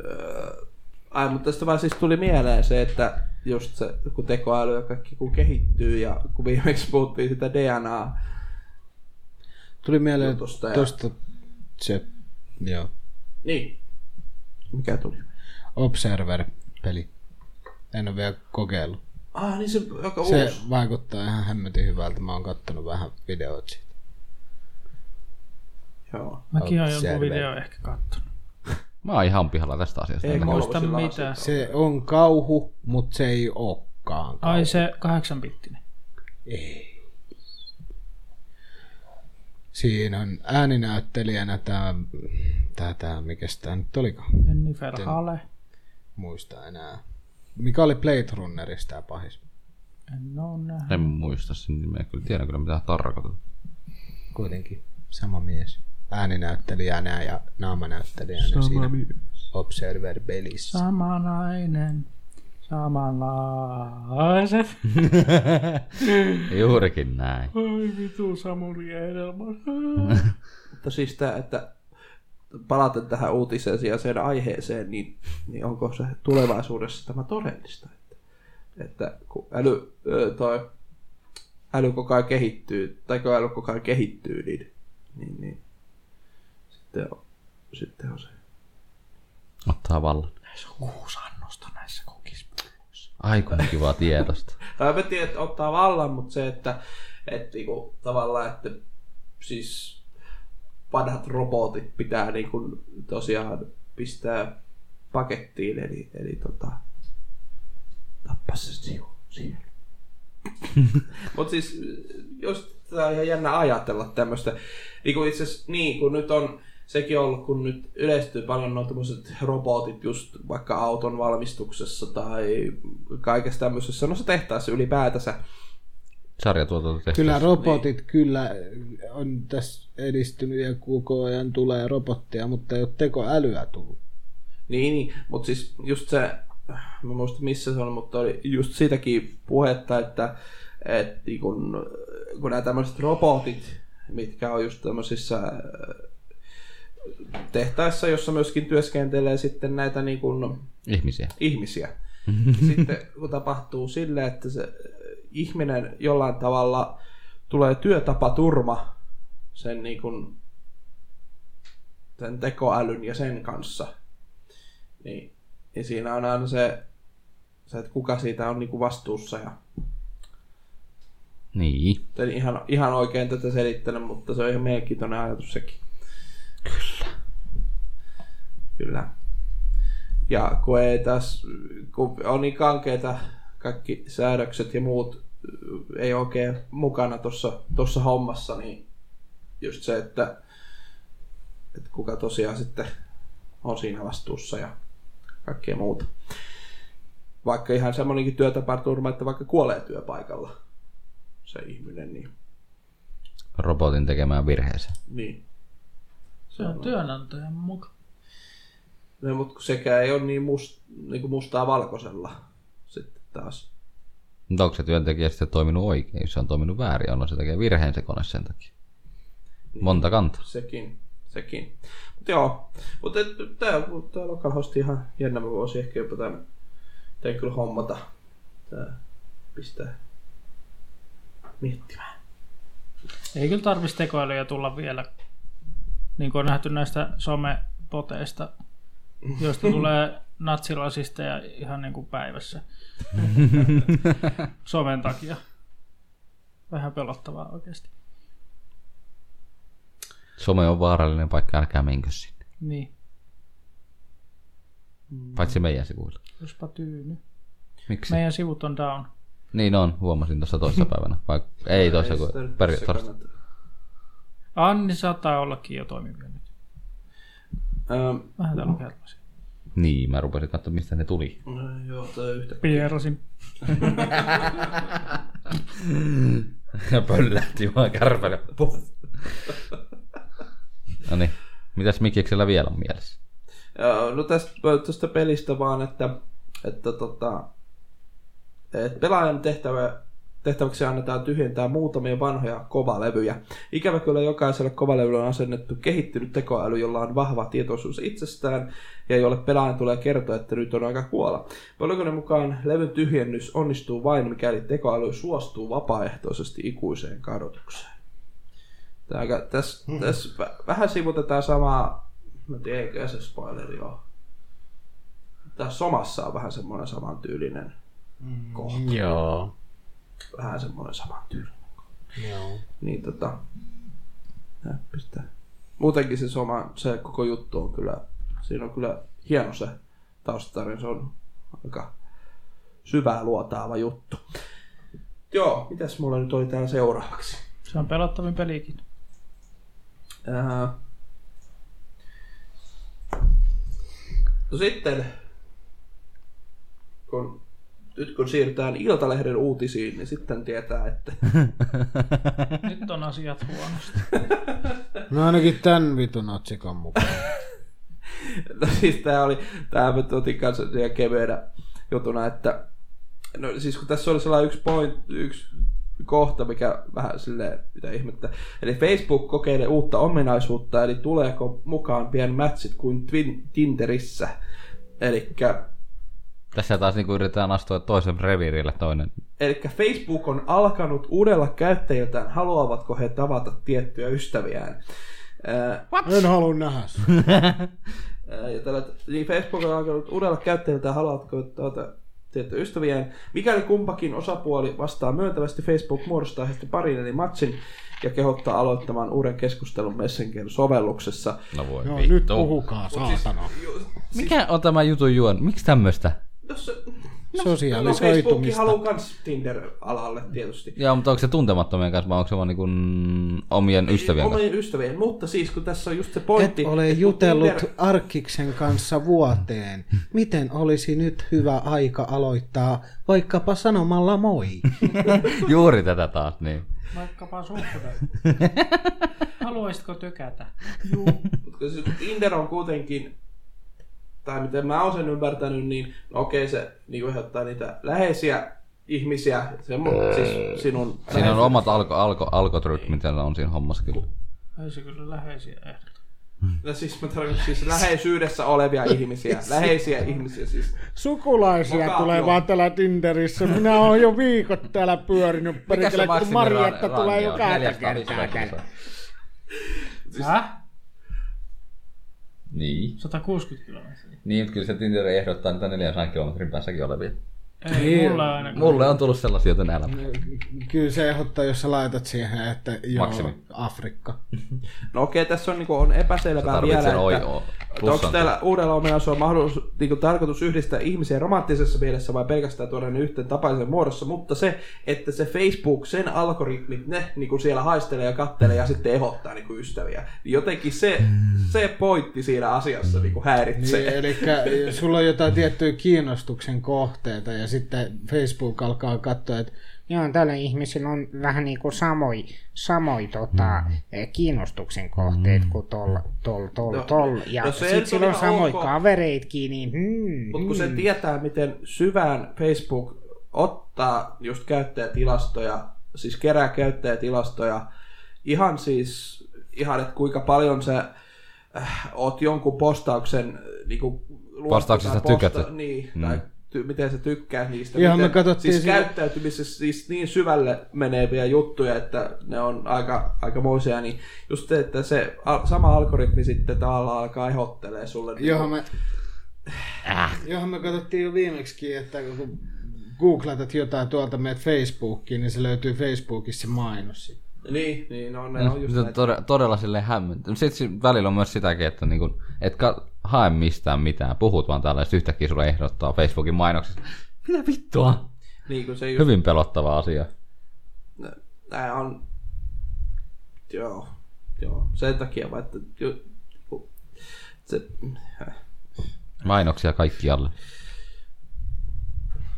[SPEAKER 3] öö, Ai, mutta tästä vaan siis tuli mieleen se, että just se, kun tekoäly ja kaikki kun kehittyy ja kun viimeksi puhuttiin sitä DNAa,
[SPEAKER 5] Tuli mieleen
[SPEAKER 3] Jutusta ja-
[SPEAKER 5] tuosta se, joo,
[SPEAKER 3] niin, mikä tuli?
[SPEAKER 5] Observer-peli. En ole vielä kokeillut.
[SPEAKER 3] Ah, niin se joka se...
[SPEAKER 5] Se
[SPEAKER 3] uusi.
[SPEAKER 5] vaikuttaa ihan hemmetin hyvältä. Mä oon kattonut vähän videoita siitä.
[SPEAKER 3] Joo.
[SPEAKER 4] Mäkin oon jonkun
[SPEAKER 5] Selvä.
[SPEAKER 4] video ehkä kattonut.
[SPEAKER 2] Mä oon ihan pihalla tästä asiasta.
[SPEAKER 3] Ei
[SPEAKER 2] Ei,
[SPEAKER 3] kolme.
[SPEAKER 4] Muista
[SPEAKER 3] sillä on
[SPEAKER 4] mitään.
[SPEAKER 5] Se on kauhu, mutta se ei olekaan kauhu.
[SPEAKER 4] Ai se kahdeksanbittinen.
[SPEAKER 5] Ei. Siinä on ääninäyttelijänä tämä, tää, tää, mikä tämä nyt olikaan,
[SPEAKER 4] Jennifer Hale.
[SPEAKER 5] muista enää. Mikä oli Blade Runnerista tämä pahis?
[SPEAKER 4] En oo nähnyt.
[SPEAKER 2] en muista sen nimeä. Kyllä tiedän kyllä mitä tarkoitat.
[SPEAKER 5] Kuitenkin sama mies. Ääninäyttelijänä ja naamanäyttelijänä sama siinä Observer-pelissä.
[SPEAKER 4] Samanainen. Samanlaiset.
[SPEAKER 2] Juurikin näin.
[SPEAKER 4] Ai vitu Samuli Edelman.
[SPEAKER 3] Mutta siis tämä, että palaten tähän uutiseen ja sen aiheeseen, niin, niin onko se tulevaisuudessa tämä todellista? Että, että kun äly, ö, toi, äly koko ajan kehittyy, tai kun äly koko ajan kehittyy, niin Niin, niin. Sitten on, sitten on se.
[SPEAKER 2] Ottaa vallan. Näissä on kuusi annosta näissä kokispuoloissa. Aiku kivaa tietosta.
[SPEAKER 3] Tai mä tiedän, että ottaa vallan, mutta se, että, että niinku, tavallaan, että siis vanhat robotit pitää niinku, tosiaan pistää pakettiin, eli, eli tota, tappaa se sivu siihen. Mutta siis, jos tämä on ihan jännä ajatella tämmöistä, niin kuin itse asiassa, niin kun nyt on, sekin on ollut, kun nyt yleistyy paljon noin tämmöiset robotit just vaikka auton valmistuksessa tai kaikessa tämmöisessä, no se tehtaassa ylipäätänsä,
[SPEAKER 2] Sarjatuotanto
[SPEAKER 5] Kyllä robotit niin. kyllä on tässä edistynyt ja koko ajan tulee robotteja, mutta ei ole tekoälyä tullut.
[SPEAKER 3] Niin, niin. mutta siis just se, mä muistan missä se on, mutta oli just siitäkin puhetta, että et, niin kun, kun nämä tämmöiset robotit, mitkä on just tämmöisissä äh, tehtaissa, jossa myöskin työskentelee sitten näitä niin kun,
[SPEAKER 2] Ihmisiä.
[SPEAKER 3] ihmisiä. Sitten kun tapahtuu sille, että se ihminen jollain tavalla tulee työtapaturma sen, niin kuin, sen tekoälyn ja sen kanssa, niin, niin siinä on aina se, se että kuka siitä on niin kuin vastuussa. Ja,
[SPEAKER 2] Niin.
[SPEAKER 3] en ihan, ihan oikein tätä selittänyt, mutta se on ihan mielenkiintoinen ajatus sekin. Kyllä. Kyllä. Ja kun ei taas, kun on niin kankeita kaikki säädökset ja muut äh, ei oikein mukana tuossa tossa hommassa, niin just se, että, että kuka tosiaan sitten on siinä vastuussa ja kaikkea muuta. Vaikka ihan semmoinenkin työtapaturma, että vaikka kuolee työpaikalla se ihminen, niin,
[SPEAKER 2] Robotin tekemään virheensä.
[SPEAKER 3] niin
[SPEAKER 4] Se on työnantajan muka.
[SPEAKER 3] No, mutta kun sekään ei ole niin, must, niin kuin mustaa valkoisella sitten taas.
[SPEAKER 2] Mutta onko se työntekijä sitten toiminut oikein? Jos se on toiminut väärin, on se tekee virheensä kone sen takia. Monta kantaa.
[SPEAKER 3] Sekin, sekin. Mutta joo, mutta tämä tää lokalhosti ihan jännä. Mä voisin ehkä jopa tämän, tämän kyllä hommata. Tää pistää miettimään.
[SPEAKER 4] Ei kyllä tarvitsisi tekoälyä tulla vielä. Niin kuin on nähty näistä somepoteista, joista tulee natsirasisteja ihan niin kuin päivässä. Somen takia. Vähän pelottavaa oikeasti.
[SPEAKER 2] Some on vaarallinen paikka, älkää menkö sinne.
[SPEAKER 4] Niin,
[SPEAKER 2] Paitsi meidän sivuilla.
[SPEAKER 4] jospa tyyny.
[SPEAKER 2] Miksi?
[SPEAKER 4] Meidän sivut on down.
[SPEAKER 2] Niin on, huomasin tuossa toisessa päivänä. Vai, ei toisessa,
[SPEAKER 3] sitä
[SPEAKER 2] kun
[SPEAKER 3] nyt
[SPEAKER 2] per,
[SPEAKER 3] tässä
[SPEAKER 2] torsta.
[SPEAKER 3] kannata.
[SPEAKER 4] Anni saattaa ollakin jo toimivia nyt.
[SPEAKER 3] Öm,
[SPEAKER 4] Vähän täällä on kertaisia.
[SPEAKER 2] Niin, mä rupesin katsomaan, mistä ne tuli.
[SPEAKER 3] no joo, tää yhtä.
[SPEAKER 4] Pierasin.
[SPEAKER 2] Ja pöllähti vaan kärpäle. no niin, mitäs Mikiksellä vielä on mielessä?
[SPEAKER 3] Joo, No tästä, tästä pelistä vaan, että, että tota, et pelaajan tehtävä, tehtäväksi annetaan tyhjentää muutamia vanhoja kovalevyjä. Ikävä kyllä jokaiselle kovalevylle on asennettu kehittynyt tekoäly, jolla on vahva tietoisuus itsestään ja jolle pelaajan tulee kertoa, että nyt on aika kuolla. Valiokunnan mukaan levyn tyhjennys onnistuu vain, mikäli tekoäly suostuu vapaaehtoisesti ikuiseen kadotukseen. Tää aika, tässä, tässä vä- vähän sivutetaan samaa, mä tiedän, eikä se spoileri ole. Tässä somassa on vähän semmoinen samantyylinen kohta
[SPEAKER 5] Joo.
[SPEAKER 3] vähän semmoinen saman tyylinen.
[SPEAKER 5] Joo.
[SPEAKER 3] Niin tota, nää pistää. Muutenkin se, oma, se koko juttu on kyllä, siinä on kyllä hieno se taustatarina, se on aika syvää luotaava juttu. Joo, mitäs mulla nyt oli täällä seuraavaksi?
[SPEAKER 4] Se on pelottavin pelikin.
[SPEAKER 3] Ää... No sitten, kun, nyt kun siirrytään Iltalehden uutisiin, niin sitten tietää, että
[SPEAKER 4] Nyt on asiat huonosti.
[SPEAKER 5] No ainakin tämän vitun otsikon mukaan.
[SPEAKER 3] No siis tää oli, tää me otin kanssa siellä keveenä jutuna, että no siis kun tässä oli sellainen yksi point, yksi kohta, mikä vähän silleen, mitä ihmettä. Eli Facebook kokeilee uutta ominaisuutta, eli tuleeko mukaan pian matchit kuin Twin, Tinderissä. Eli
[SPEAKER 2] Tässä taas niinku yritetään astua toisen reviirille toinen.
[SPEAKER 3] Eli Facebook on alkanut uudella käyttäjiltään, haluavatko he tavata tiettyjä ystäviään. Ää,
[SPEAKER 5] En halua nähdä sua.
[SPEAKER 3] ää, ja tällä, niin Facebook on alkanut uudella käyttäjiltään, haluavatko he tavata tiettyjä ystäviään. Mikäli kumpakin osapuoli vastaa myöntävästi, Facebook muodostaa heistä parin eli matsin ja kehottaa aloittamaan uuden keskustelun Messenger-sovelluksessa.
[SPEAKER 2] No voi
[SPEAKER 5] Joo,
[SPEAKER 2] vittu.
[SPEAKER 5] nyt puhukaa, saatana.
[SPEAKER 2] Mikä on tämä jutun juon? Miksi tämmöistä?
[SPEAKER 3] Jos,
[SPEAKER 5] Niin,
[SPEAKER 3] no Facebook
[SPEAKER 5] Sosiaalisoitumista.
[SPEAKER 3] haluaa myös Tinder-alalle tietysti.
[SPEAKER 2] Joo, mutta onko se tuntemattomien kanssa vai onko se vaan niinku mm, omien ystävien kanssa?
[SPEAKER 3] Omien ystävien, mutta siis kun tässä on just se
[SPEAKER 5] Et
[SPEAKER 3] pointti.
[SPEAKER 5] ole
[SPEAKER 3] että kun
[SPEAKER 5] jutellut
[SPEAKER 3] Tinder-
[SPEAKER 5] Arkiksen kanssa vuoteen. Miten olisi nyt hyvä aika aloittaa vaikkapa sanomalla moi?
[SPEAKER 2] Juuri tätä taas, niin.
[SPEAKER 4] Vaikkapa suhde. Haluaisitko tykätä?
[SPEAKER 3] Juu, mutta siis kun Tinder on kuitenkin, tai miten mä oon sen ymmärtänyt, niin no okei se niin ehdottaa niitä läheisiä ihmisiä, semmo- siis sinun
[SPEAKER 2] Siinä on omat alko, alko, alkotryt, mitä on siinä hommassa kyllä.
[SPEAKER 4] Ei se kyllä läheisiä ehdota.
[SPEAKER 3] No siis mä tarkoitan siis läheisyydessä olevia ihmisiä, läheisiä ihmisiä siis.
[SPEAKER 5] Sukulaisia
[SPEAKER 3] Mokaa, tulee joo. vaan
[SPEAKER 5] täällä Tinderissä. Minä oon jo viikot täällä pyörinyt
[SPEAKER 4] Häh?
[SPEAKER 2] Niin.
[SPEAKER 4] 160 kilometriä.
[SPEAKER 2] Niin, mutta kyllä se Tinder ehdottaa niitä 400 kilometrin päässäkin olevia.
[SPEAKER 4] Ei, mulla ainakaan.
[SPEAKER 2] Mulle on tullut sellaisia, joten älä.
[SPEAKER 3] Niin
[SPEAKER 5] Kyllä se ehdottaa, jos sä laitat siihen, että joo,
[SPEAKER 2] Maksimi.
[SPEAKER 5] Afrikka.
[SPEAKER 3] No okei, tässä on, niin on
[SPEAKER 2] Sä
[SPEAKER 3] epäselvää
[SPEAKER 2] tarvitset
[SPEAKER 3] vielä,
[SPEAKER 2] sen
[SPEAKER 3] että,
[SPEAKER 2] oi- o-
[SPEAKER 3] että
[SPEAKER 2] plussan
[SPEAKER 3] onko teillä uudella ominaisuudella mahdollisuus, niin tarkoitus yhdistää ihmisiä romanttisessa mielessä vai pelkästään tuoda ne yhteen tapaisen muodossa, mutta se, että se Facebook, sen algoritmit, ne niin kuin siellä haistelee ja kattelee ja sitten ehdottaa niin kuin ystäviä, niin jotenkin se, se pointti siinä asiassa niin kuin häiritsee.
[SPEAKER 5] Niin, eli sulla on jotain tiettyjä kiinnostuksen kohteita ja sitten Facebook alkaa katsoa, että
[SPEAKER 6] Joo, tällä ihmisillä on vähän niin kuin samoi, samoi tota, eh, kiinnostuksen kohteet kuin tol, tol, tol,
[SPEAKER 3] No,
[SPEAKER 6] tol. Ja
[SPEAKER 3] no
[SPEAKER 6] no,
[SPEAKER 3] se nyt
[SPEAKER 6] sitten sillä
[SPEAKER 3] on
[SPEAKER 6] on samoja
[SPEAKER 3] ok.
[SPEAKER 6] okay. kavereitkin, niin hmm,
[SPEAKER 3] Mutta kun se tietää, miten syvään Facebook ottaa just käyttäjätilastoja, siis kerää käyttäjätilastoja, ihan siis, ihan että kuinka paljon sä äh, oot jonkun postauksen niinku, luosta-
[SPEAKER 2] Postauksesta
[SPEAKER 3] tai
[SPEAKER 2] tykät.
[SPEAKER 3] Niin, mm. tai ty, miten sä tykkää niistä.
[SPEAKER 5] Ihan
[SPEAKER 3] miten,
[SPEAKER 5] me katsottiin
[SPEAKER 3] siis
[SPEAKER 5] sitä-
[SPEAKER 3] käyttäytymisessä siis niin syvälle meneviä juttuja, että ne on aika, aika moisia, niin just se, että se al- sama algoritmi sitten tavallaan alkaa ehdottelee sulle. niin
[SPEAKER 5] johon me, johon me katsottiin jo viimeksi, että kun googlatat jotain tuolta meidät Facebookiin, niin se löytyy Facebookissa se mainos. sitten.
[SPEAKER 3] Niin, niin no, ne
[SPEAKER 2] No,
[SPEAKER 3] on just
[SPEAKER 2] se on
[SPEAKER 3] näitä.
[SPEAKER 2] todella, todella silleen hämmentynyt. Sitten si- välillä on myös sitäkin, että niinku, et ka- hae mistään mitään, puhut vaan tällä, ja sitten yhtäkkiä sulle ehdottaa Facebookin mainoksessa. Mitä vittua?
[SPEAKER 3] Niin kuin se just,
[SPEAKER 2] Hyvin pelottava asia.
[SPEAKER 3] nää on, joo, joo, sen takia vaan, että ju, ku- se,
[SPEAKER 2] Mainoksia kaikkialle.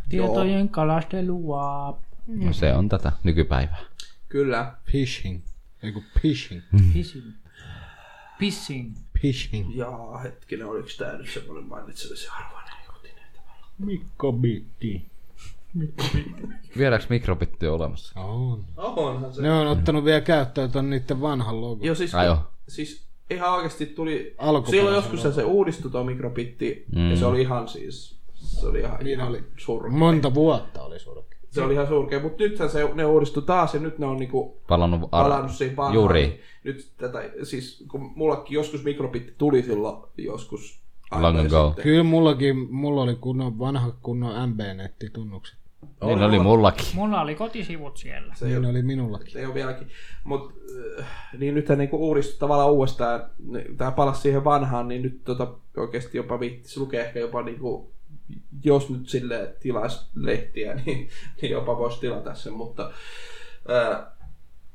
[SPEAKER 4] Tietojen kalastelua.
[SPEAKER 2] No, se on tätä nykypäivää.
[SPEAKER 3] kyllä,
[SPEAKER 5] Phishing. Eiku phishing.
[SPEAKER 4] Pissing. Pissing.
[SPEAKER 5] Phishing.
[SPEAKER 3] jaa, hetkinen, oliko tää nyt semmoinen mainitsemisen arvoinen uutinen?
[SPEAKER 5] Mikko bitti.
[SPEAKER 2] Vieläks mikrobitti on olemassa?
[SPEAKER 5] On.
[SPEAKER 3] Onhan se.
[SPEAKER 5] Ne on ottanut vielä käyttöön ton niiden vanhan logo.
[SPEAKER 3] Joo, siis,
[SPEAKER 2] Ai joo.
[SPEAKER 3] siis ihan oikeasti tuli,
[SPEAKER 5] Alkuperäisen
[SPEAKER 3] silloin joskus se, se uudistui tuo mikrobitti, mm. ja se oli ihan siis, se oli ihan,
[SPEAKER 5] Niin
[SPEAKER 3] ihan
[SPEAKER 5] oli.
[SPEAKER 3] surkea.
[SPEAKER 5] Monta vuotta oli surkea.
[SPEAKER 3] Se oli ihan surkea, mutta nythän se, ne uudistui taas, ja nyt ne on niinku
[SPEAKER 2] Palannut ar-
[SPEAKER 3] palannut siihen vanhaan.
[SPEAKER 2] Juuri.
[SPEAKER 3] niin Nyt tätä, siis kun mullakin joskus mikrobitti tuli silloin joskus.
[SPEAKER 2] Long
[SPEAKER 3] aikoja
[SPEAKER 2] ago.
[SPEAKER 3] sitten.
[SPEAKER 5] Kyllä mullakin, mulla oli kunnon, vanha kunnon MB-nettitunnukset.
[SPEAKER 2] Niin oli mullakin.
[SPEAKER 4] Mulla oli kotisivut siellä.
[SPEAKER 3] Se ei,
[SPEAKER 5] Niin
[SPEAKER 3] ole,
[SPEAKER 5] oli minullakin.
[SPEAKER 3] se ei ole vieläkin. Mut, äh, niin nythän niinku uudistui tavallaan uudestaan, tai palasi siihen vanhaan, niin nyt tota, oikeasti jopa viittisi lukea ehkä jopa niinku, jos nyt sille tilaisi lehtiä, niin, niin jopa voisi tilata sen, mutta äh,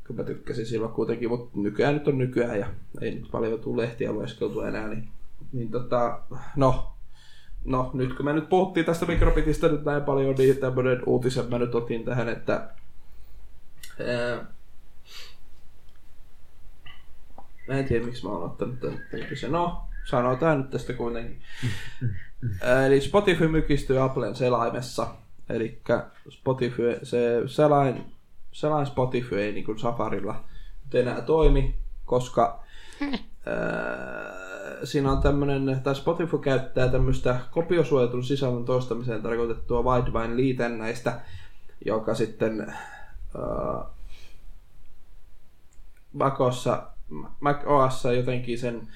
[SPEAKER 3] kun mä tykkäsin silloin kuitenkin, mutta nykyään nyt on nykyään ja ei nyt paljon tule lehtiä lueskeltua enää, niin, niin tota, no, no, nyt kun me nyt puhuttiin tästä mikrobitista nyt näin paljon, niin tämmöinen uutisen mä nyt otin tähän, että ää, Mä en tiedä, miksi mä oon ottanut tämän uutisen. No, sanotaan nyt tästä kuitenkin. Ää, Eli Spotify mykistyy Applen selaimessa. Eli Spotify, se selain, selain Spotify ei niin kuin Safarilla nyt enää toimi, koska ää, eh, siinä on tämmöinen, tai Spotify käyttää tämmöistä kopiosuojatun sisällön toistamiseen tarkoitettua Widevine liitännäistä, joka sitten äh, Macossa, Mac OS jotenkin sen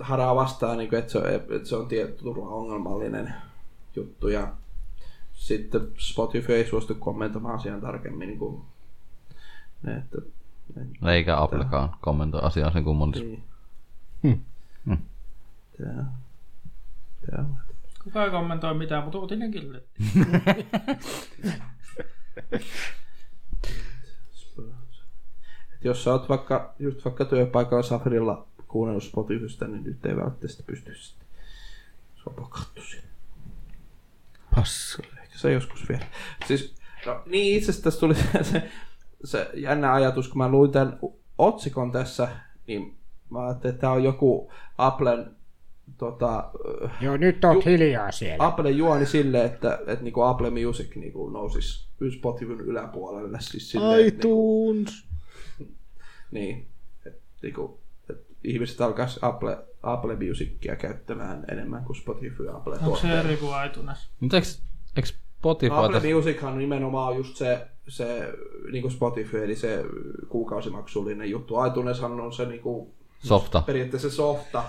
[SPEAKER 3] haraa vastaan, niin kuin, että, se on, että se on tietty ongelmallinen juttu ja sitten Spotify ei suostu kommentoimaan asiaan tarkemmin. Niin kuin, ne, että, ne,
[SPEAKER 2] Eikä Applekaan kommentoi asiaa sen kummallisesti.
[SPEAKER 3] niin.
[SPEAKER 5] Hmm.
[SPEAKER 2] Hmm.
[SPEAKER 3] Tää, tää.
[SPEAKER 4] Kuka ei kommentoi mitään, mutta uutinen kyllä.
[SPEAKER 3] Et Jos sä oot vaikka, just vaikka työpaikalla Safrilla kuunnellut Spotifysta, niin nyt ei välttämättä sitä pysty sitten. Se on pakattu sinne.
[SPEAKER 5] Passu.
[SPEAKER 3] Ehkä se joskus vielä. Siis, no, niin itse asiassa tässä tuli se, se, se jännä ajatus, kun mä luin tämän otsikon tässä, niin mä ajattelin, että tämä on joku Applen tota, ö,
[SPEAKER 6] Joo, nyt oot hiljaa siellä.
[SPEAKER 3] Apple juoni sille, että, että niinku Apple Music niinku nousisi Spotifyn yläpuolelle. Siis sille,
[SPEAKER 5] iTunes.
[SPEAKER 3] Niin. Et, niinku, et ihmiset alkaisi Apple, Apple Musicia käyttämään enemmän kuin Spotify ja Apple
[SPEAKER 4] Onko se
[SPEAKER 3] tuotteita.
[SPEAKER 4] eri kuin iTunes?
[SPEAKER 2] Mutta eikö, eikö Spotify
[SPEAKER 3] Apple niin-
[SPEAKER 2] tässä...
[SPEAKER 3] Musichan nimenomaan on just se, se niinku Spotify, eli se kuukausimaksullinen juttu. iTuneshan on se niinku,
[SPEAKER 2] Softa.
[SPEAKER 3] periaatteessa se softa,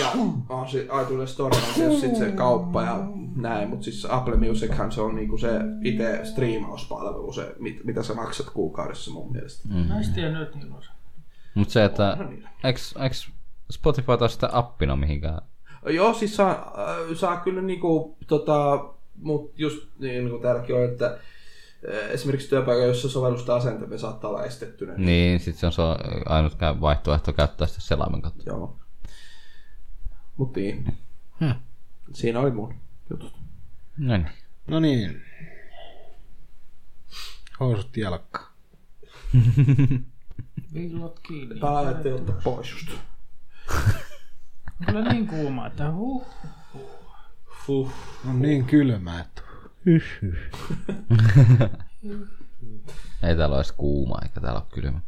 [SPEAKER 3] ja on se iTunes Store on myös sit se kauppa ja näin, mutta siis Apple Musichan se on niinku se itse striimauspalvelu, se mit, mitä sä maksat kuukaudessa mun mielestä.
[SPEAKER 4] Mm. Mä en tiedä nyt niillä on se.
[SPEAKER 2] Mutta se, että
[SPEAKER 3] Onhan niin. niillä.
[SPEAKER 2] eikö, eikö Spotify taas sitä appina mihinkään?
[SPEAKER 3] Joo, siis saa, äh, saa kyllä niinku, tota, mut just niin kuin täälläkin on, että äh, esimerkiksi työpaikalla, jossa sovellusta asentaminen saattaa olla estettynä. Niin.
[SPEAKER 2] Niin, sit se on se ainut kä- vaihtoehto käyttää sitä selaimen kautta.
[SPEAKER 3] Joo. Mut niin.
[SPEAKER 2] Hmm.
[SPEAKER 3] Siinä oli mun jutut.
[SPEAKER 2] Näin.
[SPEAKER 5] No niin. Housut jalkka.
[SPEAKER 4] Villat kiinni.
[SPEAKER 3] Tää alettiin ottaa pois just.
[SPEAKER 4] On kyllä niin kuuma, että huh.
[SPEAKER 3] Huh.
[SPEAKER 5] On niin kylmä, että...
[SPEAKER 2] Ei täällä ole edes kuuma, eikä täällä ole kylmä.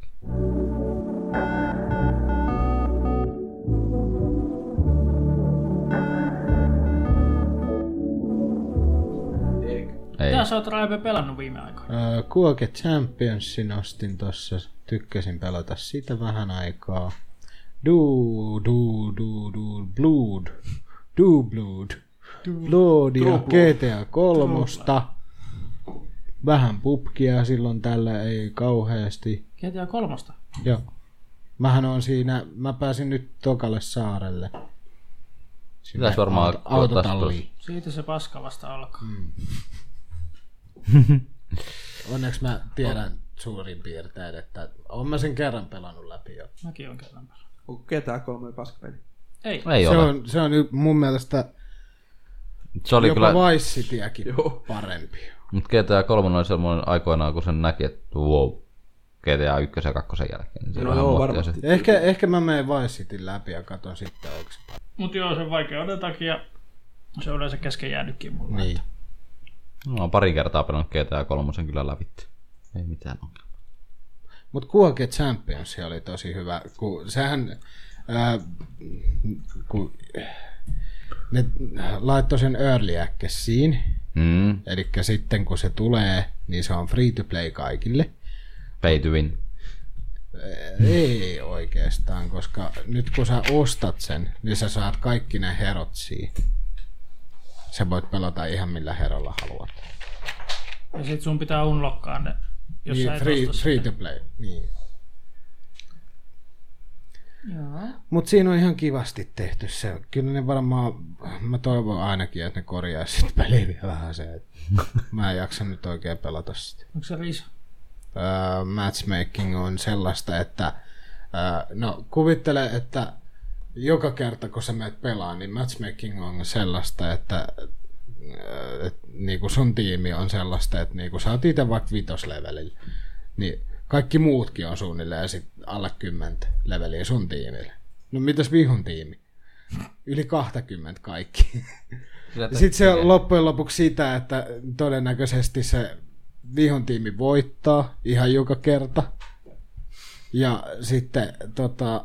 [SPEAKER 3] Eikö?
[SPEAKER 2] Ei.
[SPEAKER 4] Mitä sä oot Raipe pelannut viime aikoina?
[SPEAKER 5] Öö, Kuoke Championsin ostin tossa. Tykkäsin pelata sitä vähän aikaa. Du, du, du, du, blood. Du, blood. Bloodia, GTA 3. Vähän pupkia silloin tällä ei kauheasti.
[SPEAKER 4] GTA kolmosta.
[SPEAKER 5] Joo. Mähän on siinä, mä pääsin nyt Tokalle saarelle. Sinne
[SPEAKER 2] Pitäis varmaan
[SPEAKER 5] auto-
[SPEAKER 2] ottaa
[SPEAKER 5] autotalliin.
[SPEAKER 4] Siitä se paska vasta alkaa. Mm.
[SPEAKER 5] Onneksi mä tiedän suurin piirtein, että oon mä sen kerran pelannut läpi jo.
[SPEAKER 4] Mäkin on kerran pelannut.
[SPEAKER 3] Onko ketään kolme paskapeli?
[SPEAKER 2] No
[SPEAKER 4] Ei.
[SPEAKER 2] Ei
[SPEAKER 5] Se
[SPEAKER 2] ole.
[SPEAKER 5] on, se on y- mun mielestä
[SPEAKER 2] Se oli
[SPEAKER 5] jopa kyllä...
[SPEAKER 2] kyllä, vai...
[SPEAKER 5] Vice Cityäkin
[SPEAKER 3] Joo.
[SPEAKER 5] parempi.
[SPEAKER 2] mutta GTA 3 oli semmoinen aikoinaan, kun sen näki, että wow, GTA 1 ja 2 jälkeen. Niin se
[SPEAKER 3] No
[SPEAKER 2] vähän
[SPEAKER 3] joo,
[SPEAKER 2] muutti jo
[SPEAKER 3] varmasti.
[SPEAKER 2] se.
[SPEAKER 5] Ehkä, ehkä mä menen Vice Cityn läpi ja katson sitten onko se.
[SPEAKER 4] Mut joo, sen vaikeuden takia se on yleensä kesken jäänytkin mulla.
[SPEAKER 5] Niin.
[SPEAKER 2] Mä oon pari kertaa pelannut GTA 3 kyllä lävitti. Ei mitään ongelmaa.
[SPEAKER 5] Mutta Kuoke Champions oli tosi hyvä, kun sehän, ää, kun ne laittoi sen early accessiin,
[SPEAKER 2] Mm,
[SPEAKER 5] eli sitten kun se tulee, niin se on free to play kaikille.
[SPEAKER 2] pay to win.
[SPEAKER 5] Ei oikeastaan, koska nyt kun sä ostat sen, niin sä saat kaikki ne herot siihen. Sä voit pelata ihan millä herolla haluat.
[SPEAKER 4] Ja sit sun pitää unlockkaa ne, jos sä
[SPEAKER 5] Niin,
[SPEAKER 4] et
[SPEAKER 5] free,
[SPEAKER 4] osta sitä.
[SPEAKER 5] free to play. Niin.
[SPEAKER 4] Joo.
[SPEAKER 5] Mut siinä on ihan kivasti tehty se. Kyllä ne varmaan, mä toivon ainakin, että ne korjaa sit peliä vielä vähän se. että Mä en jaksa nyt oikein pelata sitä.
[SPEAKER 4] Onko se riisa?
[SPEAKER 5] Öö, matchmaking on sellaista, että öö, no kuvittele, että joka kerta kun sä menet pelaa, niin matchmaking on sellaista, että öö, et, niinku sun tiimi on sellaista, että niinku sä oot itse vaikka vitoslevelillä, niin kaikki muutkin on suunnilleen sit alle 10 leveliä sun tiimillä. No mitäs vihun tiimi? Yli 20 kaikki. Ja Sitten se on loppujen lopuksi sitä, että todennäköisesti se vihon tiimi voittaa ihan joka kerta. Ja sitten tota,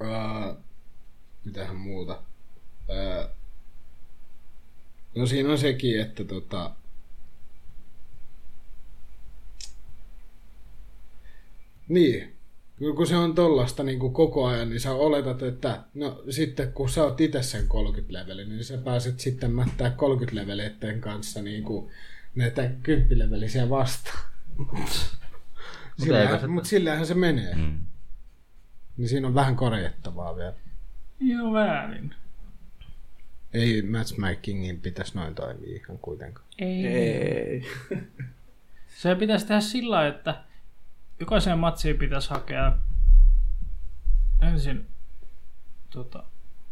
[SPEAKER 5] Öö, mitähän muuta? Öö, no siinä on sekin, että tota... Niin. Kyllä kun se on tollasta niin kuin koko ajan, niin sä oletat, että no sitten kun sä oot itse sen 30 levelin, niin sä pääset sitten mättää 30 leveleiden kanssa niin kuin näitä 10 levelisiä vastaan.
[SPEAKER 2] eikö se-
[SPEAKER 5] Mutta mut sillähän se menee. Mm. Niin siinä on vähän korjattavaa vielä.
[SPEAKER 4] Joo, väärin.
[SPEAKER 5] Ei matchmakingin pitäisi noin toimia ihan kuitenkaan.
[SPEAKER 3] Ei.
[SPEAKER 4] Se pitäisi tehdä sillä lailla, että jokaiseen matsiin pitäisi hakea ensin tota,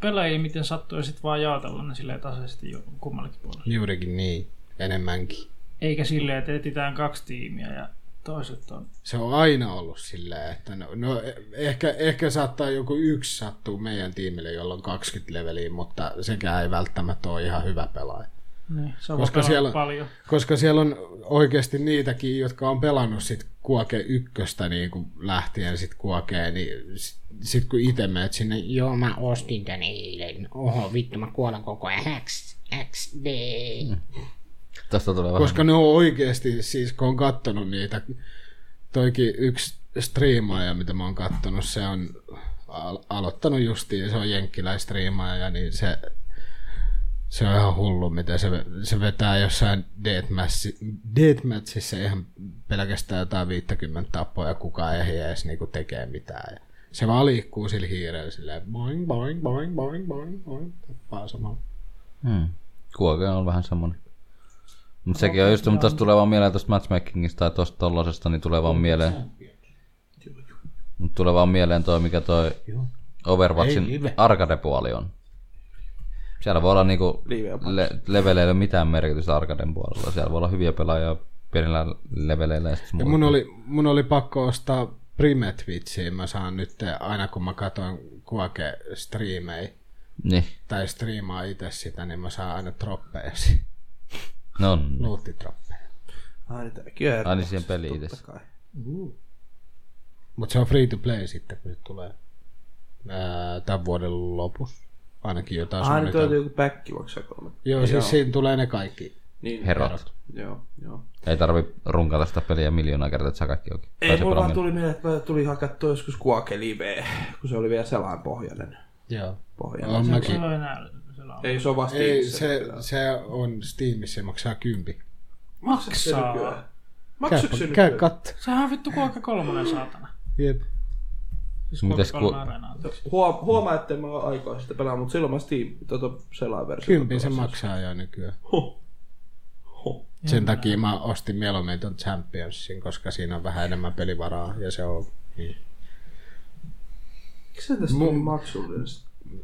[SPEAKER 4] pelejä, miten sattuu, ja sitten vaan jaotella ne silleen tasaisesti jo kummallekin puolelle.
[SPEAKER 5] Juurikin niin, enemmänkin.
[SPEAKER 4] Eikä silleen, että etsitään kaksi tiimiä ja toiset on...
[SPEAKER 5] Se on aina ollut sillä, että no, no eh- ehkä, ehkä saattaa joku yksi sattua meidän tiimille, jolla on 20 leveliä, mutta sekään ei välttämättä ole ihan hyvä pelaaja.
[SPEAKER 4] Niin, se on
[SPEAKER 5] Koska
[SPEAKER 4] pelannut
[SPEAKER 5] siellä-
[SPEAKER 4] paljon.
[SPEAKER 5] Koska siellä on oikeasti niitäkin, jotka on pelannut sit Kuoke ykköstä niin kun lähtien sit Kuokeen, niin sit, sit kun itse menet sinne,
[SPEAKER 6] Joo, mä ostin tän eilen. Oho, vittu, mä kuolen koko ajan. X, XD.
[SPEAKER 2] Tästä tulee vähän.
[SPEAKER 5] Koska ne on oikeasti, siis kun on kattonut niitä, toikin yksi striimaaja, mitä mä oon kattonut, se on al- aloittanut justiin, se on jenkkiläistriimaaja, niin se, se on ihan hullu, mitä se, se vetää jossain deathmatchi- deathmatchissa ihan pelkästään jotain 50 tappoa ja kukaan ei edes niinku tekee mitään. Ja se vaan liikkuu sillä hiirellä silleen boing, boing, boing, boing, boing, boing, tappaa samalla.
[SPEAKER 2] Hmm. Kuoke on vähän semmonen. Mutta sekin on just, mutta tuosta tulee vaan mieleen tuosta matchmakingista tai tuosta tollasesta, niin tulee vaan mieleen. Mut tulee vaan mieleen toi, mikä toi Overwatchin arcade-puoli on. Siellä voi olla niinku le- leveleillä ei ole mitään merkitystä arcaden puolella. Siellä voi olla hyviä pelaajia pienillä leveleillä ja sit
[SPEAKER 5] Ja
[SPEAKER 2] muuta.
[SPEAKER 5] mun oli, mun oli pakko ostaa Primetwitchiä. Mä saan nyt aina kun mä katson kuake striimei
[SPEAKER 2] Niin,
[SPEAKER 5] tai striimaa itse sitä, niin mä saan aina troppeja, si-
[SPEAKER 2] no on.
[SPEAKER 5] luuttitroppeja.
[SPEAKER 3] Ai, tämäkin on
[SPEAKER 2] Aina siihen peliin
[SPEAKER 3] totta
[SPEAKER 2] itse.
[SPEAKER 3] kai.
[SPEAKER 5] Mutta se on free to play sitten, kun se tulee ää, tämän vuoden lopussa. Ainakin jotain
[SPEAKER 3] Ai, nyt on
[SPEAKER 5] suunnitelmaa.
[SPEAKER 3] joku päkki maksaa kolme.
[SPEAKER 5] Joo, siis siinä tulee ne kaikki.
[SPEAKER 3] Niin,
[SPEAKER 2] Herrat.
[SPEAKER 3] Joo, joo.
[SPEAKER 2] Ei tarvi runkata sitä peliä miljoonaa kertaa, että saa kaikki oikein. Tai
[SPEAKER 3] Ei,
[SPEAKER 2] se
[SPEAKER 3] mulla vaan
[SPEAKER 2] pelaa
[SPEAKER 3] tuli mieleen, että mä tuli hakattua joskus Kuake Liveä, kun se oli vielä selain pohjainen.
[SPEAKER 5] Joo.
[SPEAKER 3] pohjainen.
[SPEAKER 5] On
[SPEAKER 4] Se
[SPEAKER 5] mäkin.
[SPEAKER 4] on enää... Siellä on.
[SPEAKER 3] Ei, se on vasta
[SPEAKER 5] Ei, se, se on Steamissa ja maksaa kympi.
[SPEAKER 4] Maksaa.
[SPEAKER 5] Käy,
[SPEAKER 3] Maksuks se
[SPEAKER 5] käy
[SPEAKER 3] nykyään?
[SPEAKER 5] katto.
[SPEAKER 4] Sehän on vittu kuokka kolmonen, saatana.
[SPEAKER 5] Jep.
[SPEAKER 4] Siis
[SPEAKER 2] Mitäs
[SPEAKER 4] kuokka kolmonen
[SPEAKER 2] ku-
[SPEAKER 4] areenaa. anteeksi.
[SPEAKER 3] Huo- Huomaa, että mä oon aikaa sitä pelaa, mutta silloin mä Steam tota, selaan versio.
[SPEAKER 5] Kympi se maksaa jo nykyään.
[SPEAKER 3] Huh. Huh.
[SPEAKER 5] Sen takia mä ostin mieluummin ton Championsin, koska siinä on vähän enemmän pelivaraa ja se on... Niin.
[SPEAKER 3] Miksi se tästä tuli maksullinen?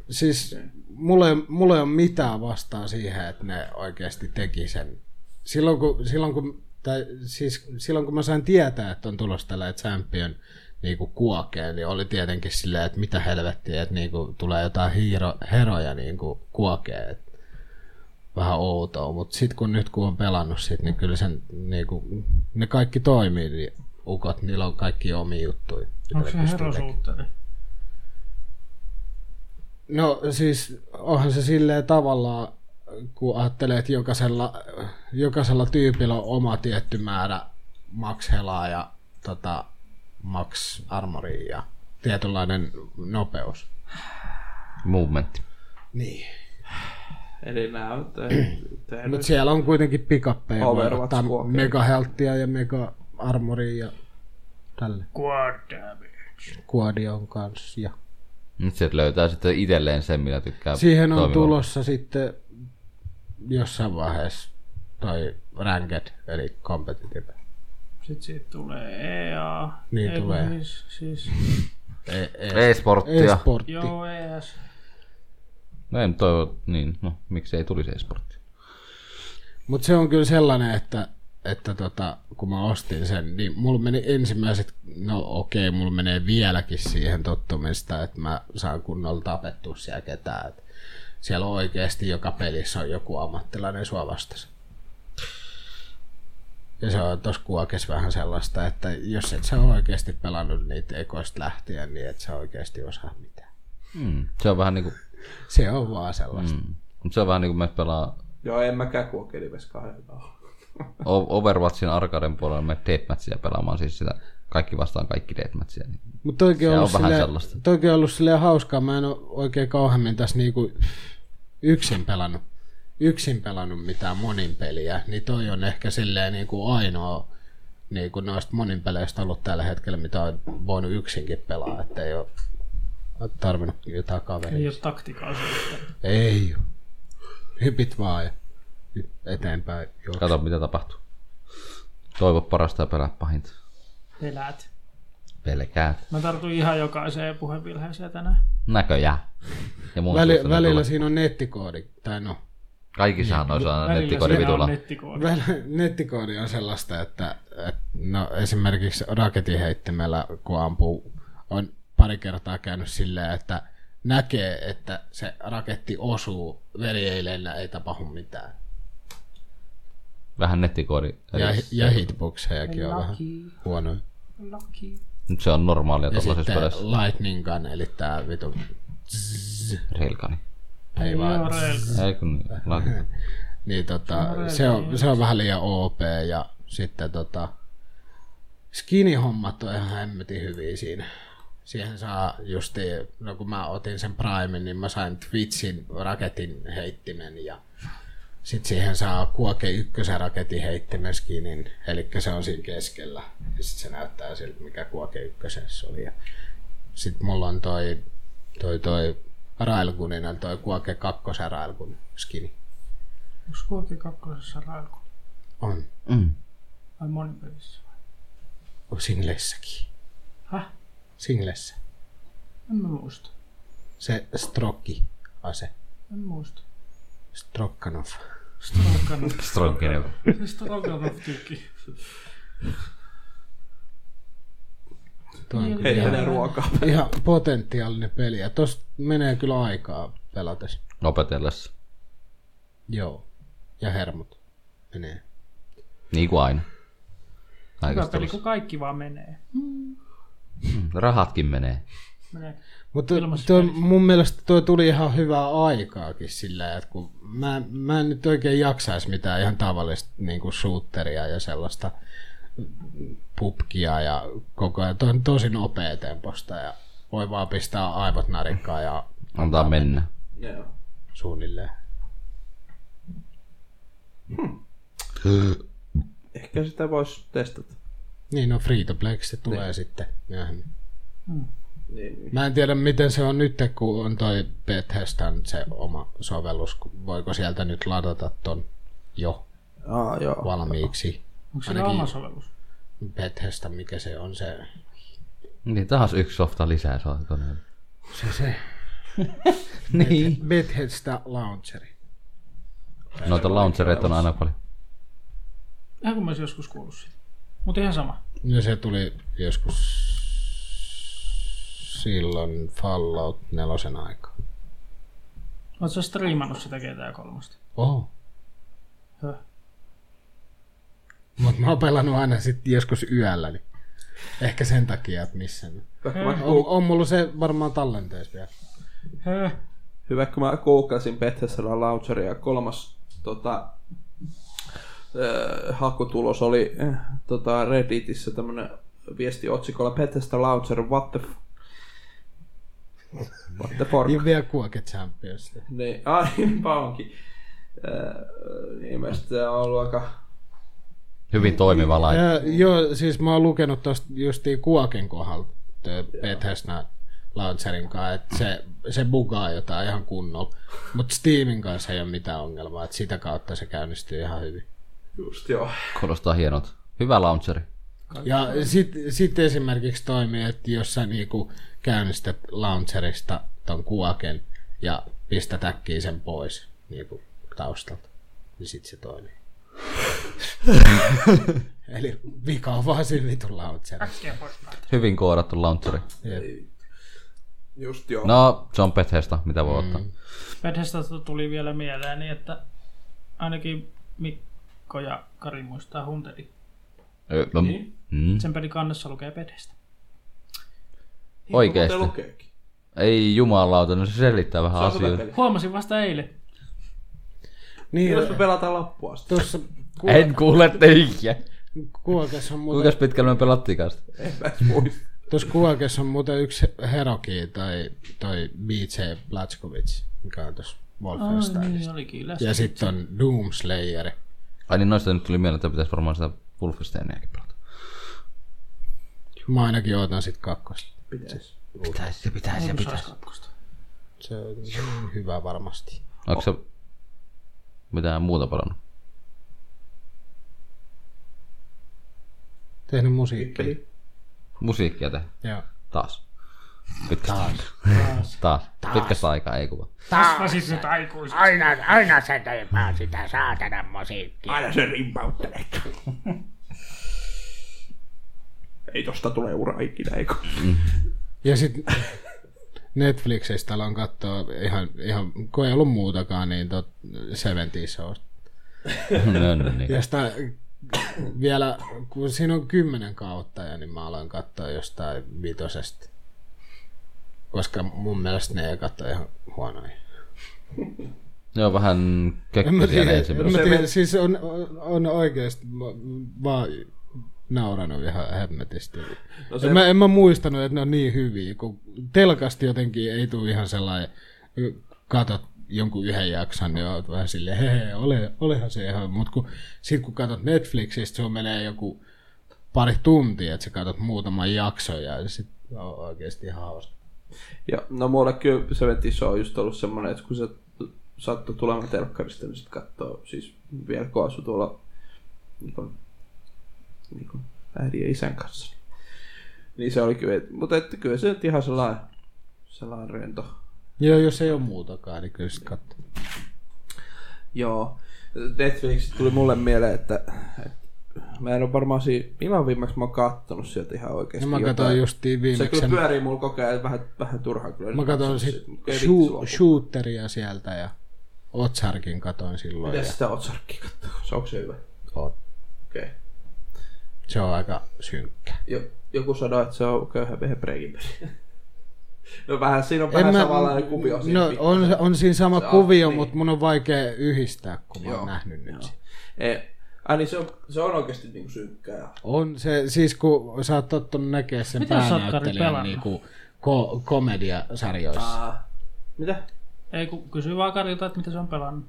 [SPEAKER 5] Siis mulle, mulle on mitään vastaa siihen, että ne oikeasti teki sen. Silloin kun, silloin kun, tai siis silloin kun mä sain tietää, että on tulossa tällä Champion niin kuin kuokeen, niin oli tietenkin silleen, että mitä helvettiä, että niin kuin tulee jotain hiiro, heroja niin kuin kuokeen. että Vähän outoa, mutta sitten kun nyt kun on pelannut sit, niin kyllä sen, niin kuin, ne kaikki toimii, niin ukot, niillä on kaikki omi juttuja. mitä
[SPEAKER 4] Onko
[SPEAKER 5] ne
[SPEAKER 4] se
[SPEAKER 5] pystyy tekemään.
[SPEAKER 4] herosuutteri?
[SPEAKER 5] No siis onhan se silleen tavallaan, kun ajattelee, että jokaisella, jokaisella tyypillä on oma tietty määrä max helaa ja tota, max armoria ja tietynlainen nopeus.
[SPEAKER 2] Movementti.
[SPEAKER 5] Niin.
[SPEAKER 3] Eli nää on
[SPEAKER 5] Mutta
[SPEAKER 3] tehnyt.
[SPEAKER 5] siellä on kuitenkin pikappeja, voi
[SPEAKER 3] Overwatch
[SPEAKER 5] ottaa
[SPEAKER 3] huokee.
[SPEAKER 5] mega healthia ja mega armoria ja tälle.
[SPEAKER 4] Quad damage.
[SPEAKER 5] Kuodion kanssa ja
[SPEAKER 2] Nyt se löytää sitten itselleen sen, millä tykkää
[SPEAKER 5] Siihen on
[SPEAKER 2] toimivan.
[SPEAKER 5] tulossa sitten jossain vaiheessa toi ranked, eli competitive.
[SPEAKER 4] Sitten siitä tulee EA.
[SPEAKER 5] Niin
[SPEAKER 4] Ei, kun
[SPEAKER 5] tulee.
[SPEAKER 4] Siis, siis,
[SPEAKER 5] Ei, ei,
[SPEAKER 2] E-sporttia.
[SPEAKER 5] e-sportti.
[SPEAKER 4] joo, E ES.
[SPEAKER 2] No ei, toivo, niin, no, miksi ei tulisi e-sporttia?
[SPEAKER 5] Mutta se on kyllä sellainen, että, että tota, kun mä ostin sen, niin mulla meni ensimmäiset, no okei, okay, mulla menee vieläkin siihen tottumista, että mä saan kunnolla tapettua siellä ketään. Et siellä on oikeasti joka pelissä on joku ammattilainen sua vastassa. Ja se on tossa kuokes vähän sellaista, että jos et sä ole oikeasti pelannut niitä ekoista lähtien, niin et sä oikeasti osaa mitään.
[SPEAKER 2] Mm. Se on vähän niinku...
[SPEAKER 5] Se on vaan sellaista.
[SPEAKER 2] Mm. Mut se on vähän niinku me pelaa
[SPEAKER 3] Joo, en mäkään kuokelives kahdella ole.
[SPEAKER 2] O- Overwatchin arcaden puolella me deathmatchia pelaamaan, siis sitä kaikki vastaan kaikki deathmatchia. Niin.
[SPEAKER 5] Mutta toikin
[SPEAKER 2] Se
[SPEAKER 5] on,
[SPEAKER 2] on
[SPEAKER 5] ollut
[SPEAKER 2] vähän
[SPEAKER 5] silleen,
[SPEAKER 2] sellaista.
[SPEAKER 5] toikin on ollut silleen hauskaa. Mä en ole oikein kauheammin tässä niinku yksin pelannut, yksin pelannut mitään monin peliä. Niin toi on ehkä silleen niinku ainoa niinku noista monin peleistä ollut tällä hetkellä, mitä on voinut yksinkin pelaa. Että ei ole tarvinnut jotain
[SPEAKER 4] Ei
[SPEAKER 5] kaveria.
[SPEAKER 4] ole taktikaa siitä.
[SPEAKER 5] Ei oo. Hypit vaan ja eteenpäin. juokse.
[SPEAKER 2] Kato mitä tapahtuu. Toivo parasta ja pelää pahinta.
[SPEAKER 4] Pelät.
[SPEAKER 2] Pelkäät.
[SPEAKER 4] Mä tartuin ihan jokaiseen puhevilheeseen tänään.
[SPEAKER 2] Näköjään. Ja muun
[SPEAKER 5] Väli,
[SPEAKER 2] suosta ne
[SPEAKER 5] välillä
[SPEAKER 2] tulee.
[SPEAKER 5] siinä on nettikoodi, tai no,
[SPEAKER 2] Kaikissahan noissa on aina
[SPEAKER 4] Välillä
[SPEAKER 2] nettikoodi
[SPEAKER 4] siinä on
[SPEAKER 2] vitulla.
[SPEAKER 4] nettikoodi.
[SPEAKER 5] Väl- Nettikoodi on sellaista, että, että no, esimerkiksi raketinheittimellä, kun ampuu, on pari kertaa käynyt silleen, että näkee, että se raketti osuu veljeileillä, ei tapahdu mitään.
[SPEAKER 2] Vähän nettikoodi.
[SPEAKER 5] Ja,
[SPEAKER 2] Eli se-
[SPEAKER 5] ja hitboxejakin on vähän huonoja.
[SPEAKER 4] Lucky.
[SPEAKER 2] Nyt se on normaalia
[SPEAKER 5] Ja
[SPEAKER 2] tuollaisessa
[SPEAKER 5] sitten
[SPEAKER 2] peleissä.
[SPEAKER 5] lightning gun, eli tää vitu... zzz,
[SPEAKER 2] Railguni.
[SPEAKER 5] Ei vaan...
[SPEAKER 4] Joo, reilka.
[SPEAKER 2] niin- Ei kun niin. Laki-
[SPEAKER 5] Niin tota, se on, se on vähän liian OP ja sitten tota, skinny-hommat on ihan hemmetin hyviä siinä. Siihen saa justi, no kun mä otin sen Primen, niin mä sain Twitchin raketin heittimen ja sitten siihen saa Kuoke ykkösen raketin heittimen skinin, eli se on siinä keskellä. Ja sitten se näyttää siltä, mikä Kuoke ykkösessä oli. Ja sitten mulla on toi, toi, toi Railgunin, on toi Kuoke kakkosen Railgun skini.
[SPEAKER 4] Onks Kuoki kakkosessa raiku?
[SPEAKER 5] On.
[SPEAKER 2] Mm.
[SPEAKER 4] Vai monipelissä?
[SPEAKER 5] On singlessäkin.
[SPEAKER 4] Häh?
[SPEAKER 5] Singlessä.
[SPEAKER 4] En mä muista.
[SPEAKER 5] Se strokki ase.
[SPEAKER 4] En muista.
[SPEAKER 5] Strokkanov.
[SPEAKER 4] Stroganov.
[SPEAKER 2] Strongenev.
[SPEAKER 4] Se Stroganov tykki.
[SPEAKER 5] Tuo on
[SPEAKER 3] Ei
[SPEAKER 5] kyllä ihan,
[SPEAKER 3] enää ruokaa.
[SPEAKER 5] ihan potentiaalinen peli. Ja tossa menee kyllä aikaa pelates.
[SPEAKER 2] Opetellessa.
[SPEAKER 5] Joo. Ja hermot menee.
[SPEAKER 2] Niin kuin aina.
[SPEAKER 4] Hyvä
[SPEAKER 2] Kaikessa
[SPEAKER 4] peli,
[SPEAKER 2] pelissä.
[SPEAKER 4] kun kaikki vaan menee.
[SPEAKER 2] Rahatkin menee.
[SPEAKER 4] Menee.
[SPEAKER 5] Mutta
[SPEAKER 4] Ilmaisessa
[SPEAKER 5] tuo,
[SPEAKER 4] pelissä.
[SPEAKER 5] mun mielestä tuo tuli ihan hyvää aikaakin sillä, että kun mä, mä en nyt oikein jaksaisi mitään ihan tavallista niin kuin shooteria ja sellaista pupkia ja koko ajan. Tuo on tosi nopea temposta ja voi vaan pistää aivot narikkaa ja
[SPEAKER 2] Antaa mennä.
[SPEAKER 3] Joo.
[SPEAKER 5] suunnilleen.
[SPEAKER 3] Ehkä sitä voisi testata.
[SPEAKER 5] Niin, no free to play se tulee sitten myöhemmin.
[SPEAKER 3] Niin.
[SPEAKER 5] Mä en tiedä, miten se on nyt, kun on toi Bethesdan se oma sovellus. kun- Voiko sieltä nyt ladata ton jo
[SPEAKER 3] Aa, joo.
[SPEAKER 5] valmiiksi?
[SPEAKER 4] Onko sillä
[SPEAKER 5] Ainakin-
[SPEAKER 4] oma sovellus?
[SPEAKER 5] Bethesda, mikä se on se...
[SPEAKER 2] Niin taas yksi softa lisää saa koneelle.
[SPEAKER 5] Se se.
[SPEAKER 2] Niin.
[SPEAKER 5] Bethesda Launcheri.
[SPEAKER 2] Noita launchereita on aina paljon.
[SPEAKER 4] Ihan kun mä olisin joskus kuullut siitä. Mut ihan sama.
[SPEAKER 5] No se tuli joskus silloin Fallout nelosen aika.
[SPEAKER 4] Oot sä striimannut sitä GTA 3?
[SPEAKER 5] Oho.
[SPEAKER 4] Höh.
[SPEAKER 5] Mut mä oon pelannut aina sitten joskus yöllä, niin ehkä sen takia, että missä. ne-
[SPEAKER 3] Hyvä, kun mä,
[SPEAKER 5] On,
[SPEAKER 3] ku-
[SPEAKER 5] on mulla se varmaan tallenteessa vielä.
[SPEAKER 4] Höh.
[SPEAKER 3] hyvä, kun mä googlasin Bethesda Launcheria. Kolmas tota, äh, hakutulos oli äh, tota Redditissä tämmönen viesti otsikolla Bethesda Launcher, what the f- What the fork?
[SPEAKER 5] Ja vielä Kuoke Champions.
[SPEAKER 3] Niin, ai, niinpä onkin. Äh, niin, mä sitä on ollut aika...
[SPEAKER 2] Hyvin toimiva laite.
[SPEAKER 5] Ja, joo, siis mä oon lukenut tuosta justiin Kuoken kohdalta ö, Bethesda Launcherin kanssa, että se, se bugaa jotain ihan kunnolla. Mutta Steamin kanssa ei ole mitään ongelmaa, että sitä kautta se käynnistyy ihan hyvin.
[SPEAKER 3] Just joo.
[SPEAKER 2] Kuulostaa hienolta. Hyvä launcheri.
[SPEAKER 5] Ja sitten sit esimerkiksi toimii, että jos sä niinku käynnistät launcherista ton Kuoken ja pistät äkkiä sen pois niinku taustalta, niin sit se toimii. Eli vika on vaan siinä vitun launcherissa.
[SPEAKER 4] Äkkiä pois päältä.
[SPEAKER 2] Hyvin koodattu launcheri.
[SPEAKER 5] Jep.
[SPEAKER 3] Just joo.
[SPEAKER 2] No, se on Bethesda, mitä voi ottaa.
[SPEAKER 5] Mm.
[SPEAKER 4] Bethesdasta tuli vielä mieleeni, että ainakin Mikko ja Kari muistaa Hunteri.
[SPEAKER 2] Ö, no, mm.
[SPEAKER 4] Sen pelin kannessa lukee Bethesda.
[SPEAKER 2] Oikeesti.
[SPEAKER 3] Mutta lukeekin.
[SPEAKER 2] Ei jumalauta, no se selittää vähän
[SPEAKER 3] Saanko
[SPEAKER 2] asioita.
[SPEAKER 3] tätä peliä?
[SPEAKER 4] Huomasin vasta eilen.
[SPEAKER 5] Niin,
[SPEAKER 3] Jos me pelataan loppuun asti.
[SPEAKER 5] tuossa ku,
[SPEAKER 2] En kuule teijä.
[SPEAKER 5] kuokessa on muuten,
[SPEAKER 2] Kuinka pitkälle me pelattiin kanssa?
[SPEAKER 3] Ei pääs muista.
[SPEAKER 5] tuossa kuokessa on muuten yksi Heroki tai toi BJ Blazkowicz, mikä on tuossa
[SPEAKER 4] Ai,
[SPEAKER 5] Wolfensteinista.
[SPEAKER 4] niin olikin läsnä.
[SPEAKER 5] Ja sitten on Doomslayer.
[SPEAKER 2] Ai niin noista nyt tuli mieleen, että pitäisi varmaan sitä Wolfensteiniäkin pelata.
[SPEAKER 5] Mä ainakin ootan sit kakkosta.
[SPEAKER 3] Pitäis.
[SPEAKER 2] Pitäisi, se pitäisi, se pitäisi.
[SPEAKER 5] Se on hyvä varmasti.
[SPEAKER 2] Onko se mitään muuta pelannut?
[SPEAKER 5] Tehnyt musiikkia.
[SPEAKER 3] Peli.
[SPEAKER 2] Musiikkia tehdä.
[SPEAKER 5] Joo.
[SPEAKER 2] Taas. Pitkästä Taas. Taas. Taas. Pitkästä aikaa, ei kuva.
[SPEAKER 4] Kasvasit nyt aikuisen.
[SPEAKER 6] Aina, aina sä teipää sitä saatanan musiikkia.
[SPEAKER 3] Aina se rimpauttelee. Ei tosta tule ura ikinä, eikö?
[SPEAKER 5] Ja sitten Netflixistä on katsoa ihan, ihan, kun ei ollut muutakaan, niin tot, 70 Shows.
[SPEAKER 2] no, no, niin.
[SPEAKER 5] Ja sitä vielä, kun siinä on kymmenen kautta, ja niin mä aloin katsoa jostain vitosesta. Koska mun mielestä ne ei katso ihan huonoja.
[SPEAKER 2] Ne on vähän
[SPEAKER 5] En mä
[SPEAKER 2] kökkösiä
[SPEAKER 5] tiedä,
[SPEAKER 2] ne
[SPEAKER 5] en
[SPEAKER 2] ensimmäiset.
[SPEAKER 5] mä tiedä, siis on, on oikeasti mä- vaan nauranut ihan hemmetisti. No
[SPEAKER 3] se-
[SPEAKER 5] en, mä, en mä muistanut, että ne on niin hyviä, kun telkasti jotenkin ei tule ihan sellainen, katot jonkun yhden jakson, niin oot vähän silleen, hei, ole, olehan se ihan, mutta kun, sit kun katot Netflixistä, sun menee joku pari tuntia, että sä katot muutaman jakson ja sit on oikeasti ihan hauska.
[SPEAKER 3] Ja no mulle kyllä se vetissä on just ollut semmoinen, että kun se sattui tulemaan telkkarista, niin sitten katsoo siis vielä kun asui tuolla niin kuin, niin kuin äidin ja isän kanssa. Niin se oli kyllä, et- mutta että kyllä se nyt ihan sellainen, sellainen rento.
[SPEAKER 5] Joo, jos ei ole muutakaan, niin kyllä sit katsoo.
[SPEAKER 3] Joo. Netflix tuli mulle mieleen, että, että mä en ole varmaan siinä, milloin viimeksi mä oon kattonut sieltä ihan
[SPEAKER 5] No
[SPEAKER 3] oikeasti
[SPEAKER 5] mä
[SPEAKER 3] jotain.
[SPEAKER 5] katsoin justiin
[SPEAKER 3] Se
[SPEAKER 5] viimeksi
[SPEAKER 3] kyllä
[SPEAKER 5] sen
[SPEAKER 3] pyörii mulla koko ajan vähän, vähän turhaa kyllä.
[SPEAKER 5] Mä katsoin sit
[SPEAKER 3] Ei vitsi
[SPEAKER 5] shoo-
[SPEAKER 3] loppu.
[SPEAKER 5] shooteria sieltä ja Otsarkin katoin silloin. Ja
[SPEAKER 3] Mitäs sitä Otsarkkia katsoo? Se onko se hyvä?
[SPEAKER 5] on.
[SPEAKER 3] Okei. Okay.
[SPEAKER 5] Se on aika synkkä.
[SPEAKER 3] Jo, joku sanoi, että se on köyhämpi hebreikin peli. No vähän, siinä on vähän
[SPEAKER 5] En mä-
[SPEAKER 3] samanlainen kuvio. siinä
[SPEAKER 5] no,
[SPEAKER 3] pikku-
[SPEAKER 5] on, on siinä sama
[SPEAKER 3] Se on,
[SPEAKER 5] kuvio,
[SPEAKER 3] niin.
[SPEAKER 5] mutta mun on vaikea yhdistää, kun mä
[SPEAKER 3] Joo.
[SPEAKER 5] oon nähnyt nyt
[SPEAKER 3] Joo.
[SPEAKER 5] sen.
[SPEAKER 3] Ei, ai niin se on, se on oikeasti niinku synkkää. ja-
[SPEAKER 5] On se, siis kun sä oot tottunut näkemään sen
[SPEAKER 4] Mitä sä oot, Kari,
[SPEAKER 5] päänäyttelijän
[SPEAKER 4] pelannut?
[SPEAKER 5] niinku, ko- komediasarjoissa.
[SPEAKER 3] Aa, mitä?
[SPEAKER 4] Ei kun kysy vaan Karilta, että mitä se on pelannut.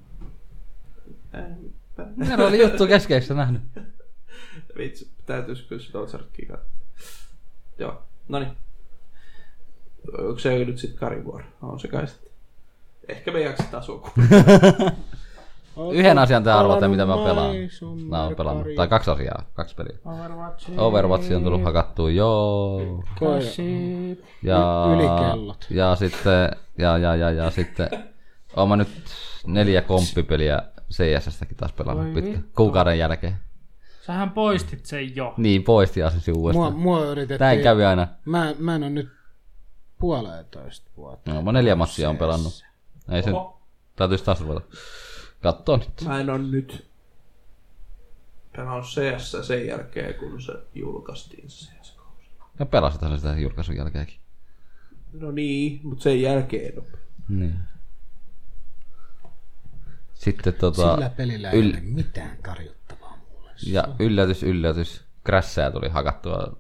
[SPEAKER 2] Ne oli juttu keskeistä nähnyt.
[SPEAKER 3] Vitsi, täytyisi kyllä sitä Otsarkkia katsoa. Joo, no niin. Onko se nyt sitten Karivuoro? On se kai sitten. Ehkä me jaksetaan sua kuulla.
[SPEAKER 2] Yhden asian tää arvata, mitä mä
[SPEAKER 5] Palannut
[SPEAKER 2] pelaan.
[SPEAKER 5] maisun
[SPEAKER 2] Mä oon pelannut.
[SPEAKER 5] merkari.
[SPEAKER 2] Tai kaksi asiaa, kaksi peliä.
[SPEAKER 4] Overwatch.
[SPEAKER 2] Overwatch on tullut hakattua, joo.
[SPEAKER 4] Oh, Overwatch.
[SPEAKER 2] Ja,
[SPEAKER 5] Y- ylikellot.
[SPEAKER 2] Ja sitten, ja, ja, ja, ja sitten, oon mä nyt neljä komppipeliä CSstäkin taas pelannut
[SPEAKER 4] Voi
[SPEAKER 2] pitkä.
[SPEAKER 4] vittu.
[SPEAKER 2] Kuukauden jälkeen.
[SPEAKER 4] Sähän poistit sen jo.
[SPEAKER 2] Niin, poisti asensi
[SPEAKER 5] Mua,
[SPEAKER 2] uudestaan.
[SPEAKER 5] mua
[SPEAKER 2] Tää
[SPEAKER 5] yritettiin.
[SPEAKER 2] kävi aina.
[SPEAKER 5] Mä, mä en ole nyt puoleentoista vuotta.
[SPEAKER 2] No, mä neljä matsia on pelannut. Ei se, täytyisi taas ruveta. Kattoo nyt.
[SPEAKER 3] Mä en on nyt pelannut CS sen jälkeen, kun se julkaistiin CS.
[SPEAKER 2] Ja pelasithan sitä julkaisun jälkeenkin.
[SPEAKER 3] No niin, mutta sen jälkeen on.
[SPEAKER 2] Niin. Sitten tota,
[SPEAKER 5] Sillä pelillä ei
[SPEAKER 2] yl-
[SPEAKER 5] ole mitään tarjottavaa mulle.
[SPEAKER 2] ja yllätys, yllätys, Crashää tuli hakattua.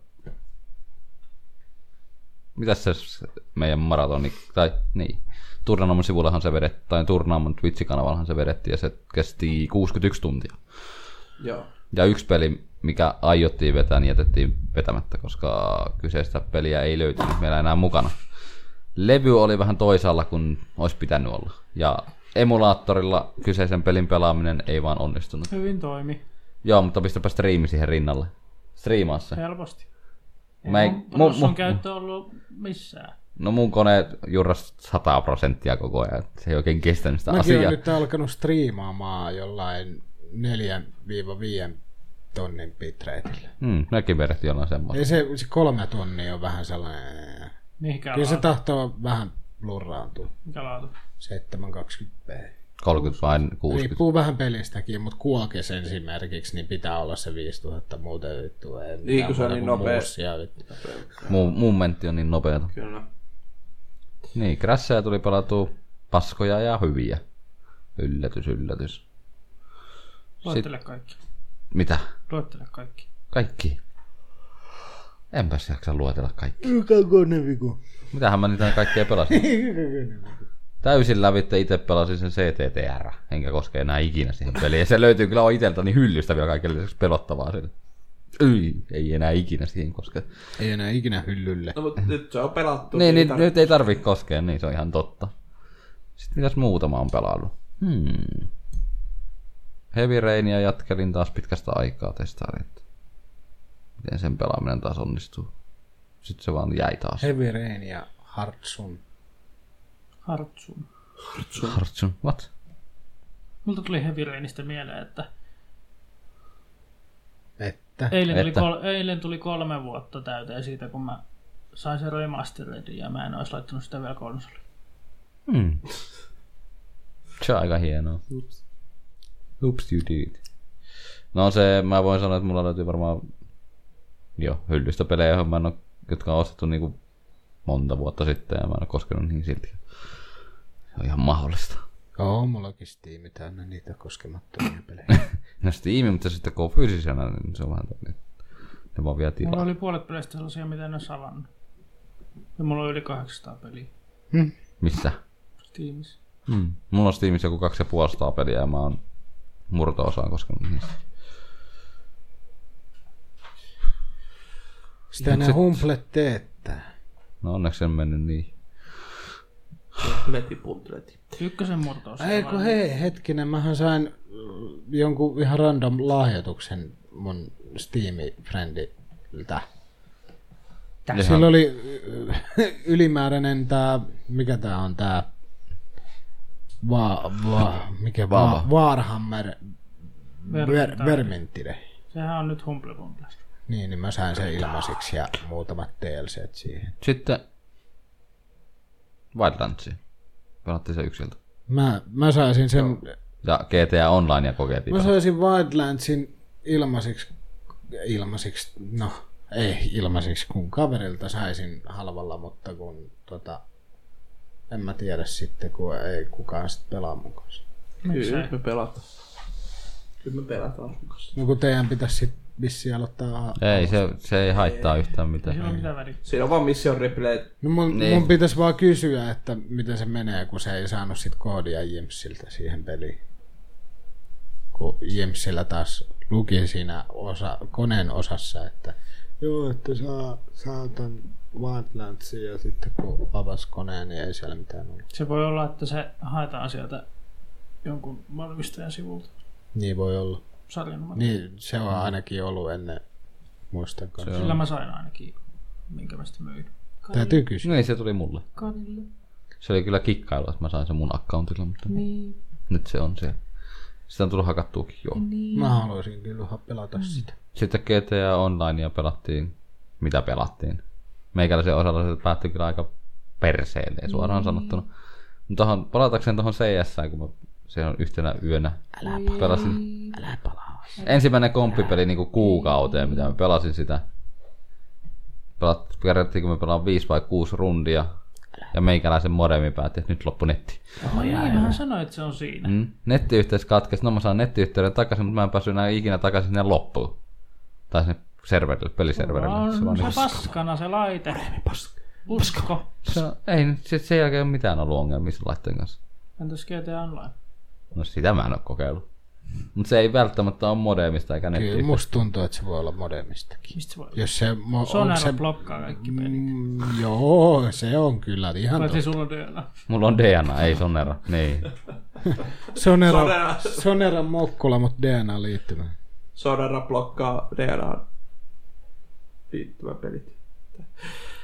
[SPEAKER 2] Mitäs se s- meidän maratoni, tai niin, Turnaamon sivullahan se vedettiin, tai Turnaamon Twitch-kanavallahan se vedettiin, ja se kesti 61 tuntia.
[SPEAKER 3] Joo.
[SPEAKER 2] Ja yksi peli, mikä aiottiin vetää, niin jätettiin vetämättä, koska kyseistä peliä ei löytynyt meillä enää mukana. Levy oli vähän toisaalla kuin olisi pitänyt olla. Ja emulaattorilla kyseisen pelin pelaaminen ei vaan onnistunut.
[SPEAKER 4] Hyvin toimi.
[SPEAKER 2] Joo, mutta pistäpä striimi siihen rinnalle. Striimaa se.
[SPEAKER 4] Helposti.
[SPEAKER 2] Mä ei- mu-
[SPEAKER 4] Mun,
[SPEAKER 2] mu-
[SPEAKER 4] on käyttö ollut missään.
[SPEAKER 2] No mun kone jurras 100 prosenttia koko ajan. Se ei oikein kestänyt sitä
[SPEAKER 5] Mäkin
[SPEAKER 2] asiaa.
[SPEAKER 5] olen nyt alkanut striimaamaan jollain 4-5 tonnin bitreitillä.
[SPEAKER 2] Hmm, mäkin perehti jollain semmoista.
[SPEAKER 5] Ei se, se kolme tonnia on vähän sellainen...
[SPEAKER 4] Mikä
[SPEAKER 5] Kyllä se
[SPEAKER 4] laatu?
[SPEAKER 5] tahtoo vähän blurraantua.
[SPEAKER 4] Mikä laatu?
[SPEAKER 5] 720p.
[SPEAKER 2] 30 vai 60.
[SPEAKER 5] Riippuu vähän pelistäkin, mutta kuokes esimerkiksi, niin pitää olla se 5000 muuten vittu. Ei mitään
[SPEAKER 3] kun se on
[SPEAKER 5] muuta
[SPEAKER 3] niin
[SPEAKER 5] kuin
[SPEAKER 3] nopea.
[SPEAKER 5] muussia, vittu.
[SPEAKER 2] Mun, mun mentti on niin nopeeta.
[SPEAKER 3] Kyllä.
[SPEAKER 2] Niin, Crashia tuli pelattua paskoja ja hyviä. Yllätys, yllätys.
[SPEAKER 4] Luettele kaikki.
[SPEAKER 2] Mitä?
[SPEAKER 4] Luettele kaikki.
[SPEAKER 2] Kaikki? Enpäs jaksa luetella kaikki.
[SPEAKER 5] Ykäkonen viku.
[SPEAKER 2] Mitähän mä niitä kaikkea pelasin? Täysin lävitte itse pelasin sen CTTR, enkä koske enää ikinä siihen peliin. Ja se löytyy kyllä iteltäni hyllystä vielä kaiken lisäksi pelottavaa sille. Ei, ei enää ikinä siihen koske.
[SPEAKER 5] Ei enää ikinä hyllylle.
[SPEAKER 3] No, mutta nyt se on pelattu.
[SPEAKER 2] Niin, niin
[SPEAKER 3] tarvitse-
[SPEAKER 2] nyt ei tarvi koskea, niin se on ihan totta. Sitten mitäs muuta mä oon pelannut? Hmm. Heavy Rainia jatkelin taas pitkästä aikaa testailin. että Miten sen pelaaminen taas onnistuu. Sitten se vaan jäi taas.
[SPEAKER 5] Heavy Rain ja Hartsun.
[SPEAKER 4] Hartsun.
[SPEAKER 2] Hartsun, what?
[SPEAKER 4] Multa tuli Heavy Rainista mieleen, että
[SPEAKER 5] Että.
[SPEAKER 4] eilen tuli,
[SPEAKER 2] Että?
[SPEAKER 4] kol- eilen tuli kolme vuotta täyteen siitä, kun mä sain sen remasteredin ja mä en olisi laittanut sitä vielä konsoliin.
[SPEAKER 2] Hmm. Se on aika hienoa. Oops, you did it. No se, mä voin sanoa, että mulla löytyy varmaan jo hyllystä pelejä, joihin mä en oo, jotka on ostettu niinku monta vuotta sitten ja mä en oo koskenut niihin silti. Se on ihan mahdollista.
[SPEAKER 5] Joo, mullakin Steam täynnä niitä koskemattomia pelejä.
[SPEAKER 2] No Steam, mutta sitten kun on fyysisenä, niin se on vähän tämmöinen. Ne vaan vie tilaa.
[SPEAKER 4] Mulla oli puolet peleistä sellaisia, mitä en ole avannut. Ja mulla on yli 800 peliä
[SPEAKER 2] Missä?
[SPEAKER 4] Steamissa. Hmm.
[SPEAKER 2] Mm. Mulla on Steamissa joku 2500 peliä ja mä oon murto-osaan koskenut niistä.
[SPEAKER 5] Sitä ne humplet teettää.
[SPEAKER 2] No onneksi se on mennyt niin.
[SPEAKER 3] Leti puntleti.
[SPEAKER 4] Ykkösen murto
[SPEAKER 5] Ei kun hei, hetkinen, mähän sain äh, jonkun ihan random lahjoituksen mun Steam-friendiltä.
[SPEAKER 2] Jaha.
[SPEAKER 5] Sillä oli äh, ylimääräinen tää, mikä tää on tää, va, va, mikä va,
[SPEAKER 2] Vaava.
[SPEAKER 5] Warhammer Ver,
[SPEAKER 4] Vermintäri.
[SPEAKER 5] Vermintide.
[SPEAKER 4] Sehän on nyt Humble Bundle.
[SPEAKER 5] Niin, niin mä sain sen ilmaiseksi ja muutamat DLCt siihen.
[SPEAKER 2] Sitten Wildlandsia. Pelattiin se yksiltä.
[SPEAKER 5] Mä, mä saisin sen...
[SPEAKER 2] Ja GTA Onlinea kokeiltiin.
[SPEAKER 5] Mä saisin Wildlandsin ilmaiseksi, ilmaiseksi, no ei ilmaiseksi, kun kaverilta saisin halvalla, mutta kun tota, en mä tiedä sitten, kun ei kukaan sit pelaa mukaan.
[SPEAKER 4] Miksei?
[SPEAKER 3] Kyllä me pelataan. Kyllä me pelataan.
[SPEAKER 5] No kun teidän pitäisi sit vissiin aloittaa...
[SPEAKER 2] Ei, se, se ei haittaa yhtään
[SPEAKER 4] Ei sillä ole
[SPEAKER 2] mitään.
[SPEAKER 4] mitään väliä.
[SPEAKER 3] Siinä on vaan mission replay.
[SPEAKER 5] No mun,
[SPEAKER 2] Niin.
[SPEAKER 5] niin. mun pitäisi vaan kysyä, että miten se menee, kun se ei saanut sit koodia Jimsiltä siihen peliin. Kun Jimsillä taas luki siinä osa, koneen osassa, että joo, että saa, saa ton Wildlandsin ja sitten kun avasi koneen, niin ei siellä mitään ollut.
[SPEAKER 4] Se voi olla, että se haetaan sieltä jonkun valmistajan sivulta.
[SPEAKER 5] Niin voi olla.
[SPEAKER 4] Sarjan niin.
[SPEAKER 5] Niin, se on ainakin ollut ennen muistan kanssa.
[SPEAKER 4] Sillä mä sain ainakin, minkä mä sitten myin.
[SPEAKER 5] Täytyy kysyä.
[SPEAKER 2] No ei, se tuli mulle.
[SPEAKER 4] Kanille.
[SPEAKER 2] Se oli kyllä kikkailu, että mä sain sen mun accountilla, mutta
[SPEAKER 4] Niin.
[SPEAKER 2] nyt se on se. Sitä on tullut hakattuukin, joo.
[SPEAKER 5] Mä haluaisin kyllä ha- pelata sitä.
[SPEAKER 2] Sitten GTA Onlinea pelattiin. Mitä pelattiin? Meikäläisen osalla se päättyi kyllä aika perseelleen suoraan sanottuna. Mutta Tohon, palatakseni tuohon CS, kun mä se on yhtenä yönä Älä pelasin. Älä palaa. Ensimmäinen komppipeli niin kuukauteen, mitä mä pelasin sitä. Pelat, kerrottiin, kun mä pelaan 5 vai 6 rundia. Ja meikäläisen modemi päätti, että nyt loppu netti.
[SPEAKER 4] No niin, mähän sanoin, että se on siinä.
[SPEAKER 2] Mm. Nettiyhteys katkesi, no mä saan nettiyhteyden takaisin, mutta mä en päässyt enää ikinä takaisin sinne loppuun. Tai sinne serverille, peliserverille.
[SPEAKER 4] On
[SPEAKER 2] se vaan
[SPEAKER 4] se
[SPEAKER 2] niinku-
[SPEAKER 4] paskana se laite. Usko.
[SPEAKER 2] se, on- ei, nyt se, sen jälkeen ei ole mitään ollut ongelmia sen laitteen kanssa.
[SPEAKER 4] Entäs GTA Online?
[SPEAKER 2] No sitä mä en ole kokeillut. Mutta se ei välttämättä ole modemista eikä
[SPEAKER 5] Kyllä
[SPEAKER 2] nettiyhteyttä.
[SPEAKER 5] musta tuntuu, että se voi olla modemistakin.
[SPEAKER 4] Mistä se voi olla?
[SPEAKER 5] Jos se, mo-
[SPEAKER 4] Se on
[SPEAKER 5] onko se
[SPEAKER 4] aina blokkaa kaikki pelit.
[SPEAKER 5] Mm, joo, se on kyllä ihan totta.
[SPEAKER 4] Paitsi sulla on DLA.
[SPEAKER 2] Mulla on DNA, ei Sonera. Niin.
[SPEAKER 5] Sonera,
[SPEAKER 3] Sonera.
[SPEAKER 5] Sonera Mokkula, mutta DNA liittymä.
[SPEAKER 3] Sodara blokkaa DNAn liittymäpelit.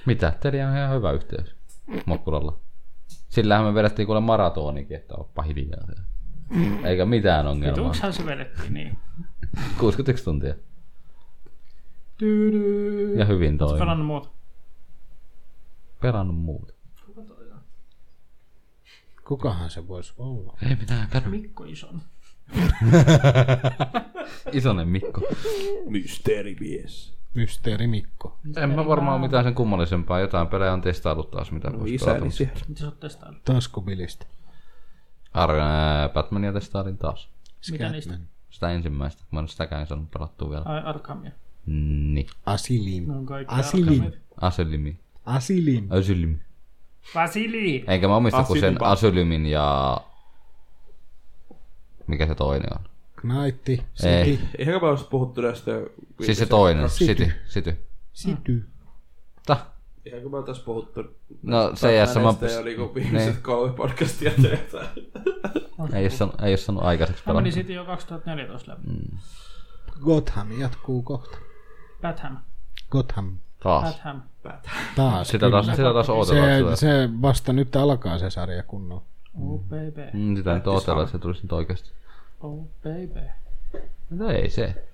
[SPEAKER 2] Mitä? Teillä on ihan hyvä yhteys. Mokkulalla. Sillähän me vedettiin kuule maratonikin, että oppa hiljaa. Eikä mitään ongelmaa.
[SPEAKER 4] Tuukshan se vedettiin niin.
[SPEAKER 2] 61 tuntia.
[SPEAKER 4] Tyydy.
[SPEAKER 2] Ja hyvin toimii.
[SPEAKER 4] Pelannut muuta.
[SPEAKER 2] Pelannut muuta.
[SPEAKER 5] Kukahan se voisi olla?
[SPEAKER 2] Ei mitään, kadu.
[SPEAKER 4] Mikko Ison.
[SPEAKER 2] Isonen Mikko.
[SPEAKER 3] Mysteerimies.
[SPEAKER 5] Mysteeri Mikko.
[SPEAKER 2] En mä varmaan ole mitään sen kummallisempaa. Jotain pelejä on testaillut taas, mitä
[SPEAKER 3] No,
[SPEAKER 2] voisi pelata.
[SPEAKER 3] isäni siellä.
[SPEAKER 4] Mitä sä oot testaillut?
[SPEAKER 5] Taskubilistä.
[SPEAKER 2] Ar- ää, Batmania testailin taas.
[SPEAKER 4] Mitä niistä?
[SPEAKER 2] Sitä ensimmäistä. Mä en ole sitäkään saanut pelattua vielä.
[SPEAKER 4] Ai Arkhamia.
[SPEAKER 2] Niin.
[SPEAKER 5] Asilim.
[SPEAKER 4] Ne on kaikki
[SPEAKER 5] Asylum.
[SPEAKER 4] Arkhamit.
[SPEAKER 2] Asylimi.
[SPEAKER 5] Asilim.
[SPEAKER 2] Asylimi.
[SPEAKER 4] Vasili!
[SPEAKER 2] Enkä mä omista kuin sen
[SPEAKER 3] Asylipa.
[SPEAKER 2] Asylymin ja... Mikä se toinen on?
[SPEAKER 5] Knaitti.
[SPEAKER 2] Ei.
[SPEAKER 5] Siti.
[SPEAKER 3] Eihän mä olisi puhuttu näistä...
[SPEAKER 2] Siis se toinen.
[SPEAKER 5] City.
[SPEAKER 2] City. City.
[SPEAKER 5] Sity.
[SPEAKER 2] Ta.
[SPEAKER 3] Eihän mä tässä puhuttu...
[SPEAKER 2] No se ei
[SPEAKER 3] näistä
[SPEAKER 2] sama...
[SPEAKER 3] Ja niinku viimeiset
[SPEAKER 2] Niin.
[SPEAKER 3] kolme podcastia tehdään.
[SPEAKER 2] Ei ole saanut, ei ole saanut aikaiseksi
[SPEAKER 5] No,
[SPEAKER 4] Mä meni
[SPEAKER 2] pelata.
[SPEAKER 4] siitä jo 2014 läpi.
[SPEAKER 5] Mm. Gotham jatkuu kohta.
[SPEAKER 4] Batham.
[SPEAKER 5] Gotham.
[SPEAKER 2] Taas.
[SPEAKER 4] Batham.
[SPEAKER 5] Mm. Taas.
[SPEAKER 2] Sitä taas, sitä taas odotellaan.
[SPEAKER 5] se,
[SPEAKER 2] sitä.
[SPEAKER 5] se vasta nyt alkaa se sarja kunnolla.
[SPEAKER 4] Oh baby.
[SPEAKER 2] Mm, sitä nyt odotellaan, että se tulisi nyt oikeasti.
[SPEAKER 4] Oh baby.
[SPEAKER 2] No ei se.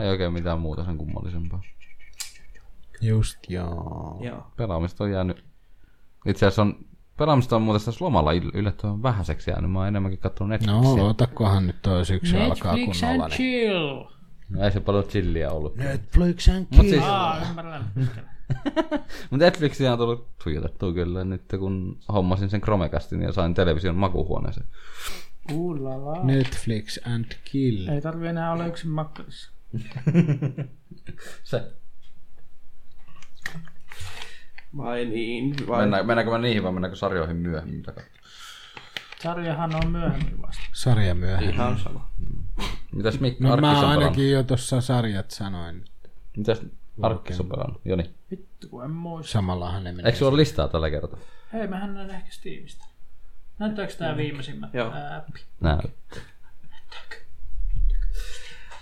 [SPEAKER 2] Ei oikein mitään muuta sen kummallisempaa.
[SPEAKER 5] Just joo.
[SPEAKER 3] Joo.
[SPEAKER 2] Pelaamista on jäänyt... Itse asiassa on... Pelaamista on muuten tässä lomalla yll- yllättävän vähäiseksi jäänyt. Mä oon enemmänkin katsonut
[SPEAKER 5] No,
[SPEAKER 2] Netflixiä.
[SPEAKER 5] otakohan nyt toi syksy alkaa
[SPEAKER 4] Netflix and
[SPEAKER 5] kunnolla. Niin.
[SPEAKER 4] chill.
[SPEAKER 2] No ei se paljon chilliä ollut.
[SPEAKER 5] Netflix and
[SPEAKER 2] Mut siis,
[SPEAKER 4] Aa, ymmärrän. Pyskälä.
[SPEAKER 2] Mutta Netflixiä on tullut tuijotettua kyllä nyt, kun hommasin sen Chromecastin ja sain television makuuhuoneeseen.
[SPEAKER 4] Ooh la la.
[SPEAKER 5] Netflix and kill.
[SPEAKER 4] Ei tarvi enää olla yksin makkarissa.
[SPEAKER 2] Se.
[SPEAKER 3] Vai niin, vai...
[SPEAKER 2] Mennään, mennäänkö mä niihin vai mennäänkö sarjoihin myöhemmin? Mitä katsoo?
[SPEAKER 4] Sarjahan on myöhemmin vasta.
[SPEAKER 5] Sarja myöhemmin.
[SPEAKER 3] Ihan sama.
[SPEAKER 2] Mitäs Mikko
[SPEAKER 5] No
[SPEAKER 2] no, Arkkis
[SPEAKER 5] mä
[SPEAKER 2] on pelannut?
[SPEAKER 5] ainakin jo tuossa sarjat sanoin.
[SPEAKER 2] Mitäs Arkkis on pelannut? Joni.
[SPEAKER 4] Vittu kun en muista.
[SPEAKER 5] Samallahan ne menee.
[SPEAKER 2] Eikö sulla ole listaa tällä kertaa?
[SPEAKER 4] Hei, mähän näin ehkä Steamista. Näyttääks tää viimeisimmät
[SPEAKER 3] Joo.
[SPEAKER 4] tää appi?
[SPEAKER 2] Nää.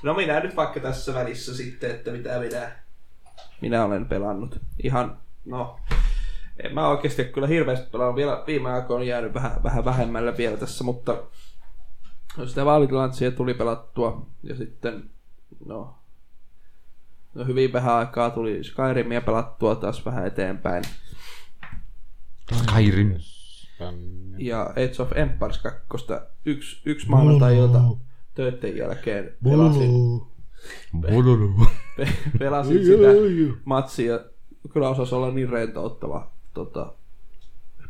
[SPEAKER 3] No minä nyt vaikka tässä välissä sitten, että mitä minä, minä olen pelannut. Ihan, no, en mä oikeasti ole kyllä hirveästi pelannut. Vielä viime aikoina on jäänyt vähän, vähän vähemmällä vielä tässä, mutta sitä vaalitilantsia tuli pelattua. Ja sitten, no, no hyvin vähän aikaa tuli Skyrimia pelattua taas vähän eteenpäin.
[SPEAKER 2] Skyrim.
[SPEAKER 3] Ja Age of Empires 2 yksi, yksi maanantai-ilta töiden jälkeen pelasin.
[SPEAKER 2] Bululu.
[SPEAKER 3] Pe- pelasin sitä matsia. Kyllä osasi olla niin rentouttava tota,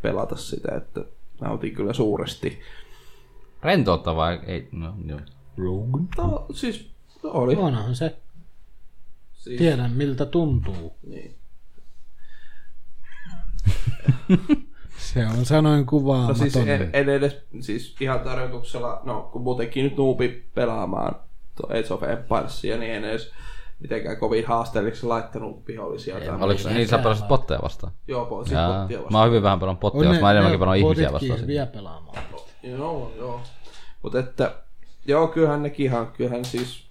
[SPEAKER 3] pelata sitä, että nautin kyllä suuresti.
[SPEAKER 2] Rentouttavaa. Ei, no joo.
[SPEAKER 3] No siis no oli.
[SPEAKER 5] Onhan se.
[SPEAKER 3] Siis,
[SPEAKER 5] Tiedän miltä tuntuu.
[SPEAKER 3] Niin.
[SPEAKER 5] Se on sanoin
[SPEAKER 3] No
[SPEAKER 5] kuvaamaton.
[SPEAKER 3] siis en, en, edes siis ihan tarkoituksella, no kun muutenkin nyt nuupi pelaamaan to Age of Empiresia, niin en edes mitenkään kovin haasteelliseksi laittanut vihollisia. tai-
[SPEAKER 2] Oliko se niin sä pelasit botteja vastaan?
[SPEAKER 3] Joo, po, siis
[SPEAKER 2] Jaa.
[SPEAKER 3] bottia
[SPEAKER 2] Mä
[SPEAKER 3] vastaan.
[SPEAKER 2] oon hyvin vähän pelannut botteja vastaan. Mä enemmänkin pelaan ihmisiä vastaan. siinä.
[SPEAKER 5] vielä pelaamaan.
[SPEAKER 3] Joo, joo. Mutta että, joo, kyllähän nekin ihan, kyllähän siis,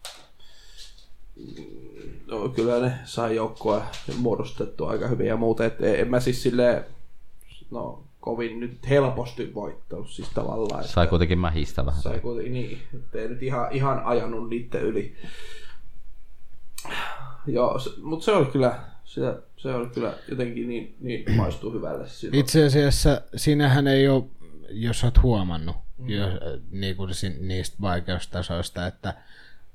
[SPEAKER 3] no, kyllä ne sai joukkoa muodostettua aika hyvin ja muuta, että en mä siis silleen, no, kovin nyt helposti voittanut siis tavallaan. että
[SPEAKER 2] Sai kuitenkin mähistä vähän.
[SPEAKER 3] Sai kuitenkin niin, ettei nyt ihan, ihan ajanut niiden yli. Joo, se, mutta se oli kyllä, se, se oli kyllä jotenkin niin, niin maistuu hyvälle silloin.
[SPEAKER 5] Itse asiassa sinähän ei ole, jos olet huomannut jos, niin kuin niistä vaikeustasoista, että,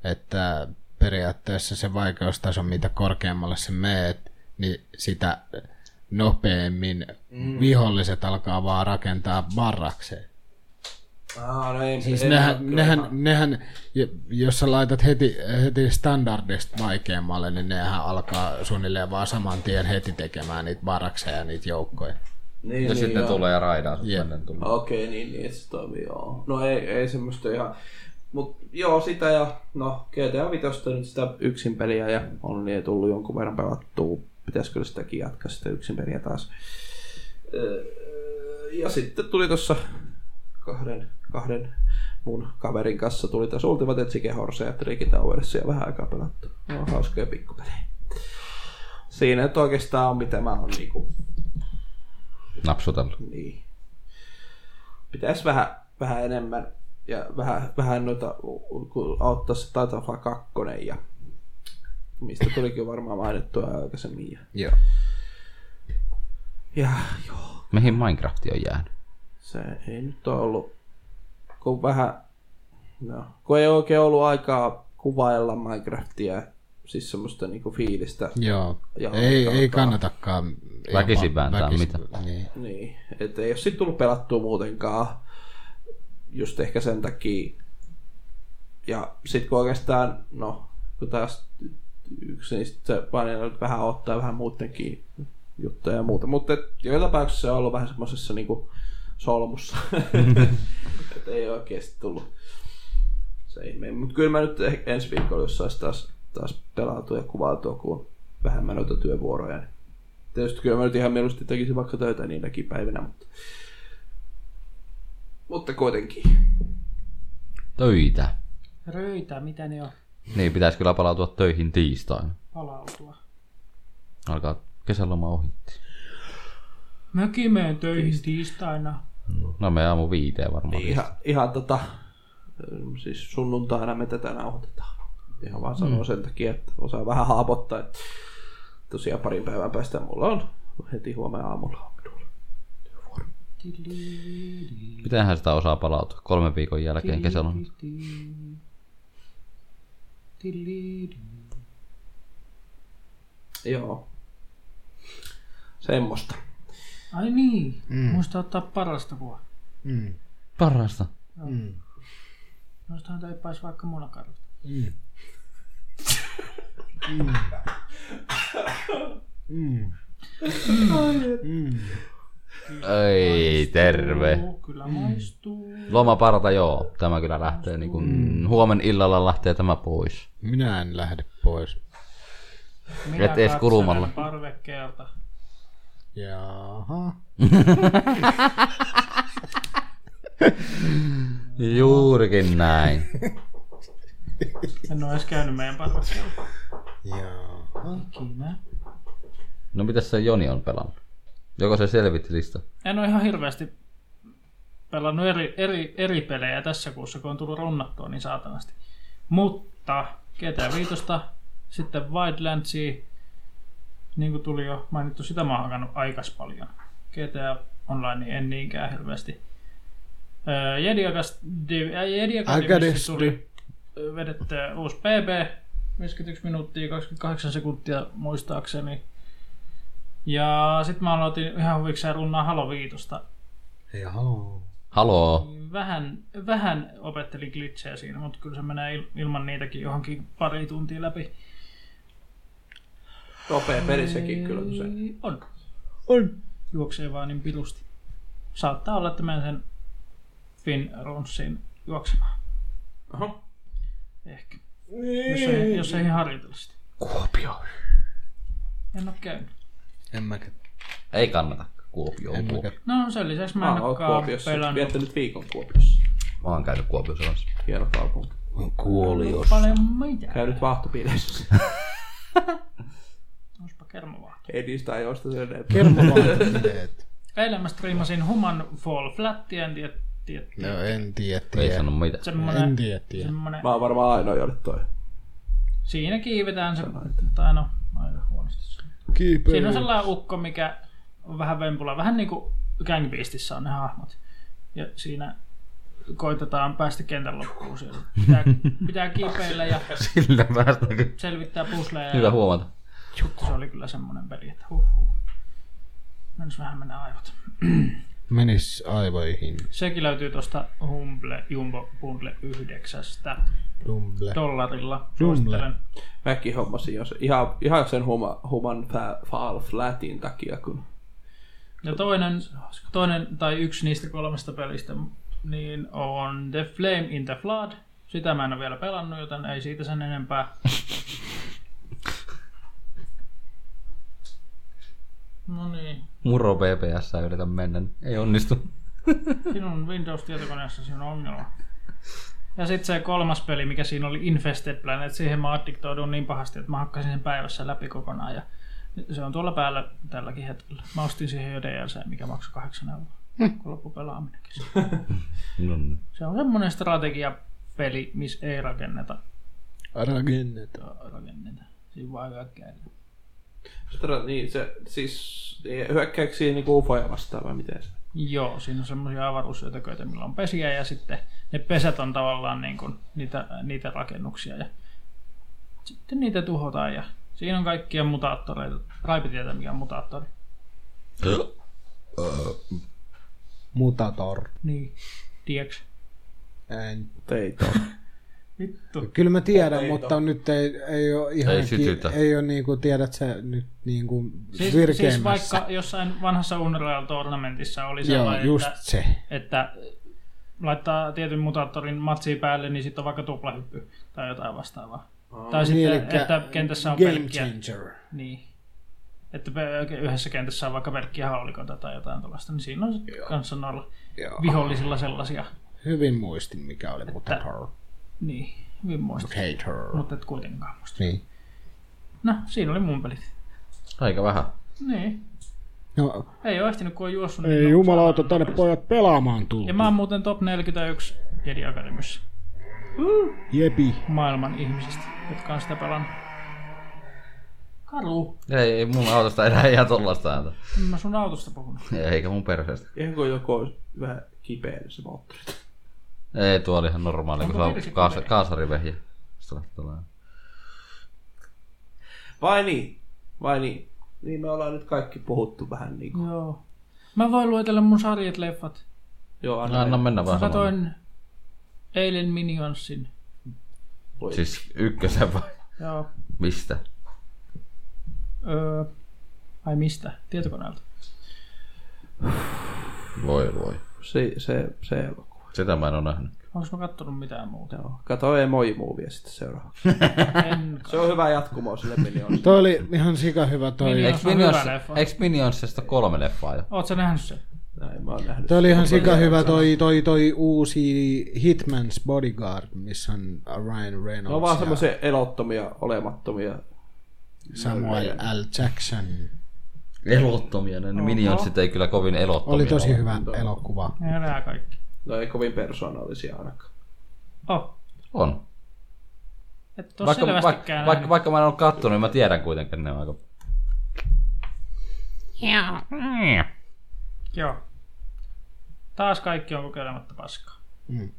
[SPEAKER 5] että periaatteessa se vaikeustaso, mitä korkeammalle se meet, niin sitä nopeammin mm. viholliset alkaa vaan rakentaa barrakseen.
[SPEAKER 3] Aa, no ei,
[SPEAKER 5] Siis
[SPEAKER 3] ei,
[SPEAKER 5] nehän,
[SPEAKER 3] kyllä
[SPEAKER 5] nehän,
[SPEAKER 3] ihan-
[SPEAKER 5] nehän, ja- jos sä laitat heti, heti standardista vaikeammalle, niin nehän alkaa suunnilleen vaan saman tien heti tekemään niitä barakseja ja niitä joukkoja.
[SPEAKER 3] niin,
[SPEAKER 2] Ja
[SPEAKER 5] No siis
[SPEAKER 3] niin,
[SPEAKER 2] sitten
[SPEAKER 3] joo.
[SPEAKER 2] tulee ja raidaa sut
[SPEAKER 5] Jep.
[SPEAKER 2] ennen tulee.
[SPEAKER 3] Okei, niin, niin, että se toimii, joo. No ei, ei semmoista ihan... Mut joo, sitä ja no GTA 5 nyt sitä yksin peliä ja on niin tullut jonkun verran pelattua. Pitäisikö kyllä sitäkin jatkaa sitä yksin peliä taas. Öö, Ja sitten tuli tuossa kahden, kahden mun kaverin kanssa tuli tässä Ultimate Chicken Horse ja Tricky Towers ja vähän aikaa pelattu. No, hauskoja pikkupelejä. Siinä nyt oikeastaan on mitä mä oon niinku
[SPEAKER 2] Napsutella.
[SPEAKER 3] niin. Pitäisi vähän, vähän enemmän ja vähän, vähän noita, kun auttaa se Titanfall 2 ja mistä tulikin varmaan mainittua aikaisemmin. Ja,
[SPEAKER 5] Joo.
[SPEAKER 3] ja joo,
[SPEAKER 2] Mihin Minecraft on jäänyt?
[SPEAKER 3] se ei nyt ole ollut, kun vähän, no, kun ei oikein ollut aikaa kuvailla Minecraftia, siis semmoista niinku fiilistä.
[SPEAKER 5] Joo.
[SPEAKER 3] Joo,
[SPEAKER 5] ei, ei
[SPEAKER 3] kannattaa.
[SPEAKER 5] kannatakaan.
[SPEAKER 2] Väkisin
[SPEAKER 5] jopa-
[SPEAKER 2] vääntää
[SPEAKER 5] väkisin-
[SPEAKER 2] mitä.
[SPEAKER 5] Niin.
[SPEAKER 3] Niin, että ei ole sitten tullut pelattua muutenkaan, just ehkä sen takia. Ja sitten kun oikeastaan, no, kun taas yksi niistä painella nyt vähän ottaa vähän muidenkin juttuja ja muuta, mutta et, joka tapauksessa se on ollut vähän semmoisessa niinku solmussa, että ei oikeasti tullut se ihme. Mutta kyllä mä nyt eh- ensi viikolla, jos saisi taas, taas pelautua ja kuvautua, kun on vähemmän noita työvuoroja, niin Tietysti kyllä mä nyt ihan mieluusti tekisin vaikka töitä niinäkin päivinä, mutta... Mutta kuitenkin.
[SPEAKER 2] Töitä.
[SPEAKER 4] Röitä, mitä ne on?
[SPEAKER 2] Niin, pitäisi kyllä palautua töihin tiistaina.
[SPEAKER 4] Palautua.
[SPEAKER 2] Alkaa kesäloma ohitti.
[SPEAKER 4] Mäkin menen töihin tiistaina.
[SPEAKER 2] No me aamu viiteen
[SPEAKER 4] Niin.
[SPEAKER 2] varmaan.
[SPEAKER 3] Ihan, ihan tota... mm, Siis sunnuntaina me tätä nauhoitetaan. Ihan vaan sanon mm. sen takia, että osaa vähän haapottaa, että tosiaan parin päivän päästä mulla on heti huomenna aamulla. Minulla.
[SPEAKER 2] Mitenhän sitä osaa palautua kolmen viikon
[SPEAKER 3] Niin.
[SPEAKER 2] jälkeen kesäloma?
[SPEAKER 3] Joo. Semmosta.
[SPEAKER 4] Ai niin, mm. muista ottaa parasta kuvaa.
[SPEAKER 5] Mm.
[SPEAKER 2] Parasta.
[SPEAKER 4] Noistahan taipaisi vaikka munakarvat.
[SPEAKER 2] Ei, terve. Mm.
[SPEAKER 4] Uu, Kyllä maistuu.
[SPEAKER 2] Lomaparta joo, tämä kyllä lähtee niin
[SPEAKER 3] Mm.
[SPEAKER 2] kuin, huomen illalla lähtee tämä pois.
[SPEAKER 5] Minä en lähde pois.
[SPEAKER 4] Minä
[SPEAKER 2] Et ees
[SPEAKER 4] katselen
[SPEAKER 2] kulmalla.
[SPEAKER 4] Parvekkeelta.
[SPEAKER 5] Jaha.
[SPEAKER 2] Juurikin näin.
[SPEAKER 4] En ole edes käynyt meidän parvekkeella.
[SPEAKER 5] Jaa.
[SPEAKER 4] Ikinä.
[SPEAKER 2] No mitäs se Joni on pelannut? Joko se selvitti lista?
[SPEAKER 4] En ole ihan hirveästi pelannut eri, eri, eri pelejä tässä kuussa, kun on tullut runnattua niin saatanasti. Mutta GTA 5, sitten Wildlandsia, niin kuin tuli jo mainittu, sitä mä oon hakannut aikas paljon. GTA Online en niinkään hirveästi. Öö, Jediakas, Div- äh, Jediakas
[SPEAKER 5] Aika
[SPEAKER 4] Division
[SPEAKER 5] desdi.
[SPEAKER 4] tuli öö, vedetty uusi PB, 51 minuuttia, 28 sekuntia muistaakseni. Ja sitten mä aloitin ihan huvikseen runnaa Halo 5.
[SPEAKER 5] Ei haloo.
[SPEAKER 2] Haloo.
[SPEAKER 4] Vähän, vähän opettelin glitchejä siinä, mutta kyllä se menee il- ilman niitäkin johonkin pari tuntia läpi.
[SPEAKER 3] Nopea peli sekin kyllä se.
[SPEAKER 4] Ei, Niin On. On. Juoksee vaan niin pilusti. Saattaa olla, että menen sen Finn Ronsin juoksemaan.
[SPEAKER 3] Aha.
[SPEAKER 4] Ehkä. Jos ei, jos ei harjoitella sitä. Kuopio. En ole käynyt.
[SPEAKER 5] En mäkään.
[SPEAKER 2] Ei kannata. Kuopio on
[SPEAKER 5] En
[SPEAKER 2] Kuopio.
[SPEAKER 5] mäkään.
[SPEAKER 4] No sen lisäksi mä
[SPEAKER 3] Mä
[SPEAKER 4] en
[SPEAKER 3] oon
[SPEAKER 4] olekaan
[SPEAKER 3] Kuopiossa.
[SPEAKER 4] pelannut
[SPEAKER 3] Viettänyt viikon Kuopiossa.
[SPEAKER 2] Mä oon käynyt Kuopiossa kanssa.
[SPEAKER 3] Hieno kaupunki.
[SPEAKER 5] Kuolios.
[SPEAKER 4] paljon mitään.
[SPEAKER 3] Käynyt vahtopiileissä.
[SPEAKER 4] Olisipa kermovaa.
[SPEAKER 3] Ei niistä ajoista sen enempää.
[SPEAKER 5] Kermavaatteet.
[SPEAKER 4] Eilen mä striimasin Human Fall Flattia, en tiedä, tiedä.
[SPEAKER 5] No en tiedä.
[SPEAKER 2] Ei
[SPEAKER 5] tiedä.
[SPEAKER 2] sano mitään.
[SPEAKER 5] En
[SPEAKER 4] Semmonen,
[SPEAKER 5] tiedä. tiedä.
[SPEAKER 4] semmonen,
[SPEAKER 3] Mä oon varmaan ainoa, jolle toi.
[SPEAKER 4] siinä kiivetään se, tai no, aika huonosti. Siinä on
[SPEAKER 5] Kiipeily.
[SPEAKER 4] sellainen ukko, mikä on vähän vempula, vähän niinku Gang Beastissä on ne hahmot. Ja siinä koitetaan päästä kentän loppuun siellä. Pitää, pitää kiipeillä ja
[SPEAKER 2] Sillä päästään.
[SPEAKER 4] selvittää pusleja.
[SPEAKER 2] Hyvä
[SPEAKER 4] Ja
[SPEAKER 2] huomata.
[SPEAKER 4] se oli kyllä semmonen peli, että huhhuh. Mennys vähän mennä aivot.
[SPEAKER 5] Menis aivoihin.
[SPEAKER 4] Sekin löytyy tuosta Humble Jumbo Bundle 9
[SPEAKER 5] Dumble.
[SPEAKER 4] dollarilla.
[SPEAKER 5] Jumble.
[SPEAKER 4] Suosittelen.
[SPEAKER 3] Mäkin hommasin jos, ihan, ihan sen huma, human fa, fall flatin takia, kun
[SPEAKER 4] Ja toinen, toinen tai yksi niistä kolmesta pelistä niin on The Flame in the Flood. Sitä mä en ole vielä pelannut, joten ei siitä sen enempää. No niin,
[SPEAKER 2] Muro PPS yritä mennä. niin Ei onnistu.
[SPEAKER 4] sinun Windows-tietokoneessa sinun ongelma. Ja sitten se kolmas peli, mikä siinä oli Infested Planet, siihen mä addiktoidun niin pahasti, että mä hakkasin sen päivässä läpi kokonaan. Ja se on tuolla päällä tälläkin hetkellä. Mä ostin siihen jo DLC, mikä maksoi 8 euroa, kun loppui pelaaminenkin.
[SPEAKER 2] No niin.
[SPEAKER 4] Se on semmoinen strategiapeli, missä ei rakenneta.
[SPEAKER 5] Rakennetaan.
[SPEAKER 4] rakenneta. Siinä vaan hyökkää.
[SPEAKER 3] Stra- niin, se, siis niin, hyökkäyksiä niin ufoja vastaan vai miten se?
[SPEAKER 4] Joo, siinä on semmoisia avaruussyötäköitä, millä on pesiä ja sitten ne pesät on tavallaan niin kuin niitä, niitä rakennuksia. Ja Sitten niitä tuhotaan ja siinä on kaikkia mutaattoreita. Raipi tietää mikä on mutaattori.
[SPEAKER 5] Mutator.
[SPEAKER 4] Niin. Siis, Tieks.
[SPEAKER 5] En.
[SPEAKER 3] Teitä.
[SPEAKER 4] Vittu.
[SPEAKER 5] Kyllä mä tiedän, mutta nyt ei, ei ole ihan...
[SPEAKER 2] Ei sytytä.
[SPEAKER 5] ei ole niinku, tiedät sä nyt niinku
[SPEAKER 4] Siis,
[SPEAKER 5] virkeimmässä.
[SPEAKER 4] siis vaikka jossain vanhassa Unreal Tournamentissa oli
[SPEAKER 5] Joo,
[SPEAKER 4] sellainen,
[SPEAKER 5] just
[SPEAKER 4] että,
[SPEAKER 5] se.
[SPEAKER 4] että laittaa tietyn mutaattorin matsi päälle, niin sitten on vaikka tuplahyppy tai jotain vastaavaa. Tai sitten,
[SPEAKER 5] Niin, elikkä
[SPEAKER 4] että kentässä on
[SPEAKER 5] game
[SPEAKER 4] pelkkiä.
[SPEAKER 5] changer.
[SPEAKER 4] Niin. Että pe- yhdessä kentässä on vaikka pelkkiä haulikoita tai jotain tällaista, niin siinä on kanssa noilla
[SPEAKER 5] Joo.
[SPEAKER 4] vihollisilla sellaisia.
[SPEAKER 5] Hyvin muistin, mikä oli Mutator.
[SPEAKER 4] Niin, hyvin muista.
[SPEAKER 5] Hater.
[SPEAKER 4] Mutta et kuitenkaan muista.
[SPEAKER 5] Niin.
[SPEAKER 4] No, siinä oli mun pelit.
[SPEAKER 2] Aika vähän.
[SPEAKER 4] Niin.
[SPEAKER 5] No,
[SPEAKER 4] Ei oo ehtinyt, kun on juossut. niin
[SPEAKER 5] ei
[SPEAKER 4] no-
[SPEAKER 5] jumalauta, tänne pojat pelaamaan tullut.
[SPEAKER 4] Ja mä oon muuten top 41 Jedi Academyssä
[SPEAKER 5] Jepi.
[SPEAKER 4] maailman ihmisistä, jotka on sitä pelannut. Karu,
[SPEAKER 2] Ei, ei mun autosta enää ihan tollasta ääntä.
[SPEAKER 4] en mä sun autosta puhunut.
[SPEAKER 2] Eikä mun perseestä.
[SPEAKER 3] Ihan kun joku on vähän kipeä se moottori.
[SPEAKER 2] Ei, tuo oli ihan normaali, kun se on
[SPEAKER 4] Onko perse
[SPEAKER 2] kaas,
[SPEAKER 4] kipeä?
[SPEAKER 2] kaasarivehjä. Strahtolaa.
[SPEAKER 3] Vai niin? Vai niin? Niin me ollaan nyt kaikki puhuttu vähän niin kuin.
[SPEAKER 4] Joo. Mä voin luetella mun sarjat leffat.
[SPEAKER 3] Joo,
[SPEAKER 2] No,
[SPEAKER 3] anna.
[SPEAKER 2] anna
[SPEAKER 3] mennä.
[SPEAKER 2] mennä
[SPEAKER 4] Mä
[SPEAKER 2] vähän samaan.
[SPEAKER 4] katoin eilen Minionsin.
[SPEAKER 3] Voi.
[SPEAKER 2] Siis ykkösen vai?
[SPEAKER 4] Joo.
[SPEAKER 2] Mistä?
[SPEAKER 4] Öö, ai mistä? Tietokoneelta.
[SPEAKER 2] Voi voi.
[SPEAKER 3] Se, se, se elokuva.
[SPEAKER 2] Sitä mä en oo nähnyt.
[SPEAKER 4] Onko mä kattonut mitään muuta?
[SPEAKER 3] Joo. Kato emojimuuvia sitten seuraavaksi.
[SPEAKER 4] En.
[SPEAKER 3] Se on hyvä jatkumo sille miljoonille.
[SPEAKER 5] Toi oli ihan sika hyvä toi.
[SPEAKER 3] Niin.
[SPEAKER 2] Eiks
[SPEAKER 4] Minion. Se on
[SPEAKER 2] Minions,
[SPEAKER 4] hyvä leffa.
[SPEAKER 2] eiks Minionsista kolme leffaa jo?
[SPEAKER 4] Oot sä nähnyt sen?
[SPEAKER 3] Näin mä oon nähnyt.
[SPEAKER 5] Toi oli ihan sika hyvä toi, toi, toi uusi Hitman's Bodyguard, missä on Ryan
[SPEAKER 3] Ne on
[SPEAKER 5] Reynolds
[SPEAKER 3] vaan
[SPEAKER 5] ja
[SPEAKER 3] semmoisia elottomia, olemattomia.
[SPEAKER 5] Samuel L. Jackson.
[SPEAKER 2] Elottomia, ne Minionsit ei kyllä kovin elottomia
[SPEAKER 5] Oli tosi
[SPEAKER 2] ole.
[SPEAKER 5] hyvä elokuva.
[SPEAKER 4] Ne on nää kaikki.
[SPEAKER 3] No ei kovin persoonallisia ainakaan.
[SPEAKER 4] Oh,
[SPEAKER 2] On.
[SPEAKER 4] et oo
[SPEAKER 2] vaikka, vaikka,
[SPEAKER 4] selvästikään
[SPEAKER 2] vaikka, vaikka, mä en ole kattonut, niin mä tiedän kuitenkin ne on aika...
[SPEAKER 4] nähnyt. Joo. Taas kaikki on kokeilematta paskaa.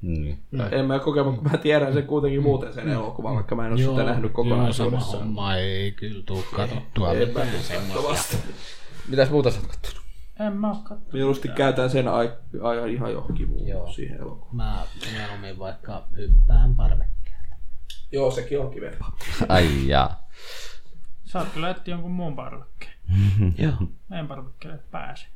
[SPEAKER 2] Niin.
[SPEAKER 5] Mm.
[SPEAKER 3] En mä kokemus, kun mä tiedän sen kuitenkin muuten sen elokuvan, vaikka mä en ole sitä nähnyt
[SPEAKER 5] sama
[SPEAKER 3] kokonaisuudessaan.
[SPEAKER 5] homma ei kyllä tuu katsottua.
[SPEAKER 3] En mä semmoista.
[SPEAKER 2] Mitäs muuta sä oot kattonut?
[SPEAKER 4] En mä oo kattonut.
[SPEAKER 3] Mieluusti käytän sen ai- ajan ihan johonkin muuhun siihen elokuvaan.
[SPEAKER 5] Mä mieluummin vaikka hyppään parvekkeelle.
[SPEAKER 3] Joo, sekin on kivempaa.
[SPEAKER 2] Ai jaa.
[SPEAKER 4] Sä oot kyllä etsiä jonkun muun parvekkeen.
[SPEAKER 2] Joo.
[SPEAKER 4] Mä en parvekkeelle pääse.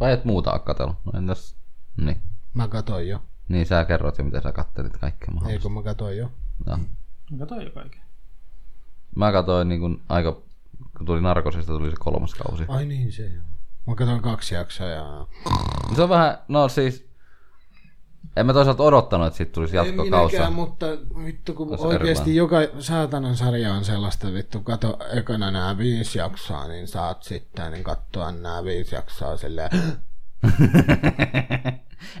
[SPEAKER 2] Vai et muuta oo katsellut? No entäs... Niin.
[SPEAKER 5] Mä katoin jo.
[SPEAKER 2] Niin sä kerroit jo, mitä sä kattelit kaikkea
[SPEAKER 5] Ei
[SPEAKER 2] mahdollista.
[SPEAKER 5] kun mä katoin jo.
[SPEAKER 2] Joo.
[SPEAKER 4] Mä katsoin jo kaiken.
[SPEAKER 2] Mä katsoin niin kun aika... Kun tuli Narkosista, tuli se kolmas kausi.
[SPEAKER 5] Ai niin se joo. Mä katoin kaksi jaksoa ja...
[SPEAKER 2] Se on vähän... No siis... En mä toisaalta odottanut, että siitä tulisi jatkokausi.
[SPEAKER 5] mutta vittu kun
[SPEAKER 2] Osa
[SPEAKER 5] oikeesti joka saatanan sarja on sellaista vittu, kato ekana nämä viisi jaksoa, niin saat sitten katsoa nämä viisi jaksoa silleen,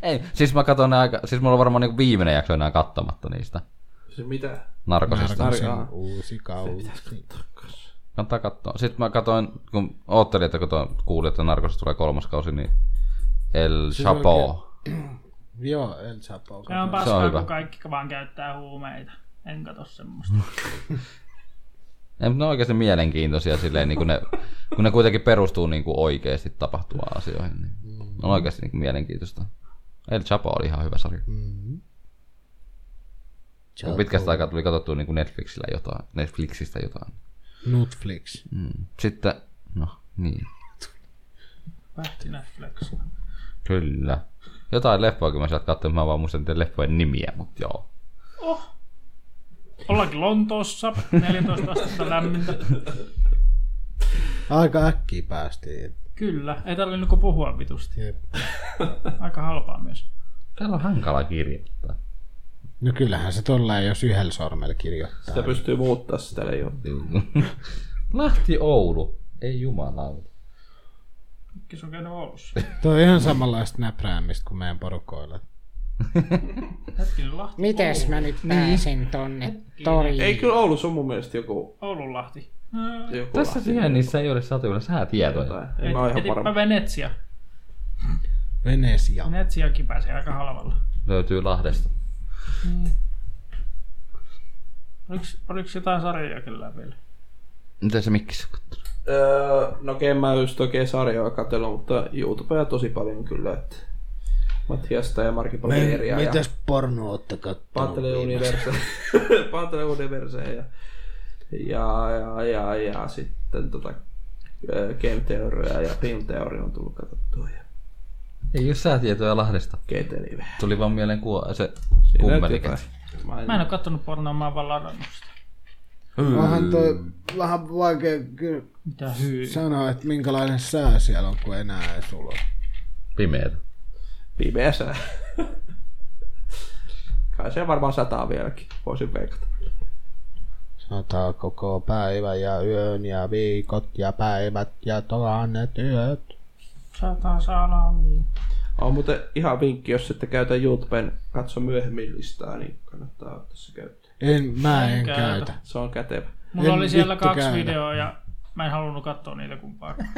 [SPEAKER 2] Ei, siis mä katson ne aika... Siis mulla on varmaan niinku viimeinen jakso enää katsomatta niistä.
[SPEAKER 3] Se mitä?
[SPEAKER 2] Narkosista.
[SPEAKER 5] narkosen
[SPEAKER 3] Sarjaa.
[SPEAKER 5] uusi kausi.
[SPEAKER 2] Kannattaa katsoa. Sitten mä katsoin, kun oottelin, että kun toi- kuulin, että Narkosista tulee kolmas kausi, niin El Chapo.
[SPEAKER 5] Joo, El Chapo.
[SPEAKER 4] Se on
[SPEAKER 5] katoin.
[SPEAKER 4] paskaa,
[SPEAKER 2] hyvä.
[SPEAKER 4] kun kaikki vaan käyttää huumeita. En katso semmoista.
[SPEAKER 2] Ei, mutta ne on oikeasti mielenkiintoisia silleen, niin kun, ne, kun ne kuitenkin perustuu niin kuin oikeasti tapahtuvaan asioihin. Niin ne on oikeasti niin kuin mielenkiintoista. El Chapo oli ihan hyvä sarja. Kun pitkästä aikaa tuli katsottua niin kuin Netflixillä jotain, Netflixistä jotain.
[SPEAKER 5] Netflix.
[SPEAKER 2] Mm. Sitten, no niin,
[SPEAKER 4] Pähti Netflix.
[SPEAKER 2] kyllä. Jotain leffoakin mä sieltä katsoin, mä vaan muistan niiden leffojen nimiä, mutta joo.
[SPEAKER 4] Ollaankin Lontoossa. 14 astetta lämmintä.
[SPEAKER 5] Aika äkkiä päästiin.
[SPEAKER 4] Kyllä. Ei tarvi niinku puhua vitusti.
[SPEAKER 5] Jep.
[SPEAKER 4] Aika halpaa myös.
[SPEAKER 2] Täällä on hankala kirjoittaa.
[SPEAKER 5] No kyllähän se tolleen, jos yhdellä sormella kirjoittaa.
[SPEAKER 3] Sitä pystyy muuttaa sitä ei ole.
[SPEAKER 5] Niin.
[SPEAKER 2] Lahti Oulu. Ei jumalauta.
[SPEAKER 4] Mikki se on käynyt Oulussa.
[SPEAKER 5] Tuo on ihan samanlaista näpräämistä kuin meidän porukoilla.
[SPEAKER 4] Hetkinen Lahti.
[SPEAKER 6] Mites mä nyt pääsen tonne
[SPEAKER 3] Ei
[SPEAKER 6] toriin?
[SPEAKER 3] kyllä Oulussa on mun mielestä joku...
[SPEAKER 4] Oulun Lahti. Öö,
[SPEAKER 3] joku
[SPEAKER 2] Tässä
[SPEAKER 3] lahti-
[SPEAKER 2] sijainnissä ei ole satuilla säätietoja.
[SPEAKER 3] jotain. En mä oon ihan
[SPEAKER 4] Etipä
[SPEAKER 3] varma.
[SPEAKER 4] Venetsia.
[SPEAKER 5] Venesia.
[SPEAKER 4] Venetsiakin pääsee aika halvalla.
[SPEAKER 2] Löytyy Lahdesta.
[SPEAKER 4] Oliko, oliko jotain sarjaakin läpi?
[SPEAKER 2] Miten se mikkis on kattonut?
[SPEAKER 3] Öö, no en mä just oikein sarjoja katsella, mutta YouTubea tosi paljon kyllä, että Matiasta ja Marki Polieria ja
[SPEAKER 5] Mitäs porno ootte kattonut?
[SPEAKER 3] Pantele Universe, Pantele Universe ja, ja, ja, ja, ja sitten tota, öö, Game Theoria ja Film Theoria on tullut katsottua ja
[SPEAKER 2] Ei ole säätietoja Lahdesta.
[SPEAKER 3] GT Live.
[SPEAKER 2] Tuli vaan mieleen kuo- se
[SPEAKER 3] Siinä
[SPEAKER 2] kummelikin.
[SPEAKER 3] jotain. Mä en-
[SPEAKER 4] Mä en oo kattonut pornoa, mä oon vaan ladannut sitä.
[SPEAKER 5] Vähän toi, vähän vaikea kyllä
[SPEAKER 4] Mitä hyy.
[SPEAKER 5] sanoa, että minkälainen sää siellä on, kun enää ei sulla ole.
[SPEAKER 2] Pimeätä.
[SPEAKER 3] Pimeä sää. Kai se varmaan sataa vieläkin, voisin veikata.
[SPEAKER 5] Sataa koko päivä ja yön ja viikot ja päivät ja tuhannet yöt.
[SPEAKER 4] Sataa niin. salamia.
[SPEAKER 3] On muuten ihan vinkki, jos sitten käytä YouTuben katso myöhemmin listaa, niin kannattaa ottaa se käyttöön.
[SPEAKER 5] En, mä en
[SPEAKER 4] käytä.
[SPEAKER 5] käytä.
[SPEAKER 3] Se on kätevä.
[SPEAKER 4] Mulla
[SPEAKER 5] En
[SPEAKER 4] oli siellä
[SPEAKER 5] vittu
[SPEAKER 4] kaksi
[SPEAKER 5] käydä.
[SPEAKER 4] videoa ja mä en halunnut katsoa niitä kumpaakaan.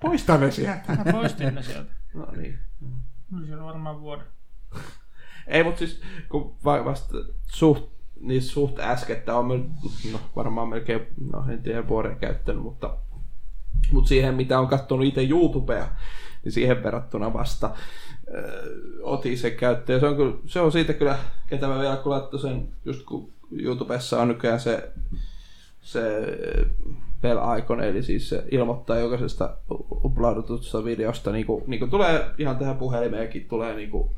[SPEAKER 3] Poista ne sieltä.
[SPEAKER 4] Mä poistin ne sieltä.
[SPEAKER 3] No niin.
[SPEAKER 4] Oli siellä varmaan vuoden.
[SPEAKER 3] Ei, mutta siis kun va- vasta suht, niin suht äskettä on mel- no, varmaan melkein, no en tiedä vuoden käyttänyt, mutta, mutta siihen mitä on katsonut itse YouTubea, niin siihen verrattuna vasta ö, otin sen käyttöön. Se on, kyllä, se on siitä kyllä, ketä mä vielä kun laittoi sen, just kun YouTubessa on nykyään se, se bell icon, eli siis se ilmoittaa jokaisesta u- uploadutusta videosta, niin kuin, niin kuin tulee ihan tähän puhelimeenkin, tulee niin kuin,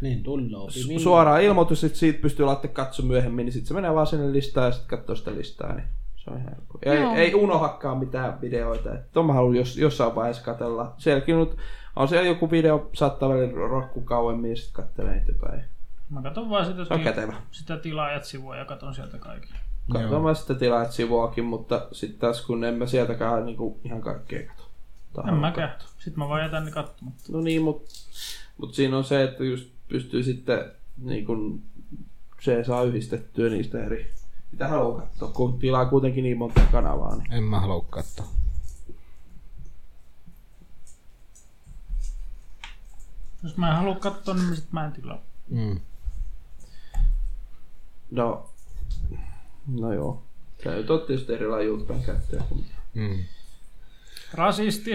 [SPEAKER 5] Niin tullut.
[SPEAKER 3] Su- suoraan ilmoitus, että siitä pystyy laittamaan katso myöhemmin, niin sitten se menee vaan sinne listaan ja sitten katsoo sitä listaa, niin se on ihan helppo. Ja Ei, ei unohakaan mitään videoita. Et Tuon mä haluan jos, jossain vaiheessa katella. Sielläkin nyt on siellä joku video, saattaa välillä roikku kauemmin ja sitten katselee niitä jotain.
[SPEAKER 4] Mä katson vaan sitä,
[SPEAKER 3] Se on kätevä.
[SPEAKER 4] sitä tilaajat-sivua ja katon sieltä kaikki.
[SPEAKER 3] Katson mä sitä tilaat sivuakin, mutta sitten taas kun en mä sieltäkään niinku ihan kaikkea katso. Tai
[SPEAKER 4] En mäkään. Sitten mä vaan jätän ne katsomatta.
[SPEAKER 3] No niin, mutta mut siinä on se, että just pystyy sitten niin kun se saa yhdistettyä niistä eri, mitä haluaa katsoa, kun tilaa kuitenkin niin monta kanavaa. Niin.
[SPEAKER 5] En mä halua katsoa.
[SPEAKER 4] Jos mä en halua katsoa, niin sit mä en tilaa.
[SPEAKER 5] Mm.
[SPEAKER 3] No, no joo. Se nyt on tietysti erilainen YouTuben käyttäjä. kuin-
[SPEAKER 5] Mm.
[SPEAKER 4] Rasisti.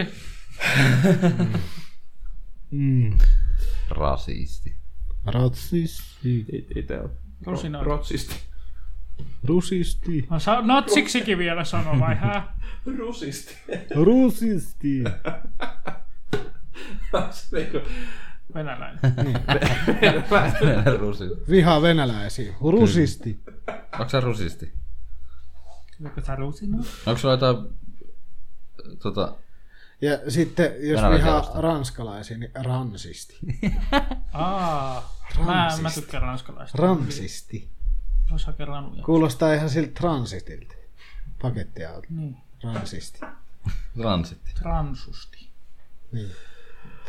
[SPEAKER 5] Mm.
[SPEAKER 2] Rasisti.
[SPEAKER 5] Ratsisti.
[SPEAKER 3] It- Ite on
[SPEAKER 4] Rusinoita.
[SPEAKER 3] rotsisti.
[SPEAKER 5] Rusisti.
[SPEAKER 4] No, sa- no siksikin vielä sano vai hää?
[SPEAKER 3] Rusisti.
[SPEAKER 5] Rusisti.
[SPEAKER 3] Se niinku
[SPEAKER 4] Venäläinen.
[SPEAKER 2] rusisti.
[SPEAKER 5] Viha venäläisiä. Rusisti.
[SPEAKER 2] Onko sä rusisti?
[SPEAKER 4] Joka sä rusinoit?
[SPEAKER 2] Onko sulla jotain... Tota,
[SPEAKER 5] Ja sitten jos
[SPEAKER 2] Venäläisiä
[SPEAKER 5] vihaa
[SPEAKER 2] vastaan.
[SPEAKER 5] ranskalaisia, niin ransisti.
[SPEAKER 4] Aa, mä, mä
[SPEAKER 5] Ransisti.
[SPEAKER 4] tykkään ranskalaista.
[SPEAKER 5] Ransisti.
[SPEAKER 4] Osa kerranuja.
[SPEAKER 5] Kuulostaa ihan siltä transitilta. Pakettiauto.
[SPEAKER 4] Niin,
[SPEAKER 5] Ransisti.
[SPEAKER 2] transitti.
[SPEAKER 4] transusti.
[SPEAKER 5] Niin.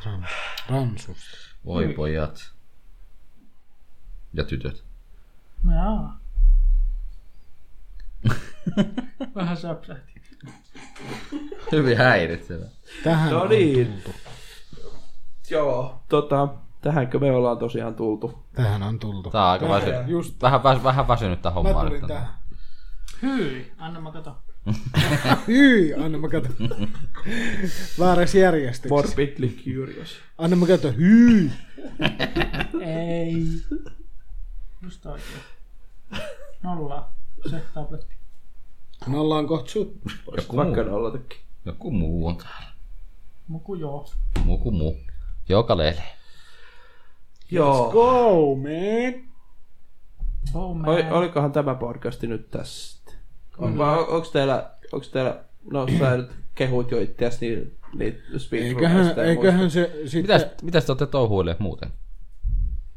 [SPEAKER 5] Tran. Ransusti.
[SPEAKER 2] Voi pojat. Ja tytöt.
[SPEAKER 4] Jaa. Vähän säpsähti.
[SPEAKER 2] Hyvin häiritsevä.
[SPEAKER 5] Tähän
[SPEAKER 3] No
[SPEAKER 5] on
[SPEAKER 3] niin.
[SPEAKER 5] tultu.
[SPEAKER 3] Joo, tota, tähänkö me ollaan tosiaan tultu?
[SPEAKER 5] Tähän on tultu.
[SPEAKER 2] Tää on aika väsy...
[SPEAKER 5] Just.
[SPEAKER 2] Vähän, väs, vähän väsynyt tää
[SPEAKER 5] Mä
[SPEAKER 2] hommaa nyt.
[SPEAKER 5] tulin
[SPEAKER 2] on.
[SPEAKER 5] tähän.
[SPEAKER 4] Hyi, anna mä kato.
[SPEAKER 5] Hyi, anna mä kato. Väärässä järjestyksessä.
[SPEAKER 3] Morbidly curious.
[SPEAKER 5] Anna mä kato. Hyi.
[SPEAKER 4] Ei. Just oikein. Nolla. Se tabletti.
[SPEAKER 5] Me ollaan kohta sut.
[SPEAKER 2] Joku muu.
[SPEAKER 3] Vaikka ne ollakin.
[SPEAKER 2] Joku muu on täällä.
[SPEAKER 4] Muku joo.
[SPEAKER 2] Muku muu. Joka lelee.
[SPEAKER 3] Joo.
[SPEAKER 5] Go, man.
[SPEAKER 4] Bowman.
[SPEAKER 3] Oli, olikohan tämä podcasti nyt tässä? On, mm. onko teillä, onks teillä, no sä nyt kehuit jo itseäsi niin, niin
[SPEAKER 5] Eiköhän,
[SPEAKER 3] speedruneista ja
[SPEAKER 5] eiköhän se sitten...
[SPEAKER 2] Mitäs, mitäs te ootte touhuille muuten?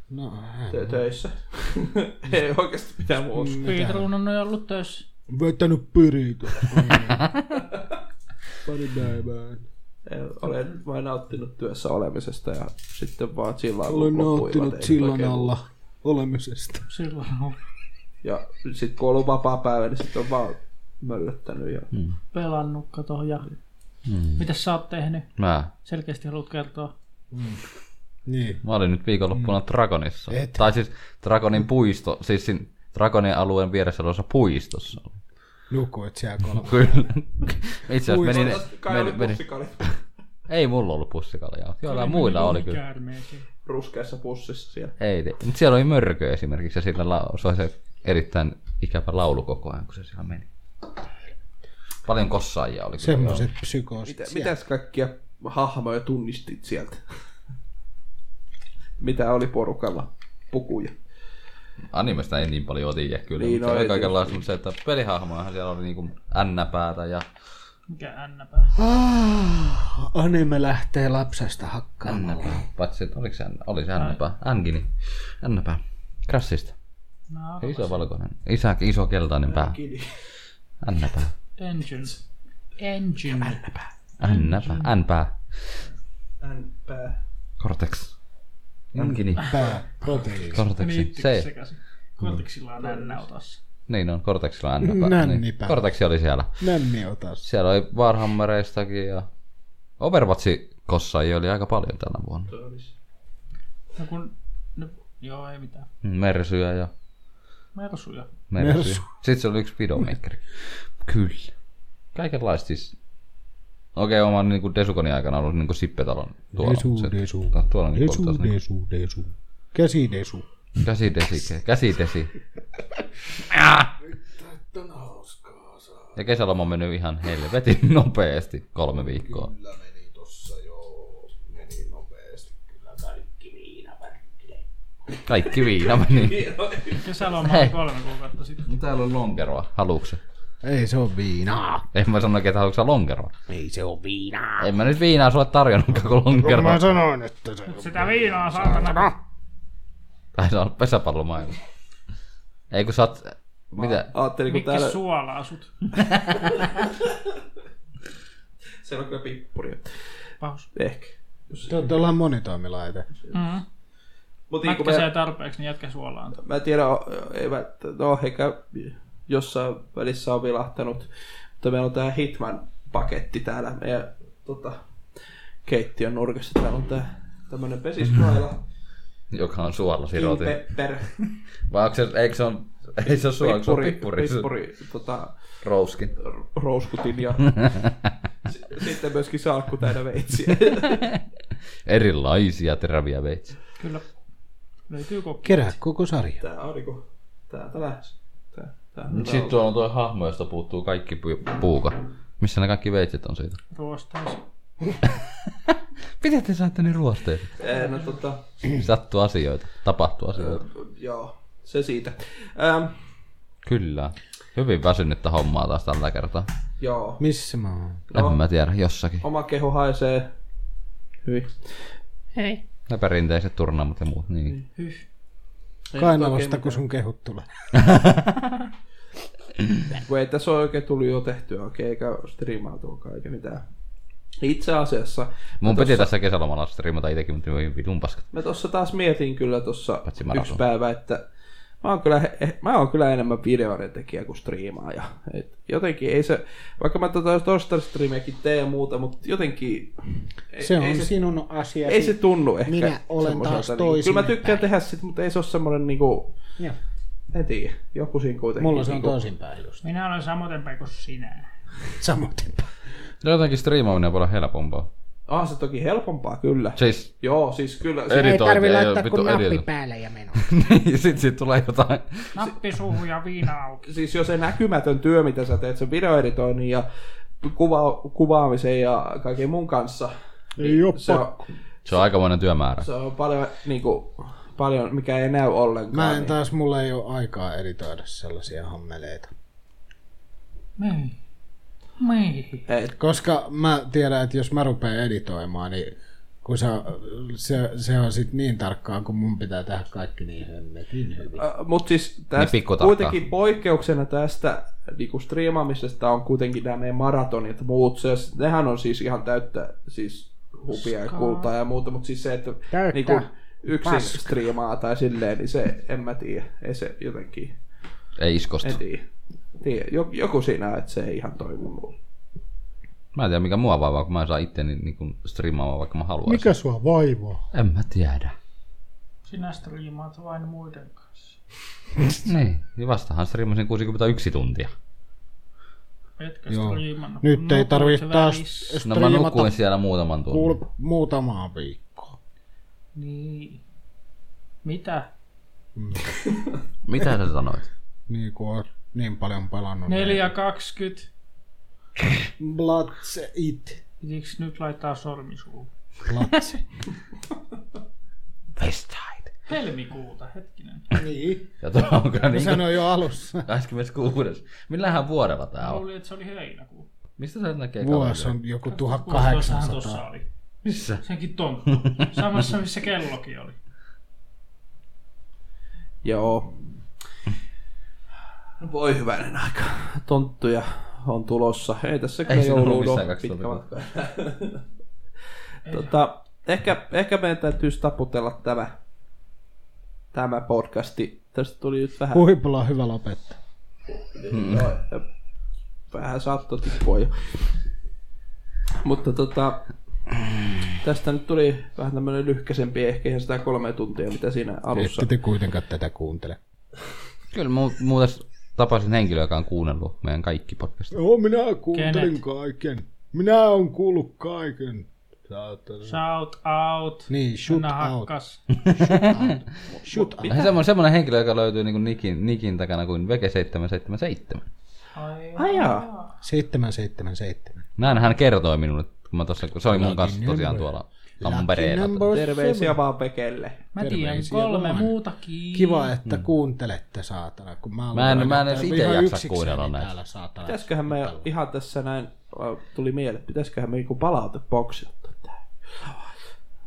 [SPEAKER 5] No,
[SPEAKER 3] muista tö- töissä. Ei oikeasti mitään muuta. Mm.
[SPEAKER 4] Speedrun on ollut töissä.
[SPEAKER 5] vetänyt piritä. Pari päivää.
[SPEAKER 3] Olen vain nauttinut työssä olemisesta ja sitten vaan silloin
[SPEAKER 5] Olen
[SPEAKER 3] loppuivat,
[SPEAKER 5] nauttinut
[SPEAKER 3] ei nyt
[SPEAKER 5] sillan
[SPEAKER 3] oikein muuta.
[SPEAKER 5] alla olemisesta.
[SPEAKER 4] Silloin on ollut.
[SPEAKER 3] Ja sitten kun on ollut vapaa päivä, niin sitten on vaan möllöttänyt. Ja... Mm.
[SPEAKER 4] pelannut, kato. Ja...
[SPEAKER 2] Hmm.
[SPEAKER 4] Mitäs sä oot tehnyt?
[SPEAKER 2] Mä.
[SPEAKER 4] Selkeästi haluat kertoa.
[SPEAKER 5] Niin.
[SPEAKER 2] Mä olin nyt viikonloppuna Dragonissa.
[SPEAKER 5] Et.
[SPEAKER 2] Tai siis Dragonin puisto. Siis sin, Dragonin alueen vieressä olevassa puistossa.
[SPEAKER 5] Nukuit siellä
[SPEAKER 2] No.
[SPEAKER 5] kolme.
[SPEAKER 2] Kyllä. Itse asiassa menin,
[SPEAKER 3] Kai
[SPEAKER 2] menin,
[SPEAKER 3] oli
[SPEAKER 2] menin,
[SPEAKER 3] pussikali
[SPEAKER 2] ei mulla ollut pussikaljaa, mutta joillain muilla oli kyllä.
[SPEAKER 4] Käärmeisiä.
[SPEAKER 3] ruskeassa pussissa siellä.
[SPEAKER 2] Ei, te- mut siellä oli mörkö esimerkiksi ja sillä la- se oli se erittäin ikävä laulu koko ajan, kun se siellä meni. Paljon kossaajia oli. kyllä.
[SPEAKER 5] Semmoiset psykoosit.
[SPEAKER 3] Mitä,
[SPEAKER 5] siellä.
[SPEAKER 3] mitäs kaikkia hahmoja tunnistit sieltä? Mitä oli porukalla? Pukuja.
[SPEAKER 2] Animesta ei niin paljon tiedä kyllä,
[SPEAKER 3] Niin,
[SPEAKER 2] niin,
[SPEAKER 3] no
[SPEAKER 2] mutta
[SPEAKER 3] ei
[SPEAKER 2] no, kaikenlaista, mutta se, että pelihahmoahan siellä oli niinku ännäpäätä ja
[SPEAKER 4] Mikä ännäpää.
[SPEAKER 5] Ah, Anime lähtee lapsesta hakkaamaan.
[SPEAKER 2] ännäpää. Paitsi, että oliko se, ännä- oli se ännäpää? Ängini. Ännäpää. Krassista.
[SPEAKER 4] Nää on
[SPEAKER 2] Se iso valkoinen. Isä, iso keltainen pää.
[SPEAKER 3] Kili.
[SPEAKER 2] Ännäpää.
[SPEAKER 4] Engine. Engine.
[SPEAKER 2] Ännäpää. Äänpää.
[SPEAKER 3] Äänpää.
[SPEAKER 2] Cortex. Ängini.
[SPEAKER 5] Pää, proteiini.
[SPEAKER 2] Cortex.
[SPEAKER 4] Liittyykö
[SPEAKER 2] Se,
[SPEAKER 4] sekaisin? Kortiksilla on ännä otassa.
[SPEAKER 2] niin on, Cortexilla on ännäpää. Niin.
[SPEAKER 5] Nännipää.
[SPEAKER 2] Cortex oli siellä.
[SPEAKER 5] Nänni otas.
[SPEAKER 2] Siellä oli Warhammereistakin ja Overwatch-kossaajia oli aika paljon tänä vuonna.
[SPEAKER 4] No kun... No, joo, ei mitään.
[SPEAKER 2] Mersyjä ja
[SPEAKER 4] Mersuja.
[SPEAKER 2] Mersu.
[SPEAKER 5] Mersu.
[SPEAKER 2] Sitten se oli yksi videomakeri. Kyllä. Kaikenlaista siis. Okei, okay, mä oon niinku Desukonin aikana ollut niinku Sippetalon tuolla.
[SPEAKER 5] Desu,
[SPEAKER 2] Se-
[SPEAKER 5] desu.
[SPEAKER 2] no, Tuolla on niinku
[SPEAKER 5] Desu,
[SPEAKER 2] ollut taas niinku
[SPEAKER 5] desu, desu. Käsi desu.
[SPEAKER 2] käsi desi, käsi desi. Ja kesäloma on mennyt ihan helvetin nopeesti kolme viikkoa.
[SPEAKER 7] Kyllä meni tossa joo, meni nopeesti kyllä kaikki viinapärkkile.
[SPEAKER 2] Kaikki viina meni.
[SPEAKER 4] Kesäloma oli kolme kuukautta sitten.
[SPEAKER 2] Täällä on lonkeroa. Haluuks?
[SPEAKER 5] Ei se on viinaa.
[SPEAKER 2] En mä sano, että haluatko sä lonkeroa.
[SPEAKER 6] Ei se on viinaa.
[SPEAKER 2] En mä nyt viinaa sulle tarjonnutkaan kuin lonkeroa.
[SPEAKER 5] Mä sanoin, että se
[SPEAKER 4] Sitä viinaa saatana.
[SPEAKER 2] Tai se on pesäpallomaailma. Ei kun sä oot... Mitä?
[SPEAKER 3] Ajattelin, kun
[SPEAKER 4] Mikki
[SPEAKER 3] täällä...
[SPEAKER 4] suolaa sut.
[SPEAKER 3] Se on kyllä pippuria.
[SPEAKER 4] Pahus.
[SPEAKER 3] Ehkä.
[SPEAKER 5] on tuolla monitoimilaite.
[SPEAKER 4] Mm.
[SPEAKER 3] Mut niin, kun
[SPEAKER 4] Mätkä se
[SPEAKER 3] mä,
[SPEAKER 4] tarpeeksi, niin jätkä suolaan.
[SPEAKER 3] mä tiedän, ei mä, no ehkä jossain välissä on vilahtanut, mutta meillä on tää Hitman-paketti täällä meidän tota, keittiön nurkassa. Täällä on tää tämmönen pesiskraila,
[SPEAKER 2] Joka on suolla
[SPEAKER 3] King
[SPEAKER 2] siroti.
[SPEAKER 3] Pepper,
[SPEAKER 2] Vai onko se... Eikö se on... Ei se ole suola, onko se on pippuri.
[SPEAKER 3] pippuri,
[SPEAKER 2] Se on
[SPEAKER 3] pippuri, tota,
[SPEAKER 2] Rouskin.
[SPEAKER 3] r- rouskutin ja s- sitten myöskin salkku täynnä veitsiä.
[SPEAKER 2] Erilaisia teräviä veitsiä.
[SPEAKER 3] No.
[SPEAKER 4] Kyllä. Löytyy kokki.
[SPEAKER 5] Kerää koko sarja.
[SPEAKER 3] Tää on niinku, täältä lähes. Tää, tää,
[SPEAKER 2] Sitten tuolla on tuo hahmo, josta puuttuu kaikki pu- puuka. Missä ne kaikki veitset on siitä?
[SPEAKER 4] Ruostaisi.
[SPEAKER 2] Miten te saatte ne ruosteet?
[SPEAKER 3] Ee, no tota,
[SPEAKER 2] Sattuu asioita. Tapahtuu asioita.
[SPEAKER 3] joo, se siitä. Ähm,
[SPEAKER 2] Kyllä. Hyvin väsynyttä hommaa taas tällä kertaa.
[SPEAKER 3] joo,
[SPEAKER 5] Missä mä oon?
[SPEAKER 2] No. En mä tiedä, jossakin.
[SPEAKER 3] oma keho haisee hyvin.
[SPEAKER 4] Hei.
[SPEAKER 2] Ne perinteiset turnaamut ja muut. Niin.
[SPEAKER 4] Hyh.
[SPEAKER 5] Kainalosta, kun sun kehut tulee.
[SPEAKER 3] Kun ei tässä ole oikein tullut jo tehtyä oikein, eikä striimailtuakaan eikä mitään. Itse asiassa
[SPEAKER 2] Mun piti tässä kesälomalla striimata itekin, mutta hyvin vitun paskat.
[SPEAKER 3] mä tuossa taas mietin kyllä tuossa
[SPEAKER 2] Paitsi maraton.
[SPEAKER 3] yksi päivä, että mä oon kyllä, eh, mä oon kyllä enemmän videoiden tekijä kuin striimaaja. Et jotenkin ei se, vaikka mä tota tosta striimiäkin teen ja muuta, mutta jotenkin ei,
[SPEAKER 5] Se
[SPEAKER 3] ei
[SPEAKER 5] on sinun asiasi.
[SPEAKER 3] ei se tunnu ehkä
[SPEAKER 5] Minä olen
[SPEAKER 3] semmoiselta
[SPEAKER 5] taas
[SPEAKER 3] niinku- Kyllä mä
[SPEAKER 5] toisinpäin.
[SPEAKER 3] tykkään tehdä sit, mutta ei se ole semmoinen niinku,
[SPEAKER 5] Joo.
[SPEAKER 3] en tiedä, joku siinä kuitenkin.
[SPEAKER 5] Mulla se on
[SPEAKER 3] niinku,
[SPEAKER 5] toisinpäin just.
[SPEAKER 4] Minä olen samoin päin kuin sinä.
[SPEAKER 5] Samoin.
[SPEAKER 2] No jotenkin striimaaminen voi olla helpompaa.
[SPEAKER 3] Ah, se toki helpompaa kyllä.
[SPEAKER 2] Siis
[SPEAKER 3] Joo, siis kyllä. Se,
[SPEAKER 6] Ei
[SPEAKER 2] editointi
[SPEAKER 6] tarvi
[SPEAKER 2] ei,
[SPEAKER 6] laittaa
[SPEAKER 2] ole vittu
[SPEAKER 6] kun nappi
[SPEAKER 2] editointi.
[SPEAKER 6] päälle ja meno.
[SPEAKER 2] Niin, sit siitä tulee jotain.
[SPEAKER 4] Nappi suuhun ja viina auki.
[SPEAKER 3] siis jo se näkymätön työ, mitä sä teet sen videoeditoinnin ja kuva, kuvaamisen ja kaiken mun kanssa, niin
[SPEAKER 5] Ei oo
[SPEAKER 3] se on,
[SPEAKER 2] Se on aikamoinen työmäärä.
[SPEAKER 3] se on paljon, niinku, paljon, mikä ei näy ollenkaan. Niin,
[SPEAKER 5] Mä en taas, mulla ei ole aikaa editoida sellaisia hommeleita.
[SPEAKER 4] Mei. Mei.
[SPEAKER 3] niin, et,
[SPEAKER 5] Koska mä tiedän, että jos mä rupean editoimaan, niin kun se, se, se on sit niin tarkkaa, kun mun pitää tehdä kaikki niin hemmetin hyvin.
[SPEAKER 3] Mutta siis tästä,
[SPEAKER 2] Niin pikkutarkkaa.
[SPEAKER 3] kuitenkin poikkeuksena tästä niinku striimaamisesta on kuitenkin nämä meidän maratonit ja muut. Se, nehän on siis ihan täyttä siis hupia ja kultaa ja muuta, mutta siis se, että
[SPEAKER 6] Täyttä
[SPEAKER 3] niinku, yksin
[SPEAKER 6] paskaa.
[SPEAKER 3] striimaa tai silleen, niin se en mä tiedä. Ei se jotenkin,
[SPEAKER 2] Ei iskosta.
[SPEAKER 3] en tiedä. tiedä. Joku, joku siinä, että se ei ihan toimi mulle.
[SPEAKER 2] Mä en tiedä mikä mua vaivaa, niin kun mä en saa itteni niin striimaamaan vaikka mä haluaisin.
[SPEAKER 5] sua vaivaa?
[SPEAKER 2] En mä tiedä.
[SPEAKER 4] Sinä striimaat vain muiden kanssa.
[SPEAKER 2] Niin, niin vastahan striimasin 61 tuntia. No,
[SPEAKER 4] Etkö
[SPEAKER 5] Joo.
[SPEAKER 4] striimannut?
[SPEAKER 5] Nyt ei
[SPEAKER 4] Nukuit
[SPEAKER 5] tarvitse taas
[SPEAKER 4] välissä.
[SPEAKER 2] No mä
[SPEAKER 5] striimata
[SPEAKER 2] nukuin siellä muutaman tunnin.
[SPEAKER 5] kuul- muutamaan viikkoon.
[SPEAKER 4] Niin. Mitä?
[SPEAKER 2] Mitä sä sanoit?
[SPEAKER 5] Niin kun oot niin paljon pelannut.
[SPEAKER 4] 4.20.
[SPEAKER 5] näitä. Bloods it.
[SPEAKER 4] Pitikö nyt laittaa sormi suuhun?
[SPEAKER 5] Bloods.
[SPEAKER 2] Westside.
[SPEAKER 4] Helmikuuta, hetkinen.
[SPEAKER 5] niin.
[SPEAKER 2] Ja tuo on kyllä
[SPEAKER 5] Mä
[SPEAKER 2] niin kuin
[SPEAKER 5] sanoin jo alussa.
[SPEAKER 2] 26. Millähän vuodella tää
[SPEAKER 4] Mä
[SPEAKER 2] on?
[SPEAKER 4] luulin, että se oli heinäkuu.
[SPEAKER 2] Mistä sä näkee
[SPEAKER 5] Vuosi
[SPEAKER 2] kalenterin?
[SPEAKER 5] on joku
[SPEAKER 4] 16 tuossa
[SPEAKER 5] 1800.
[SPEAKER 4] oli.
[SPEAKER 2] Missä?
[SPEAKER 4] Senkin tonttu. Samassa missä kellokin oli.
[SPEAKER 3] Joo. No Voi hyvänen aika. Tonttuja on tulossa. Ei tässä kyllä
[SPEAKER 2] Ei siinä ollut
[SPEAKER 3] jouluun
[SPEAKER 2] missään
[SPEAKER 3] ole pitkä
[SPEAKER 2] 2000.
[SPEAKER 3] matka. tota, ehkä, ehkä meidän täytyisi taputella tämä, tämä podcasti. Tästä tuli nyt vähän,
[SPEAKER 5] Huipulla on hyvä lopettaa.
[SPEAKER 3] vähän saattoi tippua jo. Mutta tota, tästä nyt tuli vähän tämmöinen lyhkäsempi, ehkä ihan sitä kolme tuntia, mitä siinä alussa.
[SPEAKER 5] Ette te kuitenkaan tätä kuuntele.
[SPEAKER 2] Kyllä mu- muuten tapasin henkilöä, joka on kuunnellut meidän kaikki podcastit.
[SPEAKER 5] Joo, minä kuuntelin
[SPEAKER 4] Kenet?
[SPEAKER 5] kaiken. Minä oon kuullut kaiken. Saatana.
[SPEAKER 4] Shout out.
[SPEAKER 5] Niin, shoot
[SPEAKER 4] Mennä
[SPEAKER 5] out.
[SPEAKER 4] hakkas.
[SPEAKER 5] Shoot out.
[SPEAKER 2] Hän semmoinen, semmoinen henkilö, joka löytyy niin nikin, nikin takana kuin Veke777.
[SPEAKER 4] Ai,
[SPEAKER 3] Ai jaa.
[SPEAKER 5] 777.
[SPEAKER 2] Näin hän kertoi minulle, kun mä tossa, kun se oli mun kanssa tosiaan tuolla Tampereella.
[SPEAKER 5] Number
[SPEAKER 3] Terveisiä vaan Pekelle.
[SPEAKER 4] Mä tiedän
[SPEAKER 5] Terveisiä
[SPEAKER 4] kolme
[SPEAKER 5] vaan.
[SPEAKER 4] muutakin.
[SPEAKER 5] Kiva, että mm. kuuntelette, saatana. Kun mä,
[SPEAKER 2] Mä en-
[SPEAKER 5] olen
[SPEAKER 2] mä en
[SPEAKER 5] täällä
[SPEAKER 2] edes ite
[SPEAKER 5] ihan
[SPEAKER 2] jaksa
[SPEAKER 5] yksikseni
[SPEAKER 2] kuunnella näitä.
[SPEAKER 5] Täällä, saatana.
[SPEAKER 3] Pitäisköhän me ihan tässä näin, äh, tuli mieleen, että pitäisköhän me niinku joku palauteboksi ottaa tää.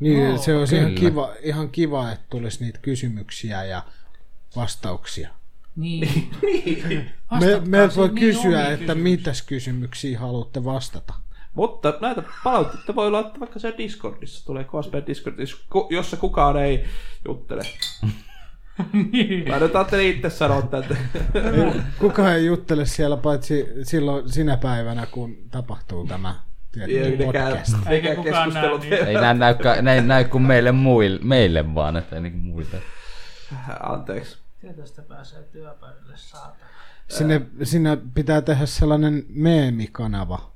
[SPEAKER 5] Niin, no, se olisi ihan
[SPEAKER 2] kyllä.
[SPEAKER 5] kiva, ihan kiva, että tulisi niitä kysymyksiä ja vastauksia.
[SPEAKER 4] Niin.
[SPEAKER 5] Me,
[SPEAKER 4] Vastatkaa niin
[SPEAKER 5] me voi
[SPEAKER 4] siihen
[SPEAKER 5] kysyä,
[SPEAKER 4] omiin
[SPEAKER 5] että
[SPEAKER 4] kysymyksiin.
[SPEAKER 5] mitäs kysymyksiä haluatte vastata.
[SPEAKER 3] Mutta näitä palautetta voi laittaa vaikka siellä Discordissa, tulee KSP Discordissa, ku- jossa kukaan ei juttele.
[SPEAKER 4] Niin.
[SPEAKER 3] Mä nyt ajattelin itse sanoa tätä.
[SPEAKER 5] Kukaan ei juttele siellä paitsi silloin sinä päivänä, kun tapahtuu tämä tietty podcast.
[SPEAKER 3] Eikä
[SPEAKER 4] Eikä kukaan
[SPEAKER 3] keskustelut.
[SPEAKER 4] näe niitä.
[SPEAKER 2] Ei näin näy, näy, näy kuin meille, muille, meille vaan, että niin muille.
[SPEAKER 3] Anteeksi.
[SPEAKER 4] Tästä pääsee työpöydälle saatana.
[SPEAKER 5] Sinne, sinne pitää tehdä sellainen meemikanava,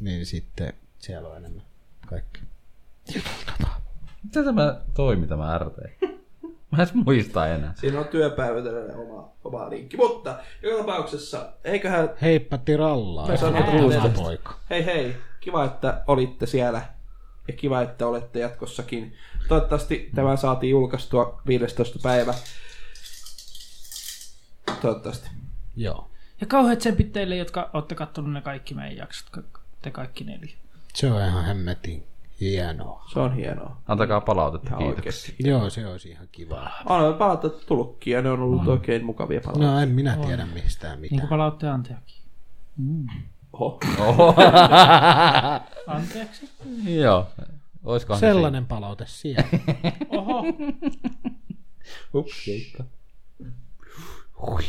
[SPEAKER 5] niin sitten siellä on enemmän kaikki.
[SPEAKER 2] Mitä tämä toimi tämä RT? Mä en edes muista enää.
[SPEAKER 3] Siinä on työpäivätellinen oma, oma linkki. Mutta joka tapauksessa, eiköhän...
[SPEAKER 5] Heippa tirallaa.
[SPEAKER 3] Mä sanon
[SPEAKER 5] Ruusta
[SPEAKER 3] teille-
[SPEAKER 5] poika.
[SPEAKER 3] Hei hei, kiva, että olitte siellä. Ja kiva, että olette jatkossakin. Toivottavasti tämä saatiin julkaistua 15. päivä. Toivottavasti.
[SPEAKER 5] Joo.
[SPEAKER 4] Ja kauheat tsempit teille, jotka olette kattonut ne kaikki meidän jaksot. ka- Te kaikki neljä.
[SPEAKER 5] Se on ihan hemmetin hienoa.
[SPEAKER 3] Se on hienoa.
[SPEAKER 2] Antakaa palautetta,
[SPEAKER 3] Ihan
[SPEAKER 2] kiitos.
[SPEAKER 3] oikeasti.
[SPEAKER 5] Joo, se olisi ihan kiva.
[SPEAKER 3] Anna palautetta tullutkin ja ne on ollut oikein mukavia palautteita.
[SPEAKER 5] No en minä tiedä mistään
[SPEAKER 4] Niin kuin
[SPEAKER 5] mitään.
[SPEAKER 4] palautteen antajakin.
[SPEAKER 3] Oho.
[SPEAKER 4] Anteeksi.
[SPEAKER 2] Joo. Oiskohan se
[SPEAKER 5] Sellainen palaute siellä.
[SPEAKER 4] Oho.
[SPEAKER 2] Ups, keikka. Hui.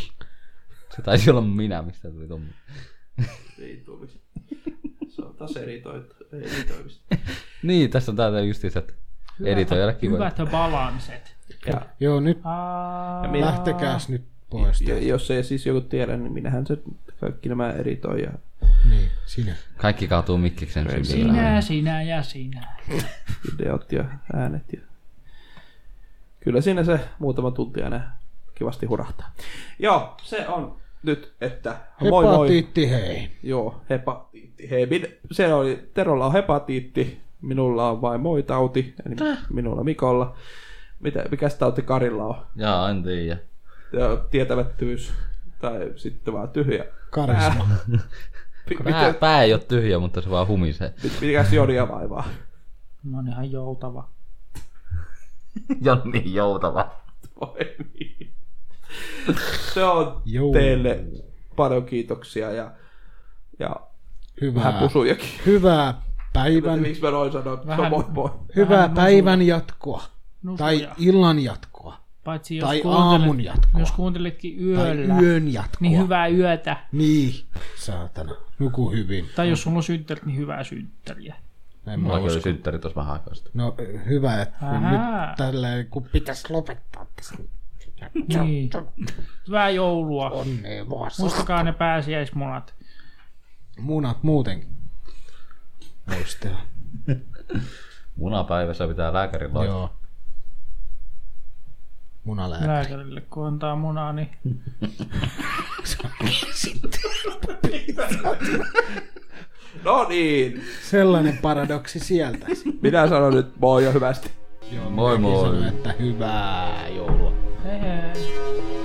[SPEAKER 2] Se taisi olla minä, mistä tuli tuommoinen.
[SPEAKER 3] Ei tulisi. Se on taas editoitu. editoimista.
[SPEAKER 2] Niin, tässä on täältä justiinsa, että editoijalla kiva.
[SPEAKER 4] Hyvät balanset.
[SPEAKER 3] Ja,
[SPEAKER 5] Joo, nyt
[SPEAKER 4] Aa,
[SPEAKER 3] minä-
[SPEAKER 5] lähtekääs nyt pois.
[SPEAKER 3] ja,
[SPEAKER 5] täältä.
[SPEAKER 3] jos ei siis joku tiedä, niin minähän se kaikki nämä editoi. Ja...
[SPEAKER 5] Niin, sinä.
[SPEAKER 2] Kaikki kaatuu Mikkiksen
[SPEAKER 4] Sinä,
[SPEAKER 2] sylillä.
[SPEAKER 4] sinä ja sinä.
[SPEAKER 3] videot ja äänet. Ja... Kyllä siinä se muutama tunti aina kivasti hurahtaa. Joo, se on nyt, että moi Äh, moi.
[SPEAKER 5] Hepatiitti hei.
[SPEAKER 3] Joo, hepatiitti. Hei, min... se oli, Terolla on hepatiitti, minulla on vain moi tauti, eli minulla Mikolla. Mitä, mikäs tauti Karilla on?
[SPEAKER 2] Jaa, en tiedä.
[SPEAKER 3] Ja Tietämättömyys tai sitten vaan tyhjä.
[SPEAKER 5] Karisma.
[SPEAKER 3] Mi-
[SPEAKER 2] Pää,
[SPEAKER 3] Mitä,
[SPEAKER 2] pää ei ole tyhjä, mutta se vaan humisee.
[SPEAKER 3] mit- mikäs Jodia vaivaa?
[SPEAKER 4] Mä oon ihan joutava.
[SPEAKER 2] Jonni niin joutava.
[SPEAKER 3] Voi niin. Se on
[SPEAKER 5] Joo.
[SPEAKER 3] teille paljon kiitoksia ja, ja vähän
[SPEAKER 5] Hyvää,
[SPEAKER 3] pusujakin.
[SPEAKER 5] hyvää päivän,
[SPEAKER 3] Miksi mä noin sanoin, että se on
[SPEAKER 4] Vähän-
[SPEAKER 3] moi moi.
[SPEAKER 5] hyvää päivän jatkoa. Tai
[SPEAKER 4] Nusuja.
[SPEAKER 5] illan jatkoa.
[SPEAKER 4] Paitsi jos
[SPEAKER 5] Tai
[SPEAKER 4] kuuntelet-
[SPEAKER 5] aamun jatkoa.
[SPEAKER 4] Jos kuunteletkin
[SPEAKER 5] Tai
[SPEAKER 4] yöllä,
[SPEAKER 5] yön jatkoa.
[SPEAKER 4] niin hyvää yötä.
[SPEAKER 5] Niin, saatana. Nuku hyvin.
[SPEAKER 4] Tai jos sulla on synttärit, niin hyvää synttäriä.
[SPEAKER 5] En mä
[SPEAKER 2] Mullakin oli
[SPEAKER 5] usko.
[SPEAKER 2] synttäri tuossa vähän aikaa sitten.
[SPEAKER 5] No hyvä, että
[SPEAKER 4] Ähä.
[SPEAKER 5] nyt tälleen kun
[SPEAKER 6] Pitäisi lopettaa tässä.
[SPEAKER 4] Niin. Hyvää joulua.
[SPEAKER 6] Onnea vaan.
[SPEAKER 4] Muistakaa ne pääsiäismunat.
[SPEAKER 5] munat muutenkin muistaa.
[SPEAKER 2] Munapäivässä pitää lääkärin laittaa.
[SPEAKER 5] Joo. Munalääkä.
[SPEAKER 4] Lääkärille kun antaa munaa, niin
[SPEAKER 3] No niin,
[SPEAKER 5] Sellainen paradoksi sieltä.
[SPEAKER 3] minä sanon nyt moi ja hyvästi.
[SPEAKER 5] Joo,
[SPEAKER 2] Moi
[SPEAKER 5] minäkin
[SPEAKER 2] moi.
[SPEAKER 5] sanoin, että hyvää joulua.
[SPEAKER 4] hei hei.